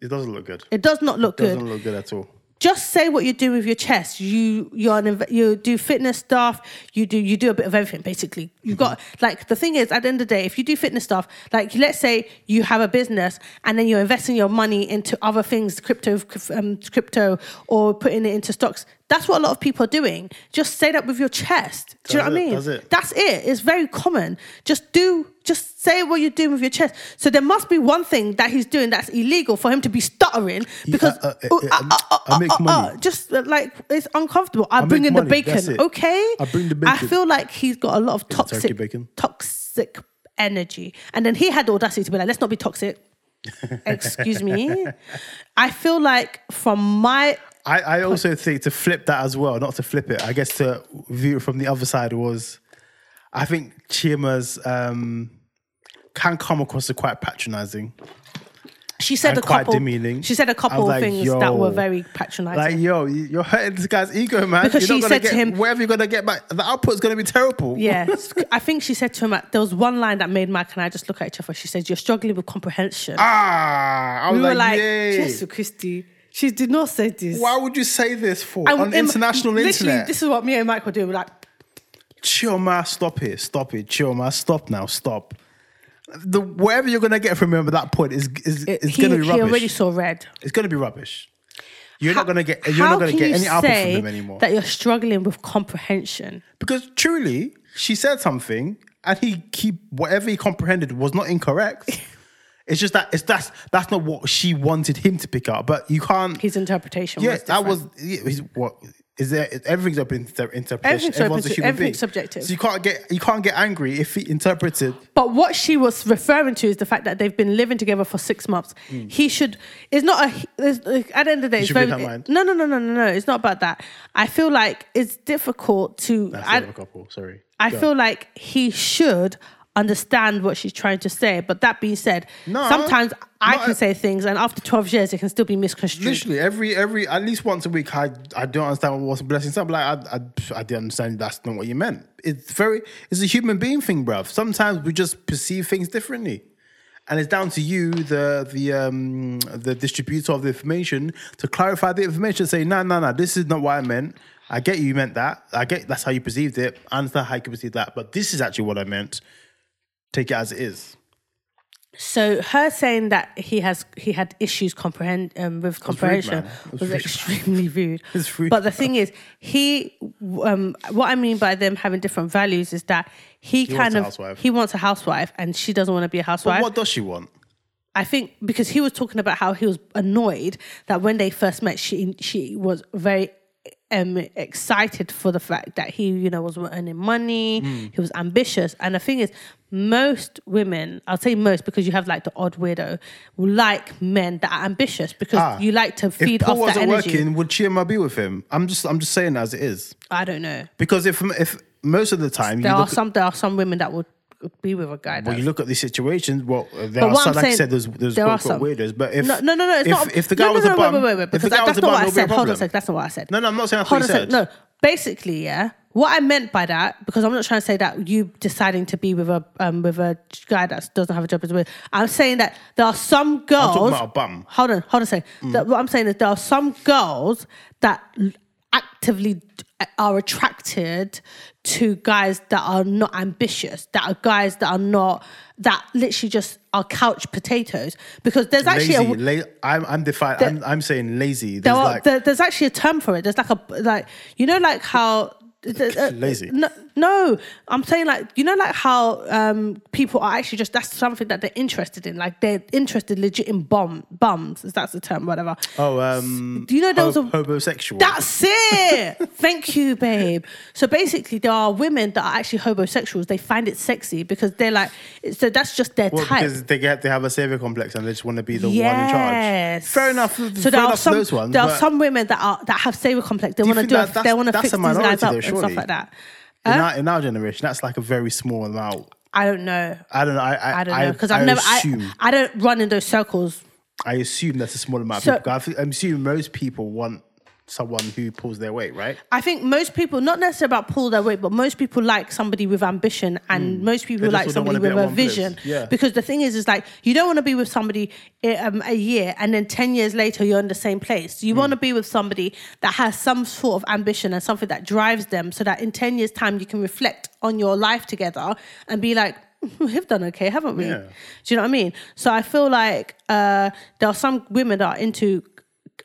Speaker 2: It doesn't look good.
Speaker 4: It does not look good
Speaker 2: doesn't look good at all.
Speaker 4: just say what you do with your chest. You you're an, inv- you do fitness stuff. You do you do a bit of everything basically. You got
Speaker 2: Mm-hmm.
Speaker 4: like the thing is at the end of the day, if you do fitness stuff, like let's say you have a business and then you're investing your money into other things, crypto, um, crypto, or putting it into stocks. That's what a lot of people are doing. Just say that with your chest. Do you know
Speaker 2: That's
Speaker 4: what I
Speaker 2: it,
Speaker 4: mean?
Speaker 2: that's it.
Speaker 4: That's it. It's very common. Just do. Just say what you're doing with your chest. So there must be one thing that he's doing that's illegal for him to be stuttering because
Speaker 2: uh, uh,
Speaker 4: Ooh,
Speaker 2: uh,
Speaker 4: ah, ah, ah,
Speaker 2: I make
Speaker 4: ah, ah,
Speaker 2: money.
Speaker 4: just uh, like it's uncomfortable. I, bring
Speaker 2: make
Speaker 4: in the
Speaker 2: money, that's
Speaker 4: bacon,
Speaker 2: it.
Speaker 4: okay?
Speaker 2: I bring the
Speaker 4: I
Speaker 2: bacon.
Speaker 4: feel like he's got a lot of
Speaker 2: turkey
Speaker 4: toxic,
Speaker 2: bacon?
Speaker 4: toxic energy, and then he had the audacity to be like, "Let's not
Speaker 2: [LAUGHS]
Speaker 4: be toxic." Excuse me. I feel like from my
Speaker 2: I, I also think to flip that as well, not to flip it, I guess to view it from the other side was I think Chima's um, can come across as quite patronizing.
Speaker 4: she said
Speaker 2: And
Speaker 4: a
Speaker 2: quite
Speaker 4: couple.
Speaker 2: demeaning.
Speaker 4: She said a
Speaker 2: I
Speaker 4: couple
Speaker 2: was like,
Speaker 4: things that were
Speaker 2: "Yo."
Speaker 4: very patronizing.
Speaker 2: Like, [LAUGHS] yo, you- you're hurting this guy's ego, man.
Speaker 4: Because
Speaker 2: you're
Speaker 4: she
Speaker 2: not gonna
Speaker 4: said
Speaker 2: get,
Speaker 4: to him-
Speaker 2: whatever you're going to get back, the output's going to be terrible.
Speaker 4: Yeah, I think she said to him. Like, there was one line that made Mike and I just look at each other. She said, "You're struggling with comprehension."
Speaker 2: Ah, I was
Speaker 4: we were
Speaker 2: like,
Speaker 4: like,
Speaker 2: yay.
Speaker 4: "Jesus Christi." She did not say this.
Speaker 2: Why would you say this for
Speaker 4: And
Speaker 2: on
Speaker 4: in-
Speaker 2: international
Speaker 4: literally,
Speaker 2: internet?
Speaker 4: This is what me and Mike were doing. We're like,
Speaker 2: chill, man. Stop it. Stop it. Chill, man. Stop now. Stop. The wherever you're gonna get from him at that point is is, is
Speaker 4: he,
Speaker 2: gonna be
Speaker 4: he already
Speaker 2: rubbish.
Speaker 4: saw red.
Speaker 2: It's gonna be rubbish. You're
Speaker 4: How-
Speaker 2: not gonna get. You're
Speaker 4: how
Speaker 2: not gonna
Speaker 4: can
Speaker 2: get
Speaker 4: you
Speaker 2: any output from
Speaker 4: say
Speaker 2: him anymore.
Speaker 4: That you're struggling with comprehension.
Speaker 2: because truly, she said something, and he keep whatever he comprehended was not
Speaker 4: [LAUGHS]
Speaker 2: incorrect. it's just that it's that's that's not what she wanted him to pick up. But you can't.
Speaker 4: His interpretation.
Speaker 2: Yeah,
Speaker 4: was
Speaker 2: that
Speaker 4: different.
Speaker 2: was yeah, he's- what is there? Everything's up in inter- interpretation.
Speaker 4: Everything's
Speaker 2: Everyone's a
Speaker 4: subjective-
Speaker 2: human being.
Speaker 4: everything's subjective.
Speaker 2: So you can't get you can't get angry if he interpreted.
Speaker 4: But what she was referring to is the fact that they've been living together for six months. He should. It's not a. It's, at the end of the day, it's
Speaker 2: Mm. should read
Speaker 4: very.
Speaker 2: her mind.
Speaker 4: No, no, no, no, no, no. It's not about that. I feel like it's difficult to.
Speaker 2: That's
Speaker 4: I-
Speaker 2: the other couple. Sorry.
Speaker 4: I
Speaker 2: Go.
Speaker 4: feel like he should understand what she's trying to say. But that being said,
Speaker 2: No,
Speaker 4: sometimes I
Speaker 2: no,
Speaker 4: can
Speaker 2: I-
Speaker 4: say things, and after 12 years, it can still be misconstrued.
Speaker 2: Literally every every at least once a week, I I don't understand what was a blessing. So I'm like, I, I I didn't understand that's not what you meant. It's very it's a human being thing, bruv. Sometimes we just perceive things differently, and it's down to you, the the um the distributor of the information, to clarify the information. Say, no, no, no, this is not what I meant. I get you meant that. I get that's how you perceived it. I understand how you can perceive that, but this is actually what I meant. Take it as it is.
Speaker 4: So her saying that he has he had issues comprehend um, with
Speaker 2: man.
Speaker 4: comprehension
Speaker 2: It was
Speaker 4: was,
Speaker 2: rude, man. [LAUGHS]
Speaker 4: extremely rude.
Speaker 2: was rude,
Speaker 4: but the thing is, he um, what I mean by them having different values is that he,
Speaker 2: wants
Speaker 4: kind
Speaker 2: a
Speaker 4: of
Speaker 2: housewife.
Speaker 4: he wants a housewife and she doesn't want to be a housewife.
Speaker 2: What does she want?
Speaker 4: I think because he was talking about how he was annoyed that when they first met, she she was very um excited for the fact that he you know was earning money,
Speaker 2: Mm.
Speaker 4: he was ambitious, and the thing is, most women, I'll say most because you have like the odd weirdo, will like men that are ambitious because
Speaker 2: Ah,
Speaker 4: you like to feed
Speaker 2: if Paul
Speaker 4: off that
Speaker 2: wasn't
Speaker 4: energy.
Speaker 2: working, would Chioma be with him? I'm just I'm just saying as it is.
Speaker 4: I don't know.
Speaker 2: Because if if most of the time you
Speaker 4: There are
Speaker 2: look,
Speaker 4: some there are some women that would be with a guy.
Speaker 2: well,
Speaker 4: that's-
Speaker 2: you look at these situations, well, uh, there
Speaker 4: But
Speaker 2: are
Speaker 4: what
Speaker 2: some,
Speaker 4: I'm
Speaker 2: like I
Speaker 4: saying,
Speaker 2: said, there's, there's
Speaker 4: there are
Speaker 2: quote, unquote
Speaker 4: some.
Speaker 2: weirdos. But if
Speaker 4: no, no, no, it's
Speaker 2: if,
Speaker 4: not.
Speaker 2: if the guy
Speaker 4: no,
Speaker 2: was
Speaker 4: no,
Speaker 2: a
Speaker 4: no,
Speaker 2: bum,
Speaker 4: wait, wait, wait, wait,
Speaker 2: if the
Speaker 4: because
Speaker 2: guy
Speaker 4: that-
Speaker 2: was
Speaker 4: that's
Speaker 2: a
Speaker 4: not
Speaker 2: bum,
Speaker 4: what I
Speaker 2: it'll be a
Speaker 4: said. Hold on a
Speaker 2: problem.
Speaker 4: sec, that's not what I said.
Speaker 2: No, no, I'm not saying that's
Speaker 4: Hold
Speaker 2: what
Speaker 4: on
Speaker 2: you
Speaker 4: a sec.
Speaker 2: said.
Speaker 4: No, basically, yeah. What I meant by that, because I'm not trying to say that you deciding to be with a um, with a guy that doesn't have a job is weird. I'm saying that there are some girls.
Speaker 2: talking about um, Mm. a bum.
Speaker 4: Hold on, hold on a second. That- what I'm saying is there are some girls that l- actively d- are attracted to guys that are not ambitious, that are guys that are not that literally just are couch potatoes. Because there's actually
Speaker 2: lazy,
Speaker 4: a,
Speaker 2: la- I'm I'm defi- I'm, I'm saying lazy.
Speaker 4: there
Speaker 2: There's
Speaker 4: are,
Speaker 2: like
Speaker 4: there, there's actually a term for it. There's like a like you know like how uh,
Speaker 2: Lazy.
Speaker 4: No, no, I'm saying like you know like how um, people are actually just that's something that they're interested in. Like they're interested legit in bum bums. If that's the term, whatever.
Speaker 2: oh um,
Speaker 4: Do you know there was
Speaker 2: ho-
Speaker 4: a-
Speaker 2: homosexual?
Speaker 4: That's it. [LAUGHS] Thank you, babe. So basically, there are women that are actually homosexuals. They find it sexy because they're like, so that's just their
Speaker 2: well,
Speaker 4: type.
Speaker 2: because they get they have a savior complex and they just want to be the one in charge.
Speaker 4: Yes.
Speaker 2: Fair enough.
Speaker 4: So
Speaker 2: fair
Speaker 4: there are
Speaker 2: enough for
Speaker 4: some
Speaker 2: those ones.
Speaker 4: there are
Speaker 2: but
Speaker 4: some women that are that have saver complex. They
Speaker 2: you
Speaker 4: want to
Speaker 2: think
Speaker 4: do
Speaker 2: that-
Speaker 4: a-
Speaker 2: that's-
Speaker 4: they want to
Speaker 2: that's
Speaker 4: fix
Speaker 2: a
Speaker 4: these lives
Speaker 2: minority
Speaker 4: up
Speaker 2: though,
Speaker 4: and
Speaker 2: surely?
Speaker 4: stuff like that.
Speaker 2: in, our, in our generation, that's like a very small amount.
Speaker 4: I don't know.
Speaker 2: I don't know. I I,
Speaker 4: I don't know because I've
Speaker 2: I
Speaker 4: never.
Speaker 2: assume.
Speaker 4: I, I don't run in those circles.
Speaker 2: I assume that's a small amount
Speaker 4: So-
Speaker 2: of people. I think- I'm assuming most people want someone who pulls their weight, right?
Speaker 4: I think most people, not necessarily about pull their weight, but most people like somebody with ambition, and most people
Speaker 2: Mm. They just
Speaker 4: like
Speaker 2: don't
Speaker 4: somebody
Speaker 2: wanna be
Speaker 4: with
Speaker 2: at
Speaker 4: a
Speaker 2: one place.
Speaker 4: vision.
Speaker 2: Yeah.
Speaker 4: Because the thing is, is like you don't want to be with somebody eh, um, a year, and then ten years later you're in the same place.
Speaker 2: Mm.
Speaker 4: You want to be with somebody that has some sort of ambition and something that drives them, so that in ten years' time you can reflect on your life together and be like. "Hmm, We've done okay, haven't we?
Speaker 2: Yeah.
Speaker 4: Do you know what I mean? So I feel like uh, there are some women that are into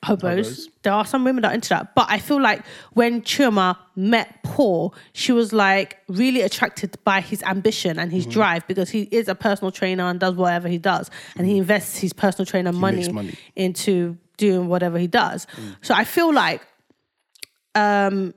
Speaker 4: hobos.
Speaker 2: Hobos.
Speaker 4: There are some women that are into that, but I feel like when Chioma met Paul, she was like really attracted by his ambition and
Speaker 2: Mm-hmm.
Speaker 4: his drive because he is a personal trainer and does whatever he does, and
Speaker 2: Mm-hmm.
Speaker 4: he invests his personal trainer
Speaker 2: makes
Speaker 4: money,
Speaker 2: money.
Speaker 4: into doing whatever he does. So I feel like, um,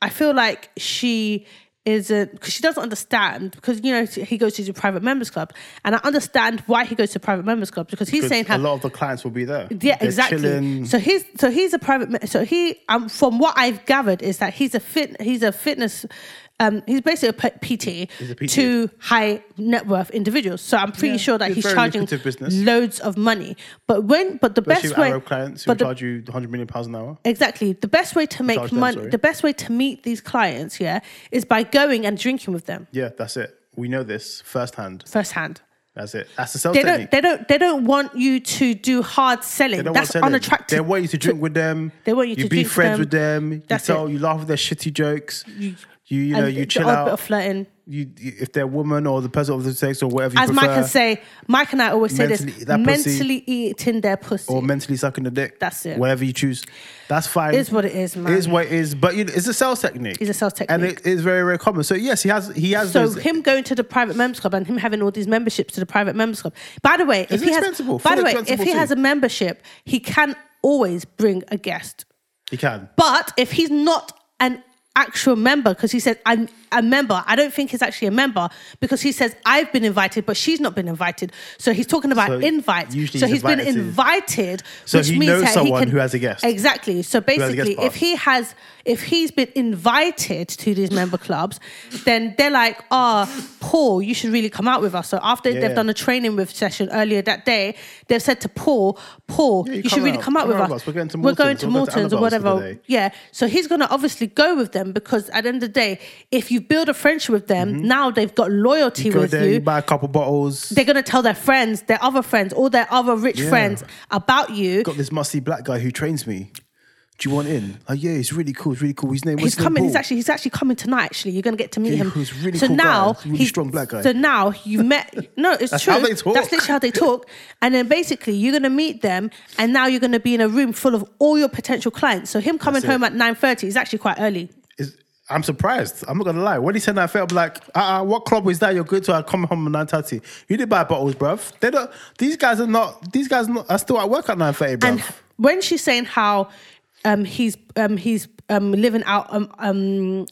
Speaker 4: I feel like she isn't because she doesn't understand because you know he goes to the private members club, and I understand why he goes to private members club because he's
Speaker 2: 'Cause
Speaker 4: saying
Speaker 2: a
Speaker 4: how
Speaker 2: lot of the clients will be there.
Speaker 4: yeah,
Speaker 2: They're
Speaker 4: exactly.
Speaker 2: chilling.
Speaker 4: So he's so he's a private. me- So he um, from what I've gathered is that he's a fit. He's a fitness. Um, he's basically a p- PT,
Speaker 2: He's a PT.
Speaker 4: to high net worth individuals. So I'm pretty sure that
Speaker 2: It's
Speaker 4: he's
Speaker 2: very
Speaker 4: charging
Speaker 2: lucrative business.
Speaker 4: loads of money. But when but the
Speaker 2: Especially with
Speaker 4: best way
Speaker 2: Arab clients who
Speaker 4: but the-
Speaker 2: charge you 100 million pounds an hour.
Speaker 4: Exactly. The best way to
Speaker 2: Charge
Speaker 4: make
Speaker 2: them,
Speaker 4: money,
Speaker 2: sorry.
Speaker 4: the best way to meet these clients, yeah, is by going and drinking with them
Speaker 2: Yeah, that's it. We know this firsthand.
Speaker 4: firsthand.
Speaker 2: That's it. That's the sales
Speaker 4: They
Speaker 2: technique.
Speaker 4: don't. They don't. They don't want you to do hard selling.
Speaker 2: They don't
Speaker 4: That's
Speaker 2: want selling.
Speaker 4: unattractive.
Speaker 2: They want you to drink with them.
Speaker 4: They want you to
Speaker 2: be
Speaker 4: drink with
Speaker 2: friends
Speaker 4: them.
Speaker 2: with them. You
Speaker 4: That's
Speaker 2: tell,
Speaker 4: it.
Speaker 2: you laugh at their shitty jokes. You, you, know,
Speaker 4: and
Speaker 2: you
Speaker 4: the
Speaker 2: chill
Speaker 4: odd bit
Speaker 2: out.
Speaker 4: of flirting.
Speaker 2: You, you, if they're woman or the person of the sex or whatever you
Speaker 4: as
Speaker 2: prefer,
Speaker 4: Mike can say, Mike and I always say this:
Speaker 2: Mentally eat that pussy.
Speaker 4: mentally eating their pussy.
Speaker 2: or mentally sucking the dick.
Speaker 4: That's it.
Speaker 2: Whatever you choose, that's fine.
Speaker 4: It is what it is, man.
Speaker 2: It is what it is, but you, it's a sales technique.
Speaker 4: It's a sales
Speaker 2: and
Speaker 4: technique.
Speaker 2: it is very very common. So yes, he has he has.
Speaker 4: so
Speaker 2: those,
Speaker 4: him going to the private members club and him having all these memberships to the private members club. By the way,
Speaker 2: It's
Speaker 4: if he has,
Speaker 2: expensive,
Speaker 4: by
Speaker 2: full
Speaker 4: the way, if
Speaker 2: expensive
Speaker 4: he
Speaker 2: too.
Speaker 4: has a membership, he can always bring a guest.
Speaker 2: he can.
Speaker 4: But if he's not an actual member, because he says I'm a member, I don't think he's actually a member because he says I've been invited, but she's not been invited. So he's talking about
Speaker 2: So
Speaker 4: invites.
Speaker 2: usually
Speaker 4: So
Speaker 2: he's
Speaker 4: he's been
Speaker 2: invited to-
Speaker 4: invited,
Speaker 2: So
Speaker 4: which
Speaker 2: he
Speaker 4: means
Speaker 2: knows
Speaker 4: that he
Speaker 2: someone
Speaker 4: can,
Speaker 2: who has a guest.
Speaker 4: Exactly. So
Speaker 2: has a guest
Speaker 4: basically,
Speaker 2: pass.
Speaker 4: if he has If he's been invited to these member clubs, then they're like, ah, Paul, you should really come out with us. So after
Speaker 2: Yeah.
Speaker 4: they've done a training with session earlier that day, they've said to Paul, Paul,
Speaker 2: Yeah, you
Speaker 4: you,
Speaker 2: come
Speaker 4: should really
Speaker 2: out,
Speaker 4: come out
Speaker 2: come
Speaker 4: with
Speaker 2: out
Speaker 4: us.
Speaker 2: with us. We're going to
Speaker 4: We're going
Speaker 2: Morton's,
Speaker 4: to
Speaker 2: we're going to
Speaker 4: Morton's or
Speaker 2: Annabelle's for the
Speaker 4: whatever.
Speaker 2: day.
Speaker 4: Yeah. So he's going to obviously go with them because at the end of the day, if you build a friendship with them,
Speaker 2: Mm-hmm.
Speaker 4: now they've got loyalty
Speaker 2: Go
Speaker 4: with
Speaker 2: there,
Speaker 4: you.
Speaker 2: you buy a couple bottles.
Speaker 4: they're going to tell their friends, their other friends, all their other rich
Speaker 2: Yeah.
Speaker 4: friends about you.
Speaker 2: got this musty black guy who trains me. Do you want in? Oh yeah, he's really cool. He's really cool. His name.
Speaker 4: He's
Speaker 2: what's his name?
Speaker 4: coming. He's
Speaker 2: Paul.
Speaker 4: actually he's actually coming tonight. Actually, you're gonna get to meet
Speaker 2: Yeah,
Speaker 4: him.
Speaker 2: he's a really
Speaker 4: so
Speaker 2: cool guy.
Speaker 4: now
Speaker 2: He's a really
Speaker 4: he's-
Speaker 2: strong black guy.
Speaker 4: So now you met. No, it's
Speaker 2: That's
Speaker 4: true.
Speaker 2: how they talk.
Speaker 4: That's literally how they talk. And then basically you're gonna meet them, and now you're gonna be in a room full of all your potential clients. So him coming
Speaker 2: That's it.
Speaker 4: home at nine thirty is actually quite early.
Speaker 2: Is- I'm surprised. I'm not gonna lie. When he said that, I felt like, uh, uh what club was that? You're good to. I come home at nine thirty. You did buy bottles, bruv. They don't. These guys are not. These guys are, not, are still at work at nine thirty, bruv.
Speaker 4: And when she's saying how um, he's um, he's um, living out um, um,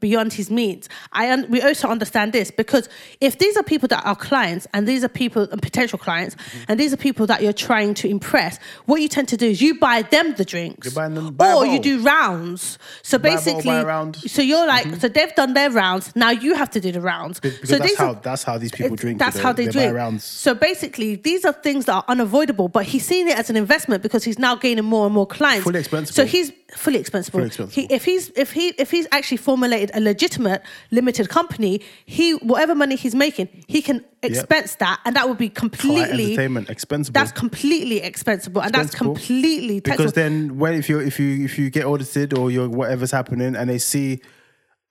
Speaker 4: beyond his means, I un- we also understand this because if these are people that are clients and these are people and potential clients
Speaker 2: Mm-hmm.
Speaker 4: and these are people that you're trying to impress, what you tend to do is you buy them the drinks,
Speaker 2: You buy them- buy a
Speaker 4: or you
Speaker 2: bowl.
Speaker 4: do rounds. So
Speaker 2: a bowl, buy a
Speaker 4: basically,
Speaker 2: round. Mm-hmm.
Speaker 4: so you're like, so they've done their rounds. Now you have to do the rounds.
Speaker 2: Because
Speaker 4: so
Speaker 2: that's
Speaker 4: these are-
Speaker 2: how that's how these people
Speaker 4: it's-
Speaker 2: drink.
Speaker 4: That's how they,
Speaker 2: buy
Speaker 4: drink.
Speaker 2: rounds.
Speaker 4: So basically, these are things that are unavoidable, but he's seen it as an investment because he's now gaining more and more clients.
Speaker 2: Fully expensible.
Speaker 4: So he's fully expensible.
Speaker 2: Fully expensible.
Speaker 4: He, if he's if he if he's actually formulated a legitimate limited company, he whatever money he's making, he can expense that, and that would be
Speaker 2: Client
Speaker 4: completely.
Speaker 2: entertainment, expensive.
Speaker 4: That's completely expensible, and that's
Speaker 2: Expensible.
Speaker 4: completely
Speaker 2: because
Speaker 4: taxable.
Speaker 2: then when if you if you if you get audited or you're whatever's happening and they see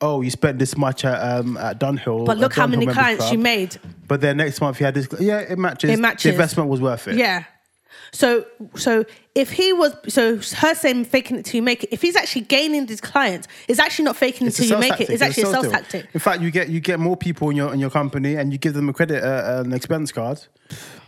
Speaker 2: oh you spent this much at um at Dunhill
Speaker 4: But
Speaker 2: at
Speaker 4: look how
Speaker 2: Dunhill
Speaker 4: many
Speaker 2: Members
Speaker 4: clients
Speaker 2: Club,
Speaker 4: you made.
Speaker 2: but then next month you had this yeah it matches
Speaker 4: It matches.
Speaker 2: the investment was worth it
Speaker 4: Yeah. So so if he was so her saying faking it till you make it, if he's actually gaining these clients, it's actually not faking it
Speaker 2: It's a
Speaker 4: till you
Speaker 2: sales
Speaker 4: make
Speaker 2: tactic,
Speaker 4: it. It's actually a
Speaker 2: sales
Speaker 4: sales
Speaker 2: deal.
Speaker 4: tactic.
Speaker 2: In fact, you get you get more people in your in your company, and you give them a credit uh, an expense card,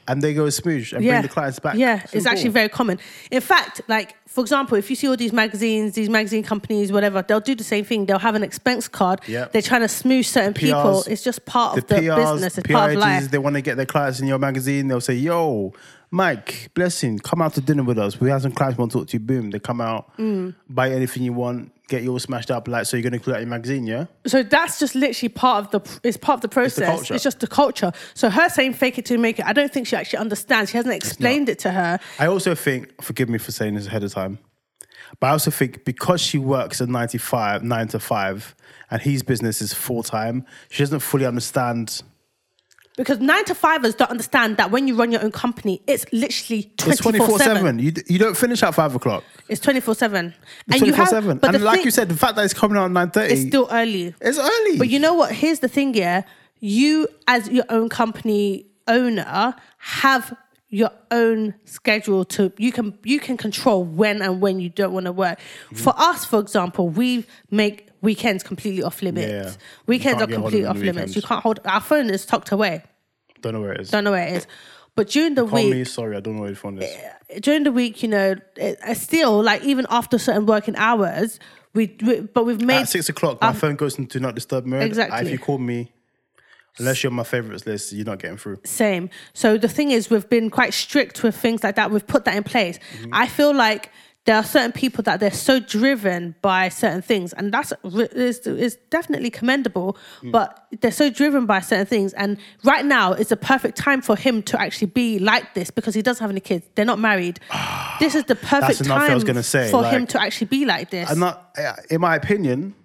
Speaker 2: and they go smooth and bring the clients back.
Speaker 4: Yeah,
Speaker 2: So
Speaker 4: it's actually
Speaker 2: cool.
Speaker 4: very common. In fact, like for example, if you see all these magazines, these magazine companies, whatever, they'll do the same thing. They'll have an expense card.
Speaker 2: Yep.
Speaker 4: They're trying to smooth certain people.
Speaker 2: PRs,
Speaker 4: It's just part
Speaker 2: the
Speaker 4: of the
Speaker 2: PRs,
Speaker 4: business. It's
Speaker 2: PR
Speaker 4: part of
Speaker 2: agencies,
Speaker 4: life.
Speaker 2: they want to get their clients in your magazine. They'll say, "Yo, Mike, blessing, come out to dinner with us. We have some clients want to talk to you. Boom, they come out,
Speaker 4: Mm.
Speaker 2: buy anything you want, get you all smashed up. Like, so you're gonna include that in your magazine, yeah?
Speaker 4: So that's just literally part of the it's part of the process.
Speaker 2: culture.
Speaker 4: just the culture. So her saying fake it till you make it, I don't think she actually understands. She hasn't explained it to her.
Speaker 2: I also think, forgive me for saying this ahead of time, but I also think because she works at 95, 9 to 5, and his business is full time, she doesn't fully understand.
Speaker 4: Because nine to fivers don't understand that when you run your own company, it's literally
Speaker 2: It's 24
Speaker 4: 24 7.
Speaker 2: 7. You, you don't finish at 5 o'clock.
Speaker 4: It's 24 7. And
Speaker 2: 24 7.
Speaker 4: but
Speaker 2: And
Speaker 4: the
Speaker 2: like
Speaker 4: thing-
Speaker 2: you said, the fact that it's coming out at 9 30,
Speaker 4: it's still early.
Speaker 2: it's early.
Speaker 4: But you know what? Here's the thing, yeah. You, as your own company owner, have your own schedule to you can you can control when and when you don't want to work.
Speaker 2: Mm-hmm.
Speaker 4: For us, for example, we make weekends completely off
Speaker 2: Yeah.
Speaker 4: limits.
Speaker 2: You
Speaker 4: Weekends
Speaker 2: can't
Speaker 4: are
Speaker 2: get hold of
Speaker 4: completely
Speaker 2: it on
Speaker 4: off
Speaker 2: the
Speaker 4: limits.
Speaker 2: weekends.
Speaker 4: You can't hold our phone is tucked away.
Speaker 2: don't know where it is.
Speaker 4: Don't know where it is. But during the
Speaker 2: Call
Speaker 4: week,
Speaker 2: me, sorry, I don't know where your phone is.
Speaker 4: during the week, you know, it, I still like even after certain working hours, we, we but we've made
Speaker 2: At 6 o'clock, my
Speaker 4: I've-
Speaker 2: phone goes into not disturb mode.
Speaker 4: um,
Speaker 2: Uh,
Speaker 4: Exactly.
Speaker 2: If you call me, unless you're on my favorites list, you're not getting through.
Speaker 4: same. So the thing is, we've been quite strict with things like that. We've put that in place.
Speaker 2: Mm-hmm.
Speaker 4: I feel like there are certain people that they're so driven by certain things, and that's re- is, is definitely commendable.
Speaker 2: Mm.
Speaker 4: But they're so driven by certain things, and right now is the perfect time for him to actually be like this because he doesn't have any kids. They're
Speaker 2: [SIGHS]
Speaker 4: not married. this is the perfect
Speaker 2: another
Speaker 4: time
Speaker 2: thing I was gonna say,
Speaker 4: for
Speaker 2: like-
Speaker 4: him to actually be like this.
Speaker 2: I'm not, in my opinion,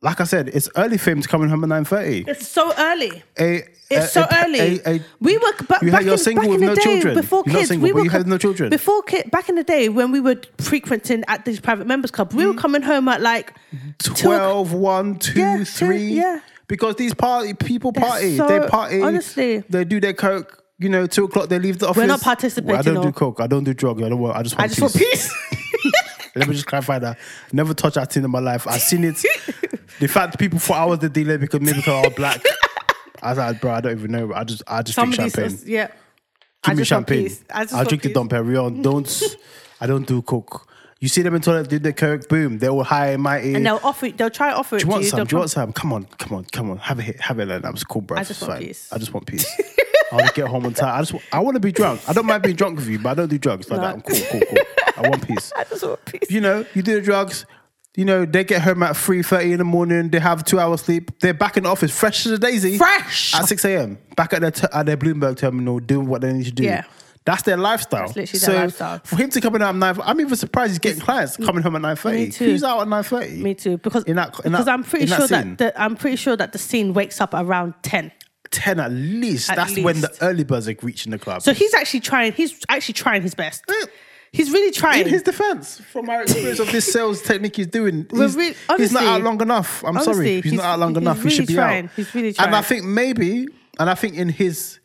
Speaker 2: like I said, it's early for him to come in home at nine thirty.
Speaker 4: It's so early. It's
Speaker 2: It's
Speaker 4: so early. we were but
Speaker 2: you had-
Speaker 4: back,
Speaker 2: you're
Speaker 4: in,
Speaker 2: single
Speaker 4: back
Speaker 2: with
Speaker 4: in the
Speaker 2: no
Speaker 4: day
Speaker 2: children.
Speaker 4: before
Speaker 2: You're not
Speaker 4: kids.
Speaker 2: single,
Speaker 4: we
Speaker 2: but
Speaker 4: were
Speaker 2: you had
Speaker 4: com-
Speaker 2: no children.
Speaker 4: before kid. Back in the day when we were frequenting at these private members club, we were
Speaker 2: Mm-hmm.
Speaker 4: coming home at like
Speaker 2: 12, 1, 2,
Speaker 4: Yeah, two,
Speaker 2: 3.
Speaker 4: yeah.
Speaker 2: Because these party people party.
Speaker 4: so-
Speaker 2: they party.
Speaker 4: honestly.
Speaker 2: They do their coke. You know, two o'clock they leave the office.
Speaker 4: not
Speaker 2: Well, I don't
Speaker 4: participating
Speaker 2: do
Speaker 4: or-
Speaker 2: coke. I don't do drugs. I don't want I just want
Speaker 4: I just want peace.
Speaker 2: [LAUGHS] Let me just clarify that. Never touch that thing in my life. I've
Speaker 4: [LAUGHS]
Speaker 2: seen it. the fact people thought I was the dealer because maybe because I was
Speaker 4: [LAUGHS]
Speaker 2: black. I was like, bro, I don't even know. I just I just drink
Speaker 4: Somebody
Speaker 2: champagne.
Speaker 4: says, yeah.
Speaker 2: Give
Speaker 4: I
Speaker 2: me
Speaker 4: just want
Speaker 2: champagne.
Speaker 4: peace. I just
Speaker 2: I'll
Speaker 4: want
Speaker 2: drink the
Speaker 4: peace.
Speaker 2: Dom Perignon.
Speaker 4: [LAUGHS]
Speaker 2: Don't I don't do coke. You see them in toilet do the coke, boom, they were high and mighty.
Speaker 4: And they'll offer. They'll try to offer it
Speaker 2: Do you want
Speaker 4: to you.
Speaker 2: some?
Speaker 4: They'll
Speaker 2: Do you
Speaker 4: come-
Speaker 2: want some? Come on, come on, come on. Have a hit, have it. Like that was cool, bro.
Speaker 4: I just
Speaker 2: It's
Speaker 4: want
Speaker 2: fine.
Speaker 4: peace.
Speaker 2: I just want peace.
Speaker 1: [LAUGHS]
Speaker 2: I want to get home on time. I just, want, I want to be drunk. I don't mind being drunk with you, but I don't do drugs like
Speaker 4: No.
Speaker 2: that. I'm cool, cool, cool. I want peace.
Speaker 1: [LAUGHS] I just want peace.
Speaker 2: you know, you do the drugs. You know, they get home at three thirty in the morning. They have two hours sleep. They're back in the office, fresh as a daisy,
Speaker 1: Fresh.
Speaker 2: at six a.m. Back at their t- at their Bloomberg terminal, doing what they need to do.
Speaker 1: Yeah.
Speaker 2: That's their lifestyle.
Speaker 1: That's literally
Speaker 2: so
Speaker 1: their lifestyle.
Speaker 2: For him to come in at nine, I'm even surprised he's getting clients coming home at nine thirty.
Speaker 1: Me too.
Speaker 2: Who's out at nine thirty?
Speaker 1: Me too, because
Speaker 2: In that- in
Speaker 1: because
Speaker 2: that-
Speaker 1: I'm pretty
Speaker 2: in that
Speaker 1: sure
Speaker 2: scene.
Speaker 1: that the, I'm pretty sure that the scene wakes up around ten.
Speaker 2: Ten at least.
Speaker 1: At
Speaker 2: That's when the
Speaker 1: least.
Speaker 2: early birds are reaching the club.
Speaker 1: So he's actually trying. He's actually trying his best. He's really trying.
Speaker 2: [LAUGHS] in his defense, from my experience of this sales technique he's doing,
Speaker 1: We're
Speaker 2: he's,
Speaker 1: re-
Speaker 2: he's not
Speaker 1: honestly-
Speaker 2: out long enough. I'm sorry,
Speaker 1: honestly,
Speaker 2: he's,
Speaker 1: he's-
Speaker 2: not out long
Speaker 1: he's
Speaker 2: enough. he should
Speaker 1: really
Speaker 2: be
Speaker 1: trying.
Speaker 2: out.
Speaker 1: He's really
Speaker 2: And I
Speaker 1: trying.
Speaker 2: think maybe, and I think in his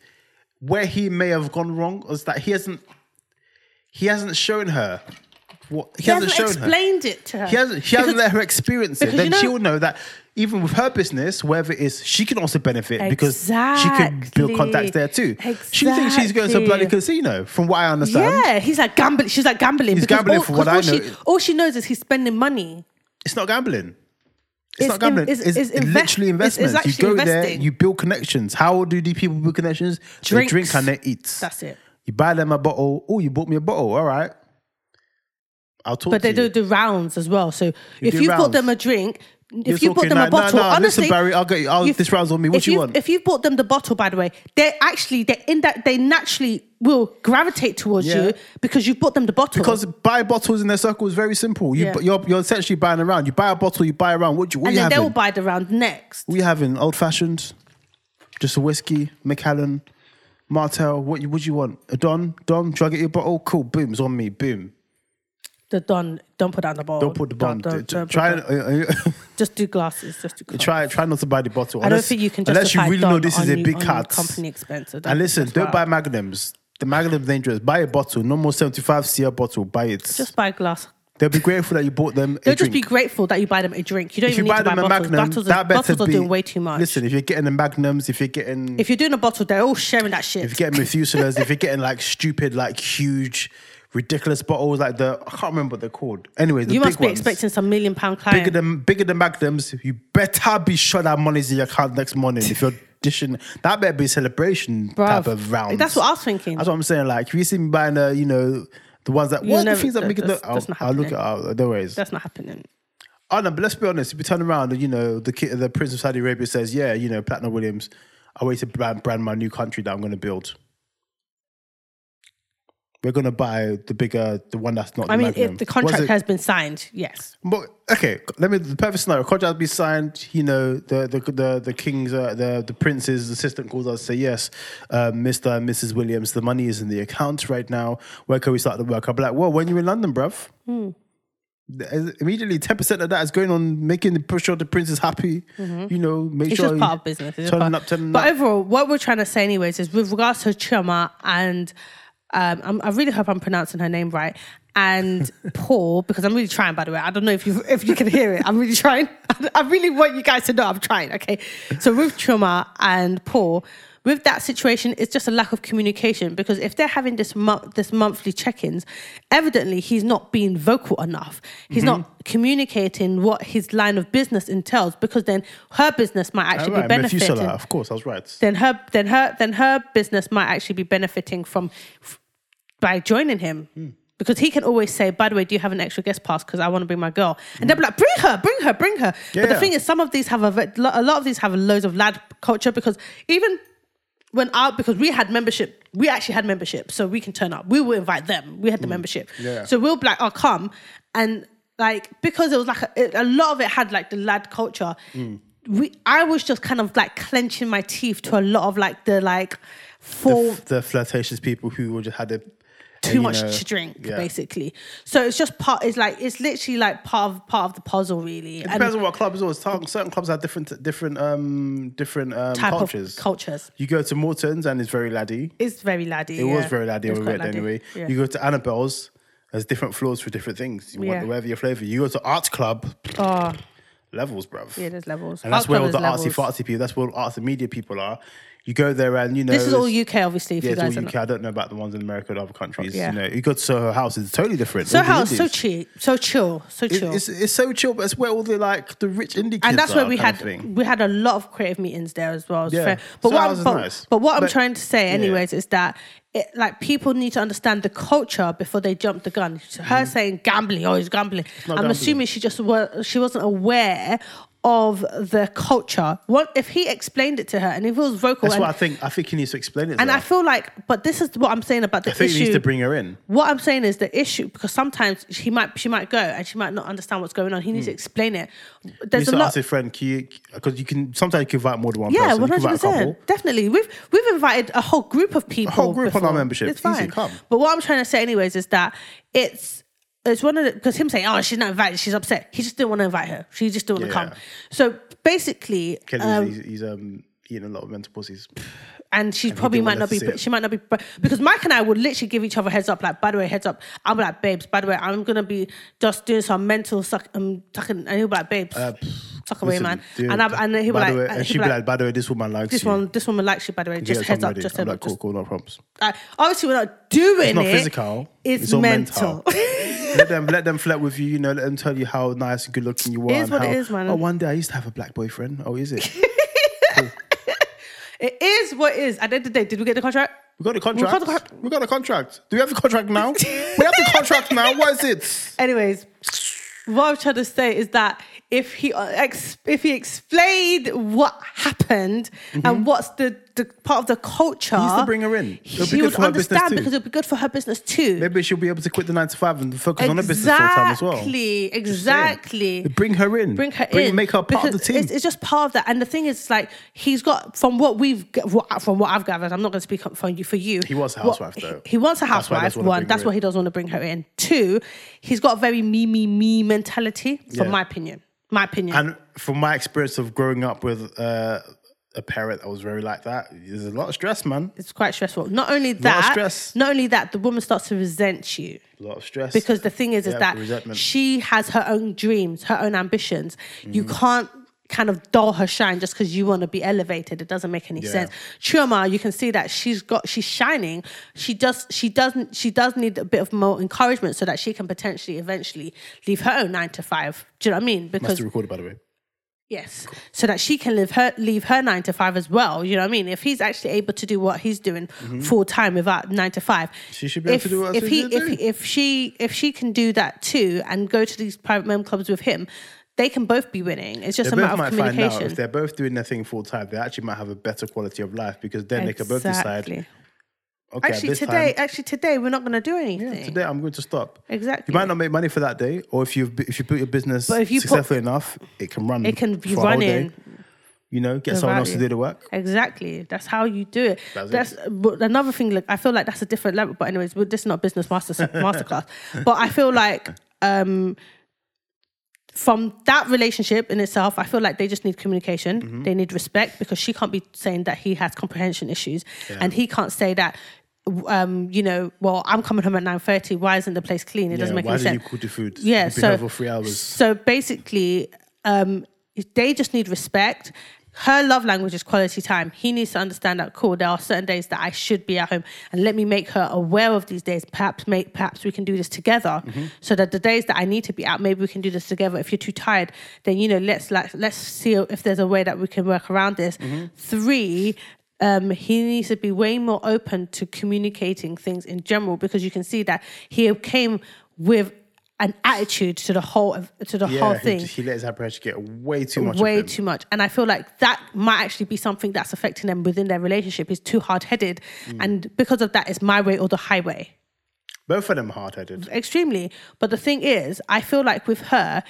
Speaker 2: where he may have gone wrong is that he hasn't he hasn't shown her what he,
Speaker 1: he hasn't,
Speaker 2: shown her.
Speaker 1: explained it to her.
Speaker 2: He hasn't, she hasn't
Speaker 1: Because-
Speaker 2: let her experience it.
Speaker 1: because
Speaker 2: Then
Speaker 1: you know-
Speaker 2: she'll know that even with her business, wherever it is, she can also benefit because she can build
Speaker 1: Exactly.
Speaker 2: contacts there too. She thinks she's going to a bloody
Speaker 1: Exactly.
Speaker 2: casino, from what I understand.
Speaker 1: Yeah, he's like gambling. She's like gambling.
Speaker 2: He's
Speaker 1: because
Speaker 2: gambling
Speaker 1: all,
Speaker 2: for what
Speaker 1: 'cause all
Speaker 2: I know.
Speaker 1: She, all she knows is he's spending money.
Speaker 2: It's not gambling. It's,
Speaker 1: It's
Speaker 2: not gambling.
Speaker 1: in-
Speaker 2: it's
Speaker 1: it's- it's invest-
Speaker 2: literally
Speaker 1: it's- it's
Speaker 2: investments. you go
Speaker 1: actually
Speaker 2: there,
Speaker 1: investing.
Speaker 2: you build connections. How do these people build connections? They
Speaker 1: Drinks.
Speaker 2: drink and they eat.
Speaker 1: That's it.
Speaker 2: You buy them a bottle. Oh, you bought me a bottle. All right. I'll talk
Speaker 1: But
Speaker 2: to
Speaker 1: they
Speaker 2: you.
Speaker 1: do the rounds as well. So if
Speaker 2: do
Speaker 1: you
Speaker 2: rounds.
Speaker 1: bought them a drink,
Speaker 2: You're
Speaker 1: if you bought
Speaker 2: talking
Speaker 1: them a
Speaker 2: like, "No,
Speaker 1: bottle,
Speaker 2: no, listen,
Speaker 1: honestly,
Speaker 2: Barry, I'll get you- I'll-
Speaker 1: you've-
Speaker 2: this round's on me. What
Speaker 1: if
Speaker 2: you
Speaker 1: you've-
Speaker 2: want?
Speaker 1: If you bought them the bottle, by the way, they're actually they're in that they naturally will gravitate towards
Speaker 2: Yeah.
Speaker 1: you because you bought them the bottle.
Speaker 2: because buy bottles in their circle is very simple. You,
Speaker 1: Yeah.
Speaker 2: bu- you're, you're essentially buying a round. You buy a bottle, you buy a round. What, do you- what
Speaker 1: and
Speaker 2: you
Speaker 1: then they
Speaker 2: having?
Speaker 1: will buy the round next.
Speaker 2: what you having? Old fashioned, just a whiskey, McAllen, Martel. What you, what do you want? A Don? Don? Do I get your bottle? Cool. Boom. It's on me. Boom.
Speaker 1: The don don't put down the bottle.
Speaker 2: Don't put the bomb.
Speaker 1: Don't- don't- don't put
Speaker 2: try,
Speaker 1: down-
Speaker 2: uh, [LAUGHS]
Speaker 1: just do glasses. Just do glasses.
Speaker 2: try, try not to buy the bottle.
Speaker 1: I don't think you can
Speaker 2: unless you
Speaker 1: justify
Speaker 2: really
Speaker 1: don
Speaker 2: know this is
Speaker 1: on
Speaker 2: a
Speaker 1: you-
Speaker 2: big
Speaker 1: on your
Speaker 2: cut.
Speaker 1: company expense. I don't
Speaker 2: And
Speaker 1: think
Speaker 2: listen,
Speaker 1: that's
Speaker 2: don't
Speaker 1: right.
Speaker 2: buy magnums. The magnum's dangerous. Buy a bottle, no more seventy-five cl bottle. Buy it.
Speaker 1: Just buy a glass.
Speaker 2: They'll be grateful that you bought them.
Speaker 1: They'll
Speaker 2: a drink.
Speaker 1: just be grateful that you buy them a drink. You don't
Speaker 2: if you
Speaker 1: even
Speaker 2: buy
Speaker 1: need to
Speaker 2: them
Speaker 1: buy
Speaker 2: a
Speaker 1: bottles.
Speaker 2: magnum,
Speaker 1: bottles are,
Speaker 2: that better
Speaker 1: bottles are
Speaker 2: be,
Speaker 1: doing way too much.
Speaker 2: Listen, if you're getting the magnums, if you're getting
Speaker 1: if you're doing a bottle, they're all sharing that shit.
Speaker 2: if you're getting methuselahs, if you're getting like stupid, like huge, ridiculous bottles, like the I can't remember what they're called. Anyway, the
Speaker 1: you
Speaker 2: big
Speaker 1: must be
Speaker 2: ones.
Speaker 1: expecting some million pound client.
Speaker 2: bigger than bigger than Magnums, you better be sure that money's in your account next morning. If you're dishing, that better be a celebration
Speaker 1: Bruv.
Speaker 2: type of round.
Speaker 1: That's what I was thinking.
Speaker 2: That's what I'm saying. Like if you see me buying the, you know, the ones that
Speaker 1: You
Speaker 2: what are the
Speaker 1: never-
Speaker 2: things that
Speaker 1: that-
Speaker 2: make it.
Speaker 1: that's-
Speaker 2: look- I'll,
Speaker 1: that's not
Speaker 2: I'll look at
Speaker 1: happening.
Speaker 2: uh, no worries.
Speaker 1: That's not happening.
Speaker 2: Oh no, but let's be honest. If you turn around and you know the ki- the Prince of Saudi Arabia says, yeah, you know, Platinum Williams, I want you to brand, brand my new country that I'm going to build. We're going to buy the bigger, the one that's not.
Speaker 1: I
Speaker 2: the
Speaker 1: mean,
Speaker 2: Magnum.
Speaker 1: if the
Speaker 2: Was
Speaker 1: contract
Speaker 2: it-
Speaker 1: has been signed, yes.
Speaker 2: but okay, let me. The perfect scenario: contract be signed. You know, the the the, the king's uh, the the prince's assistant calls us, say yes, uh, Mister and Mrs Williams, the money is in the account right now. Where can we start the work? I'll be like, well, when you're in London, bruv.
Speaker 1: Hmm.
Speaker 2: There's- Immediately, ten percent of that is going on making the push sure the prince is happy. You know,
Speaker 1: Mm-hmm.
Speaker 2: make
Speaker 1: It's
Speaker 2: sure
Speaker 1: just
Speaker 2: he-
Speaker 1: part of business. It's just
Speaker 2: Turning
Speaker 1: part-
Speaker 2: up, turning
Speaker 1: but
Speaker 2: up.
Speaker 1: overall, what we're trying to say, anyways, is with regards to Chima and um, I'm, I really hope I'm pronouncing her name right.
Speaker 2: [LAUGHS]
Speaker 1: And Paul, because I'm really trying. By the way, I don't know if you if you can hear it. I'm really trying. [LAUGHS] I really want you guys to know I'm trying. Okay. So with Chima and Paul, with that situation, it's just a lack of communication because if they're having this mo- this monthly check-ins, evidently he's not being vocal enough. He's
Speaker 2: Mm-hmm.
Speaker 1: not communicating what his line of business entails because then her business might
Speaker 2: All
Speaker 1: actually
Speaker 2: right,
Speaker 1: be
Speaker 2: Methuselah,
Speaker 1: benefiting
Speaker 2: of course, I was right.
Speaker 1: then her then her then her business might actually be benefiting from f- by joining him
Speaker 2: Hmm.
Speaker 1: because he can always say by the way do you have an extra guest pass because i want to bring my girl and they'll be like bring her bring her bring her but
Speaker 2: Hmm. Yeah.
Speaker 1: the thing is some of these have a, ve- lo- a lot of these have loads of lad culture because even when our because we had membership we actually had membership so we can turn up we will invite them we had the membership
Speaker 2: Hmm. Yeah.
Speaker 1: so we'll be like oh come and like because it was like a, it- a lot of it had like the lad culture
Speaker 2: Mm.
Speaker 1: we i was just kind of like clenching my teeth to a lot of like the like
Speaker 2: The,
Speaker 1: full
Speaker 2: f- the flirtatious people who just had a
Speaker 1: too much to drink
Speaker 2: basically.
Speaker 1: basically so it's just part it's like it's literally like part of part of the puzzle really
Speaker 2: It depends on what club as well. Certain certain clubs have different different um different um
Speaker 1: type
Speaker 2: cultures.
Speaker 1: of cultures
Speaker 2: you go to Morton's and it's very laddie.
Speaker 1: it's very laddie
Speaker 2: It was very laddie when we went there anyway. You go to Annabelle's, there's different floors for different things. You
Speaker 1: Yeah.
Speaker 2: want whatever your flavour. You go to Arts Club,
Speaker 1: oh
Speaker 4: Ah.
Speaker 2: levels, bruv.
Speaker 1: yeah there's levels
Speaker 2: And that's
Speaker 1: Art
Speaker 2: where all
Speaker 1: club
Speaker 2: the
Speaker 1: is
Speaker 2: artsy
Speaker 1: levels.
Speaker 2: fartsy people, that's where all arts and media people are. You go there and you know
Speaker 4: This is all
Speaker 2: it's-
Speaker 4: UK, obviously. If
Speaker 2: Yeah,
Speaker 4: you
Speaker 2: it's
Speaker 4: guys
Speaker 2: all
Speaker 4: are
Speaker 2: UK.
Speaker 4: not.
Speaker 2: I don't know about the ones in America and other countries.
Speaker 4: Yeah.
Speaker 2: You know, you go to her house, it's totally different.
Speaker 4: So
Speaker 2: All the
Speaker 4: house, so
Speaker 2: Indies.
Speaker 4: cheap, so chill, so
Speaker 2: It-
Speaker 4: chill.
Speaker 2: It's, it's so chill, but it's where all the like the rich indie kids
Speaker 4: and that's where
Speaker 2: are
Speaker 4: we
Speaker 2: kind
Speaker 4: had
Speaker 2: of thing.
Speaker 4: we had a lot of creative meetings there as well. It was
Speaker 2: Yeah.
Speaker 4: fair. But,
Speaker 2: So
Speaker 4: what
Speaker 2: that
Speaker 4: I'm,
Speaker 2: was
Speaker 4: but,
Speaker 2: nice.
Speaker 4: but what I'm
Speaker 2: But-
Speaker 4: trying to say, anyways, is that it, like people need to understand the culture before they jump the gun. So Her saying gambling, oh, it's gambling. I'm
Speaker 2: Mm-hmm. not gambling.
Speaker 4: assuming she just were, she wasn't aware of the culture. What if he explained it to her and if it was vocal?
Speaker 2: That's
Speaker 4: and,
Speaker 2: what I think. I think he needs to explain it. To
Speaker 4: and
Speaker 2: her.
Speaker 4: I feel like, but this is what I'm saying about the
Speaker 2: I think
Speaker 4: issue
Speaker 2: he needs to bring her in.
Speaker 4: what I'm saying is the issue because sometimes she might she might go and she might not understand what's going on. He needs to explain it. There's
Speaker 2: Needs
Speaker 4: a
Speaker 2: Hmm. to ask
Speaker 4: lot.
Speaker 2: your friend, because you can sometimes you can invite more than one
Speaker 4: Yeah,
Speaker 2: person. You
Speaker 4: one
Speaker 2: can
Speaker 4: hundred
Speaker 2: invite a couple.
Speaker 4: percent. Definitely, we've we've invited a whole group of people.
Speaker 2: whole group on our
Speaker 4: before.
Speaker 2: membership.
Speaker 4: It's
Speaker 2: Easy,
Speaker 4: fine.
Speaker 2: come.
Speaker 4: But what I'm trying to say, anyways, is that it's it's one of the because him saying, "Oh, she's not invited. She's upset. He just didn't want to invite her. She just didn't want to
Speaker 2: Yeah.
Speaker 4: come." So basically,
Speaker 2: Kelly's
Speaker 4: um,
Speaker 2: he's, he's um, eating a lot of mental pussies.
Speaker 4: and she probably
Speaker 2: didn't
Speaker 4: might
Speaker 2: want
Speaker 4: not
Speaker 2: her
Speaker 4: be.
Speaker 2: to see it.
Speaker 4: She might not be because Mike and I would literally give each other heads up. Like, by the way, heads up. I'm like, babes. By the way, I'm gonna be just doing some mental suck. Um, tucking. And he'll be like, babes, tuck away,
Speaker 2: Uh, Listen,
Speaker 4: man.
Speaker 2: dude,
Speaker 4: and I, and he'll be
Speaker 2: by
Speaker 4: like,
Speaker 2: the way,
Speaker 4: and
Speaker 2: and
Speaker 4: he'll
Speaker 2: she'd be like, by the way, this woman likes
Speaker 4: this
Speaker 2: you.
Speaker 4: one, this woman likes you. By the way,
Speaker 2: Get
Speaker 4: just
Speaker 2: her
Speaker 4: heads
Speaker 2: something
Speaker 4: up.
Speaker 2: ready.
Speaker 4: Just
Speaker 2: I'm
Speaker 4: heads
Speaker 2: like,
Speaker 4: up.
Speaker 2: cool,
Speaker 4: just-
Speaker 2: cool, no problems.
Speaker 4: like, obviously, we're not doing
Speaker 2: It's not
Speaker 4: it.
Speaker 2: physical.
Speaker 4: It's,
Speaker 2: It's all
Speaker 4: mental.
Speaker 2: mental. let them let them flirt with you. You know, let them tell you how nice and good looking you are.
Speaker 4: is
Speaker 2: and
Speaker 4: what it
Speaker 2: how,
Speaker 4: is, man.
Speaker 2: Oh, one day I used to have a black boyfriend. Oh, is
Speaker 4: [LAUGHS]
Speaker 2: it?
Speaker 4: [LAUGHS] it is what it is. At the end of the day, did we get the contract?
Speaker 2: We got a
Speaker 4: got
Speaker 2: contract.
Speaker 4: the
Speaker 2: We got, a contract. Do we have the contract now? we have the contract now. What is it?
Speaker 4: Anyways, what I'm trying to say is that if he uh, ex- if he explained what happened and what's the, the part of the culture, he
Speaker 2: needs Mm-hmm. to bring her in. It'll be
Speaker 4: she
Speaker 2: good
Speaker 4: would
Speaker 2: for her business
Speaker 4: understand
Speaker 2: too.
Speaker 4: because it'll be good for her business too.
Speaker 2: Maybe she'll be able to quit the nine to five and focus on her business full time as well.
Speaker 4: Exactly,
Speaker 2: Saying.
Speaker 4: exactly.
Speaker 2: Bring her in.
Speaker 4: Bring her in.
Speaker 2: Make her part of the
Speaker 4: because
Speaker 2: team.
Speaker 4: It's, it's just part of that. And the thing is, like, he's got from what we've g- what- from what I've gathered. I'm not going to speak up for you. For you, he
Speaker 2: wants a housewife, though.
Speaker 4: He, he wants a
Speaker 2: That's why he
Speaker 4: housewife.
Speaker 2: doesn't wanna
Speaker 4: one,
Speaker 2: bring
Speaker 4: that's
Speaker 2: her
Speaker 4: why
Speaker 2: in.
Speaker 4: he doesn't want to bring her in. Two, he's got a very me me me mentality. From
Speaker 2: Yeah.
Speaker 4: my opinion, my opinion.
Speaker 2: and from my experience of growing up with uh, a parent that was very like that, there's a lot of stress, man.
Speaker 4: it's quite stressful. Not only
Speaker 2: lot of
Speaker 4: that,
Speaker 2: stress.
Speaker 4: not only that, the woman starts to resent you.
Speaker 2: A lot of stress.
Speaker 4: because the thing is, is
Speaker 2: Yeah,
Speaker 4: that
Speaker 2: resentment.
Speaker 4: she has her own dreams, her own ambitions. You
Speaker 2: Mm.
Speaker 4: can't kind of dull her shine just because you want to be elevated. It doesn't make any
Speaker 2: Yeah.
Speaker 4: sense. Chioma, you can see that she's got she's shining. She just she doesn't she does need a bit of more encouragement so that she can potentially eventually leave her own nine to five. Do you know what I mean?
Speaker 2: Must
Speaker 4: Because
Speaker 2: be recorded, by the way.
Speaker 4: Yes, so that she can live her leave her nine to five as well. You know what I mean? If he's actually able to do what he's doing full time without nine to five,
Speaker 2: She should Mm-hmm. be able
Speaker 4: if,
Speaker 2: to do what
Speaker 4: if
Speaker 2: she's
Speaker 4: he
Speaker 2: gonna
Speaker 4: if,
Speaker 2: do.
Speaker 4: if she if she can do that too and go to these private mem clubs with him, they can both be winning. It's just
Speaker 2: They
Speaker 4: a
Speaker 2: both
Speaker 4: matter of
Speaker 2: might find out if
Speaker 4: communication.
Speaker 2: they're both doing their thing full time, they actually might have a better quality of life because then they can both decide,
Speaker 4: Exactly.
Speaker 2: okay, at
Speaker 4: actually,
Speaker 2: this
Speaker 4: today
Speaker 2: time,
Speaker 4: actually today we're not going to do anything.
Speaker 2: today I'm going to stop.
Speaker 4: Exactly.
Speaker 2: You might not make money for that day, or if you if you put your business
Speaker 4: But if you put-
Speaker 2: successful enough, it can run.
Speaker 4: it can be
Speaker 2: for a whole
Speaker 4: running.
Speaker 2: day, You know, get someone else to
Speaker 4: value.
Speaker 2: do the work.
Speaker 4: Exactly. That's how you do it.
Speaker 2: That's it.
Speaker 4: That's, but another thing. Like I feel like that's a different level. But anyways, well, this is not business master
Speaker 2: [LAUGHS]
Speaker 4: masterclass. But I feel like um, from that relationship in itself, I feel like they just need communication.
Speaker 2: Mm-hmm.
Speaker 4: They need respect because she can't be saying that he has comprehension issues, and he can't say that. Um, you know, well, I'm coming home at nine thirty. Why isn't the place clean? It doesn't
Speaker 2: Yeah,
Speaker 4: make
Speaker 2: why
Speaker 4: any
Speaker 2: did
Speaker 4: sense.
Speaker 2: you cook the food?
Speaker 4: Yeah,
Speaker 2: You've been
Speaker 4: so
Speaker 2: here for three hours.
Speaker 4: So basically, um, they just need respect. Her love language is quality time. He needs to understand that. Cool, there are certain days that I should be at home, and let me make her aware of these days. Perhaps, make perhaps we can do this together,
Speaker 2: Mm-hmm.
Speaker 4: so that the days that I need to be out, maybe we can do this together. If you're too tired, then you know, let's like let's see if there's a way that we can work around this.
Speaker 2: Mm-hmm.
Speaker 4: Three, um, he needs to be way more open to communicating things in general because you can see that he came with an attitude to the whole to the whole
Speaker 2: Yeah, he,
Speaker 4: thing
Speaker 2: just- he let his apprehension get way too much. of
Speaker 4: way
Speaker 2: him.
Speaker 4: too much and i feel like that might actually be something that's affecting them within their relationship he's too hard-headed and because of that it's my way or the highway
Speaker 2: Both of them hard headed.
Speaker 4: extremely. But the thing is, I feel like with her,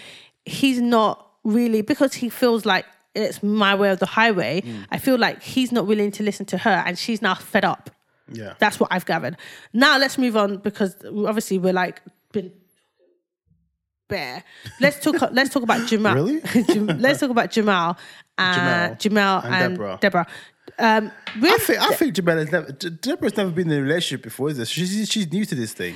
Speaker 4: he's not really because he feels like it's my way or the highway. I feel like he's not willing to listen to her, and she's now fed up.
Speaker 2: Yeah.
Speaker 4: That's what I've gathered. Now let's move on because obviously we're like been bare. Let's talk. [LAUGHS] let's talk about Jamal.
Speaker 2: Really?
Speaker 4: [LAUGHS] Jam- let's talk about Jamal. Uh,
Speaker 2: Jamal
Speaker 4: Jamal
Speaker 2: and
Speaker 4: and,
Speaker 2: Deborah.
Speaker 4: Deborah. Um, with
Speaker 2: I think I think Jabella's never De- Deborah's never been in a relationship before, is this? She's she's new to this thing.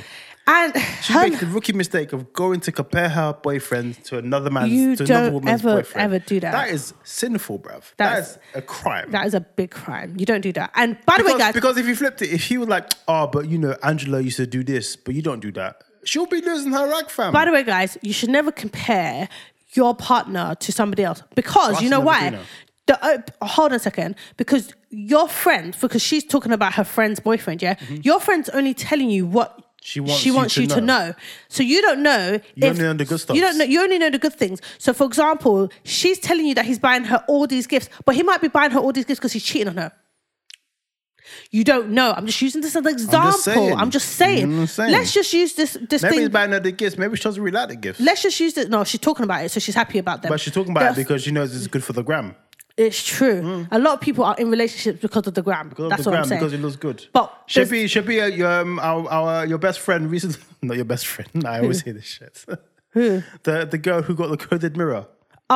Speaker 4: And
Speaker 2: She
Speaker 4: her-
Speaker 2: makes the rookie mistake of going to compare her boyfriend to another man's
Speaker 4: You
Speaker 2: to another
Speaker 4: don't
Speaker 2: woman's
Speaker 4: ever,
Speaker 2: boyfriend.
Speaker 4: ever do that.
Speaker 2: That is sinful, bruv.
Speaker 4: That's-
Speaker 2: That's, a crime.
Speaker 4: that is a big crime. You don't do that. And by the
Speaker 2: because,
Speaker 4: way, guys,
Speaker 2: because if you flipped it, if he was like, oh, but you know, Angela used to do this, but you don't do that, she'll be losing her rag, fam.
Speaker 4: by the way, guys, you should never compare your partner to somebody else because
Speaker 2: I
Speaker 4: you
Speaker 2: should
Speaker 4: know
Speaker 2: never
Speaker 4: why.
Speaker 2: do that.
Speaker 4: The, uh, hold on a second, because your friend, because she's talking about her friend's boyfriend, yeah.
Speaker 2: Mm-hmm.
Speaker 4: Your friend's only telling you what
Speaker 2: She wants
Speaker 4: she
Speaker 2: you
Speaker 4: wants
Speaker 2: to
Speaker 4: you to
Speaker 2: know.
Speaker 4: know. So you don't know.
Speaker 2: You
Speaker 4: if-
Speaker 2: only know the good
Speaker 4: You don't
Speaker 2: stuffs.
Speaker 4: know. You only know the good things. So for example, she's telling you that he's buying her all these gifts, but he might be buying her all these gifts because he's cheating on her. You don't know. I'm just using this as an example. I'm just saying.
Speaker 2: saying. You know what I'm saying?
Speaker 4: Let's just use this this
Speaker 2: Maybe
Speaker 4: thing
Speaker 2: he's buying her the gifts. Maybe she doesn't really like the gifts.
Speaker 4: let's just use it. No, she's talking about it, so she's happy about them.
Speaker 2: but she's talking about
Speaker 4: That's-
Speaker 2: it because she knows it's good for the gram.
Speaker 4: it's true. A lot of people are in relationships because of the gram.
Speaker 2: Mm. Because
Speaker 4: That's
Speaker 2: of the
Speaker 4: what
Speaker 2: gram,
Speaker 4: I'm saying.
Speaker 2: because it looks good.
Speaker 4: But
Speaker 2: should
Speaker 4: there's-
Speaker 2: be should be uh, your, um, our, our your best friend recently. [LAUGHS] Not your best friend. I always hear this shit. [LAUGHS] Who? the the girl who got the coded mirror.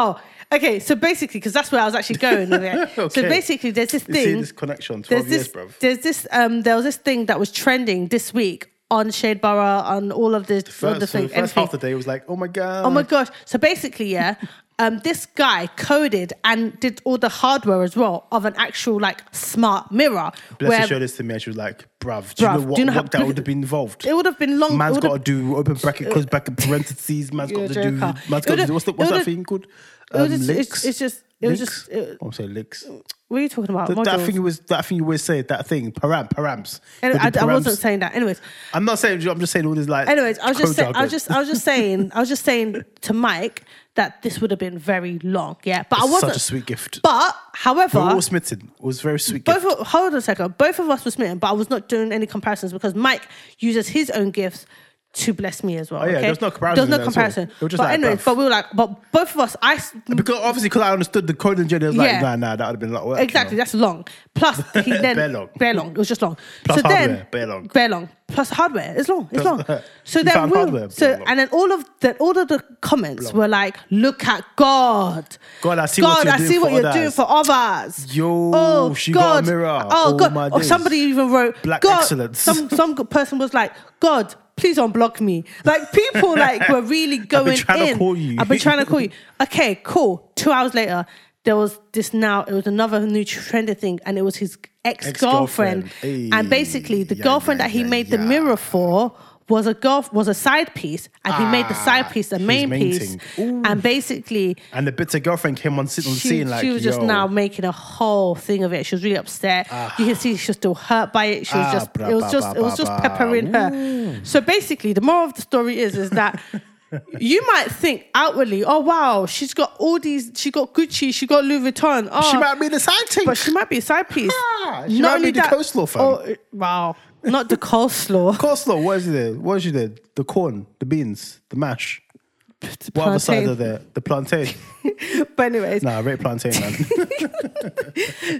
Speaker 4: oh, okay. So basically, because that's where I was actually going. With
Speaker 2: [LAUGHS]
Speaker 4: it. So
Speaker 2: Okay.
Speaker 4: basically, there's this
Speaker 2: You see
Speaker 4: thing.
Speaker 2: this connection. Twelve
Speaker 4: There's
Speaker 2: years,
Speaker 4: this.
Speaker 2: bruv.
Speaker 4: There's this. Um, there was this thing that was trending this week on Shade Borough on all of this. all
Speaker 2: First,
Speaker 4: the
Speaker 2: so
Speaker 4: thing,
Speaker 2: the first half
Speaker 4: everything.
Speaker 2: of the day was like, oh my god.
Speaker 4: Oh my gosh. So basically, yeah, [LAUGHS] um, this guy coded and did all the hardware as well of an actual like smart mirror.
Speaker 2: Bless her showed this to me, and she was like, "Bruv, do you
Speaker 4: Bruv,
Speaker 2: know what
Speaker 4: do you know how-
Speaker 2: work that
Speaker 4: look-
Speaker 2: would have been involved?
Speaker 4: it would have been long.
Speaker 2: man's
Speaker 4: it would have
Speaker 2: got to do open bracket, close bracket, parentheses. Man's
Speaker 4: You're
Speaker 2: got
Speaker 4: a
Speaker 2: to do.
Speaker 4: joker.
Speaker 2: Man's
Speaker 4: It
Speaker 2: got to
Speaker 4: would've-
Speaker 2: do. What's, the,
Speaker 4: it
Speaker 2: what's that
Speaker 4: would've-
Speaker 2: thing called?
Speaker 4: It
Speaker 2: Um,
Speaker 4: was just, it's,
Speaker 2: links.
Speaker 4: it's just, it was
Speaker 2: Links?
Speaker 4: just, it,
Speaker 2: I'm saying links.
Speaker 4: what are you talking about?
Speaker 2: That, that
Speaker 4: Models.
Speaker 2: thing you was that thing you always say. That thing, param, params.
Speaker 4: And
Speaker 2: You do
Speaker 4: I, I
Speaker 2: params.
Speaker 4: wasn't saying that. Anyways,
Speaker 2: I'm not saying. I'm just saying all this like.
Speaker 4: anyways, I was just,
Speaker 2: code
Speaker 4: say, I
Speaker 2: jargon.
Speaker 4: was just, I was just saying, I was just saying to Mike that this would have been very long. Yeah, but I
Speaker 2: It's
Speaker 4: wasn't.
Speaker 2: such a sweet gift.
Speaker 4: But however,
Speaker 2: We're all smitten. It was a very sweet.
Speaker 4: both
Speaker 2: gift.
Speaker 4: of, hold on a second. Both of us were smitten, but I was not doing any comparisons because Mike uses his own gifts to bless me as well.
Speaker 2: Oh, yeah,
Speaker 4: okay?
Speaker 2: there's no comparison
Speaker 4: There's no
Speaker 2: there at all.
Speaker 4: comparison.
Speaker 2: It was just
Speaker 4: but
Speaker 2: like,
Speaker 4: anyways,
Speaker 2: bruv.
Speaker 4: but we were like, but both of us, I s-
Speaker 2: Because obviously, because I understood the coding journey, I was like,
Speaker 4: Yeah.
Speaker 2: nah, nah, that would have been a lot of work. you
Speaker 4: Exactly,
Speaker 2: know.
Speaker 4: that's long.
Speaker 2: [LAUGHS]
Speaker 4: Plus, he then
Speaker 2: Bare long.
Speaker 4: Bare long. It was just long.
Speaker 2: Plus
Speaker 4: so then
Speaker 2: hardware, bare long.
Speaker 4: Bare long. Plus hardware. It's long. It's
Speaker 2: Plus-
Speaker 4: long.
Speaker 2: [LAUGHS]
Speaker 4: So
Speaker 2: You
Speaker 4: then
Speaker 2: found
Speaker 4: we,
Speaker 2: hardware,
Speaker 4: so
Speaker 2: bare long.
Speaker 4: and then all of the all of the comments were like, "Look at God.
Speaker 2: God, I see what
Speaker 4: God,
Speaker 2: you're
Speaker 4: I
Speaker 2: doing
Speaker 4: see what
Speaker 2: for
Speaker 4: you're
Speaker 2: others.
Speaker 4: doing for others."
Speaker 2: Yo,
Speaker 4: oh
Speaker 2: she got a
Speaker 4: God.
Speaker 2: mirror.
Speaker 4: Oh,
Speaker 2: Oh,
Speaker 4: God.
Speaker 2: my
Speaker 4: or
Speaker 2: days.
Speaker 4: somebody even wrote,
Speaker 2: Black
Speaker 4: "God."
Speaker 2: excellence. [LAUGHS]
Speaker 4: Some some good person was like, "God." Please unblock me. Like people like
Speaker 2: [LAUGHS]
Speaker 4: were really going
Speaker 2: trying to
Speaker 4: in.
Speaker 2: call you.
Speaker 4: I've been trying to call you. Okay, cool. Two hours later, there was this now, it was another new trendy thing, and it was his ex girlfriend.
Speaker 2: Ex-girlfriend.
Speaker 4: And basically, the
Speaker 2: Ay,
Speaker 4: girlfriend
Speaker 2: yeah,
Speaker 4: that he
Speaker 2: yeah,
Speaker 4: made the
Speaker 2: yeah.
Speaker 4: mirror for. Was a girl was a side piece, and he made the side
Speaker 2: Ah,
Speaker 4: piece the
Speaker 2: she's
Speaker 4: main piece,
Speaker 2: minting. Ooh.
Speaker 4: and basically
Speaker 2: And the bitter girlfriend came on sitting on the
Speaker 4: she,
Speaker 2: scene like,
Speaker 4: she was just
Speaker 2: yo,
Speaker 4: now making a whole thing of it. She was really upset. you can see she was still hurt by it. She was
Speaker 2: Ah,
Speaker 4: just
Speaker 2: blah,
Speaker 4: it was
Speaker 2: blah,
Speaker 4: just
Speaker 2: blah,
Speaker 4: it
Speaker 2: blah,
Speaker 4: was just
Speaker 2: blah.
Speaker 4: peppering her.
Speaker 2: Mm.
Speaker 4: So basically, the moral of the story is
Speaker 2: [LAUGHS]
Speaker 4: is that you might think outwardly, oh wow, she's got all these. She got Gucci. She got Louis Vuitton. Oh,
Speaker 2: She might Ah. be the side chick.
Speaker 4: but she might be a side piece.
Speaker 2: She might be the coleslaw fam.
Speaker 4: oh, wow, not
Speaker 2: [LAUGHS]
Speaker 4: the coleslaw.
Speaker 2: coleslaw, what is it? there? What is it there? The corn, the beans, the mash. What other side
Speaker 4: plantain.
Speaker 2: are there? The plantain. [LAUGHS]
Speaker 4: but anyways,
Speaker 2: nah, I rate plantain,
Speaker 4: [LAUGHS]
Speaker 2: man.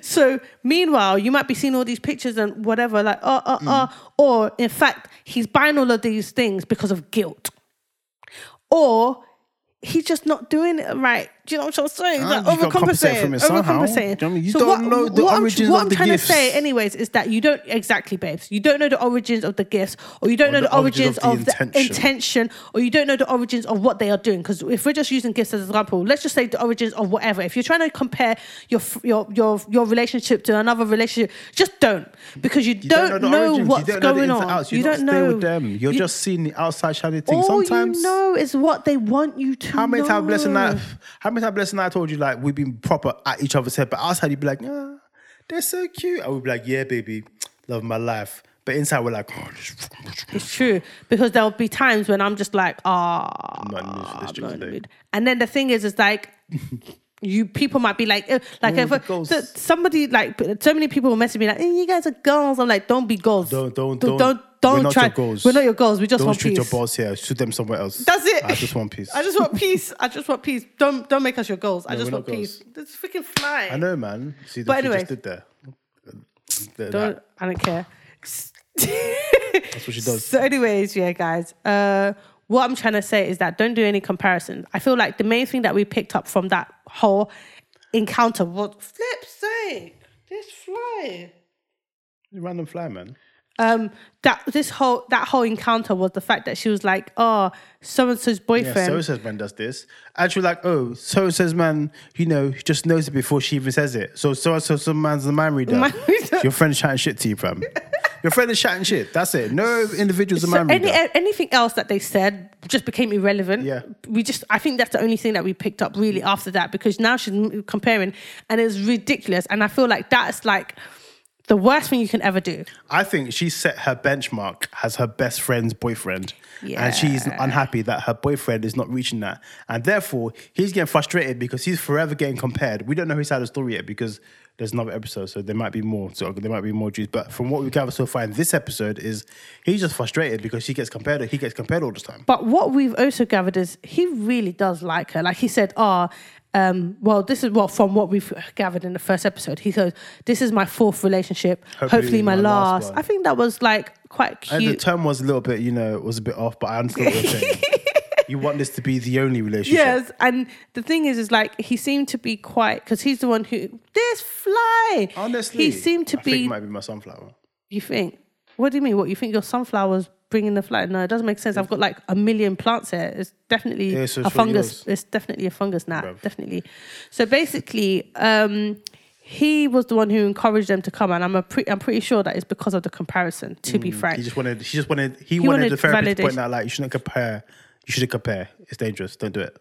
Speaker 4: So meanwhile, you might be seeing all these pictures and whatever, like uh
Speaker 2: Mm.
Speaker 4: uh uh, or in fact, he's buying all of these things because of guilt, or he's just not doing it right. Do you know what I'm saying? He's
Speaker 2: Ah,
Speaker 4: like
Speaker 2: you gotta compensate
Speaker 4: overcompensating,
Speaker 2: from it somehow. Do you know what I
Speaker 4: overcompensating.
Speaker 2: mean? You don't know the
Speaker 4: what I'm-
Speaker 2: origins
Speaker 4: what
Speaker 2: of
Speaker 4: I'm
Speaker 2: the
Speaker 4: trying
Speaker 2: gifts.
Speaker 4: to say, anyways, is that you don't exactly, babes. You don't know the origins of the gifts, or you don't know the, origins of the,
Speaker 2: intention.
Speaker 4: intention, or you don't know the origins of what they are doing. Because if we're just using gifts as an example, let's just say the origins of whatever. If you're trying to compare your f- your your your relationship to another relationship, just don't because you, don't, know,
Speaker 2: the origins.
Speaker 4: what's
Speaker 2: you don't know
Speaker 4: going
Speaker 2: the ins and
Speaker 4: on.
Speaker 2: outs. You're not
Speaker 4: don't
Speaker 2: staying
Speaker 4: know
Speaker 2: with them. You're
Speaker 4: You-
Speaker 2: just seeing the outside shiny things.
Speaker 4: all
Speaker 2: Sometimes.
Speaker 4: you know is what they want you to.
Speaker 2: How many
Speaker 4: know.
Speaker 2: times blessing I how many times blessing I told you like we've been proper at each other's head, but outside you'd be like, yeah, they're so cute. I would be like, yeah, baby, love my life. But inside we're like, oh, this
Speaker 4: It's true because there'll be times when I'm just like, ah,
Speaker 2: I'm not in the mood for this
Speaker 4: I'm
Speaker 2: chick
Speaker 4: not in the
Speaker 2: today.
Speaker 4: mood. And then the thing is, it's like [LAUGHS] you people might be like, eh, like
Speaker 2: Mm,
Speaker 4: if
Speaker 2: the
Speaker 4: uh,
Speaker 2: goals.
Speaker 4: so- somebody like so many people will message me like, eh, you guys are girls. I'm like, don't be girls.
Speaker 2: Don't- don't-
Speaker 4: Do-
Speaker 2: don't.
Speaker 4: don't,
Speaker 2: We're
Speaker 4: don't
Speaker 2: not
Speaker 4: try.
Speaker 2: your goals.
Speaker 4: We're not your girls. We just
Speaker 2: Don't
Speaker 4: want
Speaker 2: treat your
Speaker 4: peace.
Speaker 2: boss here. Shoot them somewhere else.
Speaker 4: That's it.
Speaker 2: I just want peace.
Speaker 4: [LAUGHS] I just want peace. I just want peace. Don't don't make us your goals. I
Speaker 2: No,
Speaker 4: just
Speaker 2: we're
Speaker 4: want
Speaker 2: not
Speaker 4: peace. That's freaking fly.
Speaker 2: I know, man. See,
Speaker 4: But
Speaker 2: what anyway,
Speaker 4: anyway.
Speaker 2: just did there. There,
Speaker 4: Don't.
Speaker 2: that.
Speaker 4: I
Speaker 2: [LAUGHS]
Speaker 4: don't care. That's
Speaker 2: what she does.
Speaker 4: So, anyways, yeah, guys. Uh, what I'm trying to say is that don't do any comparisons. I feel like the main thing that we picked up from that whole encounter was flip sake, this fly.
Speaker 2: Random fly, man.
Speaker 4: um, that this whole that whole encounter was the fact that she was like, "Oh, so and so's
Speaker 2: Yeah,
Speaker 4: boyfriend."
Speaker 2: so says man does this. And she was like, oh, so says man, you know, he just knows it before she even says it. So so so so man's the man reader.
Speaker 4: Man reader.
Speaker 2: Your friend's chatting shit to you,
Speaker 4: [LAUGHS]
Speaker 2: fam. Your friend is chatting shit. That's it. No individual's a man
Speaker 4: any,
Speaker 2: reader.
Speaker 4: anything else that they said just became irrelevant.
Speaker 2: Yeah.
Speaker 4: we just I think that's the only thing that we picked up really after that because now she's m- comparing and it's ridiculous. And I feel like that's like the worst thing you can ever do.
Speaker 2: I think she set her benchmark as her best friend's boyfriend. And she's
Speaker 4: Yeah.
Speaker 2: unhappy that her boyfriend is not reaching that. And therefore, he's getting frustrated because he's forever getting compared. We don't know his side of the story yet because there's another episode, so there might be more. So there might be more juice. But from what we gather so far in this episode is he's just frustrated because she gets compared he gets compared all the time.
Speaker 4: But what we've also gathered is he really does like her. Like he said, ah. um, well, this is what from what we've gathered in the first episode. He goes, "This is my fourth relationship. Hopefully, my, last."
Speaker 2: one.
Speaker 4: I think that was like quite
Speaker 2: And the
Speaker 4: cute.
Speaker 2: term was a little bit, you know, was a bit off, but I understand what you're
Speaker 4: [LAUGHS]
Speaker 2: saying. you want this to be the only relationship.
Speaker 4: Yes, and the thing is, is like he seemed to be quite because he's the one who this fly.
Speaker 2: Honestly.
Speaker 4: he seemed to
Speaker 2: I
Speaker 4: be.
Speaker 2: think it might be my sunflower.
Speaker 4: you think? What do you mean? What you think? Your sunflowers bringing the fly? No, it doesn't make sense. I've got like a million plants here. It's definitely
Speaker 2: Yeah, so
Speaker 4: a
Speaker 2: it's really
Speaker 4: fungus.
Speaker 2: yours.
Speaker 4: It's definitely a fungus now.
Speaker 2: Bruv.
Speaker 4: Definitely. So basically, um, he was the one who encouraged them to come, and I'm a pre- I'm pretty sure that is because of the comparison. To be frank,
Speaker 2: He just wanted. He just wanted. He, wanted,
Speaker 4: wanted
Speaker 2: the therapist to
Speaker 4: validation.
Speaker 2: point out like you shouldn't compare. You shouldn't compare. It's dangerous. Don't do it.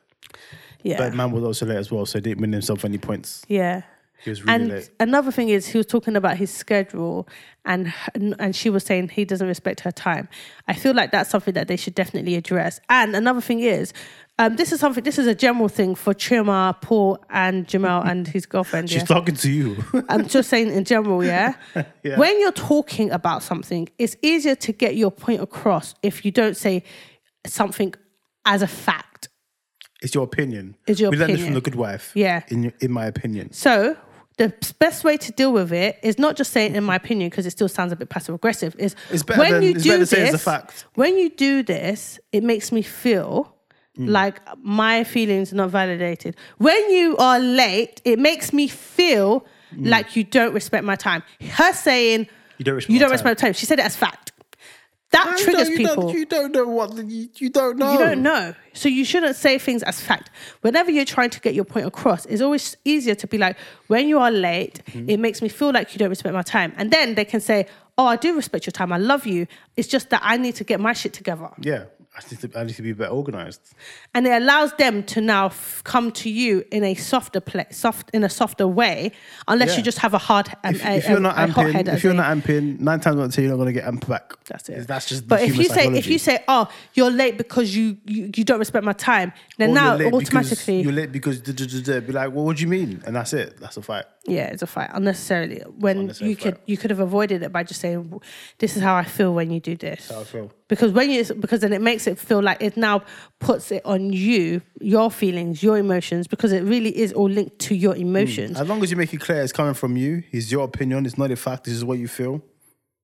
Speaker 4: yeah,
Speaker 2: But man was also late as well, so he didn't win himself any points.
Speaker 4: yeah.
Speaker 2: He was really
Speaker 4: And
Speaker 2: late.
Speaker 4: another thing is, he was talking about his schedule, and and she was saying he doesn't respect her time. I feel like that's something that they should definitely address. And another thing is, um, this is something. This is a general thing for Chima, Paul, and Jamal and his girlfriend.
Speaker 2: She's
Speaker 4: yeah?
Speaker 2: talking to you. [LAUGHS]
Speaker 4: I'm just saying in general, yeah?
Speaker 2: Yeah.
Speaker 4: When you're talking about something, it's easier to get your point across if you don't say something as a fact.
Speaker 2: it's your opinion.
Speaker 4: It's your
Speaker 2: we learned this
Speaker 4: opinion.
Speaker 2: from the Good Wife.
Speaker 4: Yeah.
Speaker 2: In in my opinion.
Speaker 4: So the best way to deal with it is not just saying in my opinion because it still sounds a bit passive aggressive. Is
Speaker 2: It's better
Speaker 4: when
Speaker 2: than-
Speaker 4: you
Speaker 2: it's
Speaker 4: do
Speaker 2: better to
Speaker 4: this,
Speaker 2: say it's a fact.
Speaker 4: when you do this, it makes me feel
Speaker 2: Mm.
Speaker 4: like my feelings are not validated. When you are late, it makes me feel
Speaker 2: Mm.
Speaker 4: like you don't respect my time. Her saying
Speaker 2: You don't respect
Speaker 4: you
Speaker 2: my
Speaker 4: don't
Speaker 2: time."
Speaker 4: respect my time. She said it as fact. That
Speaker 2: No, you
Speaker 4: triggers
Speaker 2: don't- you
Speaker 4: people.
Speaker 2: Don't, you don't know what the- you, you don't know.
Speaker 4: You don't know. So you shouldn't say things as fact. Whenever you're trying to get your point across, it's always easier to be like, when you are late,
Speaker 2: Mm-hmm.
Speaker 4: it makes me feel like you don't respect my time. And then they can say, oh, I do respect your time. I love you. It's just that I need to get my shit together.
Speaker 2: Yeah. I need, to, I need to be better organized.
Speaker 4: And it allows them to now f- come to you in a softer play, soft in a softer way, unless
Speaker 2: Yeah.
Speaker 4: you just have a hard um,
Speaker 2: If,
Speaker 4: a,
Speaker 2: if you're
Speaker 4: a-
Speaker 2: not
Speaker 4: a hot head
Speaker 2: amping,
Speaker 4: as
Speaker 2: if you're
Speaker 4: a-
Speaker 2: not amping, nine times out of ten, you're not going to get amped back.
Speaker 4: That's it.
Speaker 2: That's just.
Speaker 4: But
Speaker 2: the
Speaker 4: if
Speaker 2: human
Speaker 4: you say if
Speaker 2: psychology.
Speaker 4: you say, "Oh, you're late because you you, you don't respect my time," then
Speaker 2: Or
Speaker 4: now
Speaker 2: you're late because-
Speaker 4: automatically
Speaker 2: you're late because duh, duh, duh, duh. be like, well, what do you mean? And that's it. That's a fight.
Speaker 4: Yeah, it's a fight unnecessarily. When
Speaker 2: Unnecessary
Speaker 4: you could
Speaker 2: fight.
Speaker 4: you could have avoided it by just saying, "This is how I feel when you do this."
Speaker 2: how I feel.
Speaker 4: Because when you because then it makes it feel like it now puts it on you, your feelings, your emotions, because it really is all linked to your
Speaker 2: Hmm.
Speaker 4: emotions.
Speaker 2: As long as you make it clear it's coming from you, it's your opinion, it's not a fact, this is what you feel.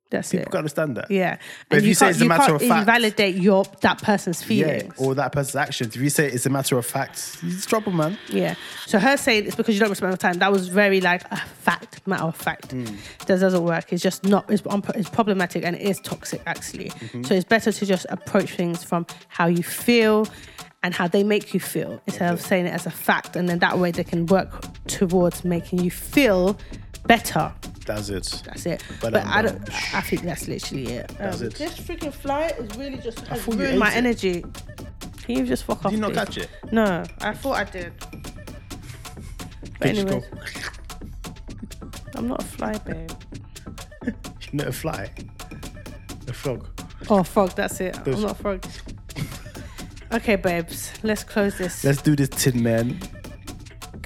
Speaker 4: That's
Speaker 2: People
Speaker 4: it.
Speaker 2: can understand that.
Speaker 4: Yeah,
Speaker 2: But if you say
Speaker 4: can't-
Speaker 2: it's a matter of
Speaker 4: can't
Speaker 2: fact-
Speaker 4: invalidate your that person's
Speaker 2: Yeah,
Speaker 4: feelings.
Speaker 2: or that person's actions. If you say it's a matter of fact, it's trouble, man.
Speaker 4: Yeah. So her saying it's because you don't respect my time, that was very like a fact, matter of fact.
Speaker 2: Hmm.
Speaker 4: That doesn't work. It's just not, it's, unpro- it's problematic and it is toxic actually.
Speaker 2: Mm-hmm.
Speaker 4: So it's better to just approach things from how you feel and how they make you feel instead of saying it as a fact. And then that way they can work towards making you feel better.
Speaker 2: That's it.
Speaker 4: That's it. But,
Speaker 2: But
Speaker 4: I
Speaker 2: I'm
Speaker 4: don't,
Speaker 2: done.
Speaker 4: I think that's literally it. Um,
Speaker 2: That's it.
Speaker 4: This freaking fly is really just has
Speaker 2: thought you
Speaker 4: ruined
Speaker 2: ate
Speaker 4: my
Speaker 2: it.
Speaker 4: energy. Can you just fuck off?
Speaker 2: Did you not
Speaker 4: please?
Speaker 2: catch it?
Speaker 4: No, I thought I did. But
Speaker 2: Did you
Speaker 4: anyways,
Speaker 2: go,
Speaker 4: I'm not a fly, babe.
Speaker 2: you know, a fly? A frog.
Speaker 4: Oh, frog, that's it. I'm
Speaker 2: Those-
Speaker 4: not a frog.
Speaker 2: [LAUGHS]
Speaker 4: Okay, babes, let's close this.
Speaker 2: Let's do this, Tin Man.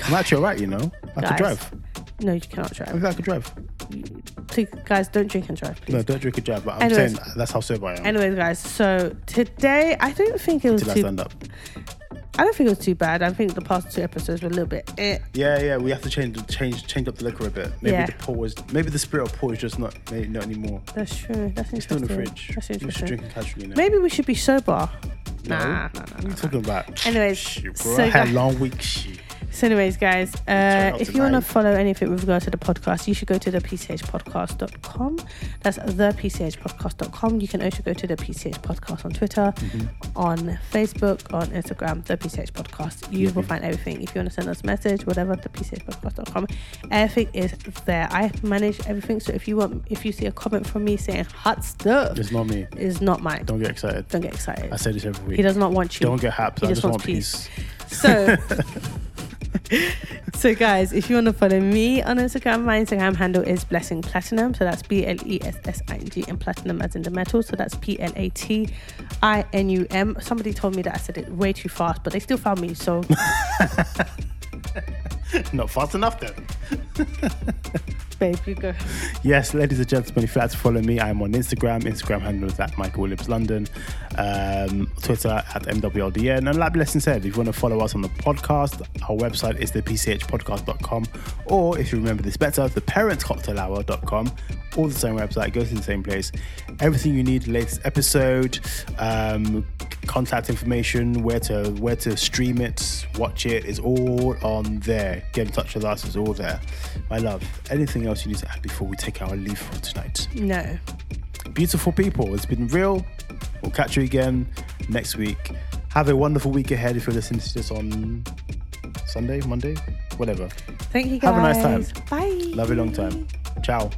Speaker 2: I'm actually all right, you know. I
Speaker 4: Guys.
Speaker 2: could drive.
Speaker 4: no, you cannot
Speaker 2: I
Speaker 4: drive.
Speaker 2: think I could drive.
Speaker 4: Please, guys, don't drink and drive, please.
Speaker 2: No, don't drink and drive, but I'm
Speaker 4: Anyways.
Speaker 2: saying that's how sober I am.
Speaker 4: Anyways, guys, so today I don't think it was
Speaker 2: Till I
Speaker 4: too.
Speaker 2: stand up.
Speaker 4: I don't think it was too bad. I think the past two episodes were a little bit. Eh.
Speaker 2: Yeah, yeah, we have to change, change, change up the liquor a bit. Maybe
Speaker 4: Yeah.
Speaker 2: the pour was, maybe the spirit of pour is just not, maybe not anymore.
Speaker 4: That's true. That's
Speaker 2: It's still
Speaker 4: interesting.
Speaker 2: in the fridge.
Speaker 4: That's
Speaker 2: We should
Speaker 4: interesting.
Speaker 2: drink it casually now.
Speaker 4: Maybe we should be sober.
Speaker 2: No.
Speaker 4: Nah, nah, nah,
Speaker 2: What are you talking about?
Speaker 4: [LAUGHS] Anyways,
Speaker 2: Shit,
Speaker 4: so
Speaker 2: bro, I had
Speaker 4: guys-
Speaker 2: a long week. Shit.
Speaker 4: So, anyways, guys, uh,
Speaker 2: out
Speaker 4: if
Speaker 2: to
Speaker 4: you want to
Speaker 2: Ryan.
Speaker 4: follow anything with regard to the podcast, you should go to the pchpodcast.com. That's the pchpodcast.com. You can also go to the PCH podcast on Twitter, on Facebook, on Instagram, the PCH podcast. You will find everything. If you want to send us a message, whatever, the pchpodcast.com. Everything is there. I manage everything. So if you want, if you see a comment from me saying hot stuff,
Speaker 2: It's not me.
Speaker 4: is not mine. Don't,
Speaker 2: Don't get excited.
Speaker 4: get excited.
Speaker 2: I say this every week.
Speaker 4: He does not want you.
Speaker 2: Don't get happy.
Speaker 4: He
Speaker 2: I just
Speaker 4: just
Speaker 2: want
Speaker 4: wants
Speaker 2: peace.
Speaker 4: So, so guys, if you want to follow me on Instagram, my Instagram handle is blessing platinum. So that's B L E S S I N G and platinum as in the metal. So that's P L A T I N U M. Somebody told me that I said it way too fast, but they still found me. So
Speaker 2: Not fast enough then.
Speaker 4: babe, you go.
Speaker 2: Yes, ladies and gentlemen, if you'd like to follow me, I'm on Instagram. Instagram handle is at Michael Williams London, um, Twitter at MWLDN. And like Blessing said, if you want to follow us on the podcast, our website is thepchpodcast.com. Or if you remember this better, theparentscocktailhour.com. All the same website, goes to the same place. Everything you need, latest episode, um, contact information, where to where to stream it, watch it, is all on there. Get in touch with us, it's all there. My love, anything else you need to add before we take our leave for tonight?
Speaker 4: No.
Speaker 2: Beautiful people, it's been real. We'll catch you again next week. Have a wonderful week ahead if you're listening to this on Sunday, Monday, whatever.
Speaker 4: Thank you guys.
Speaker 2: Have a nice time.
Speaker 4: Bye.
Speaker 2: Love you long time. Ciao.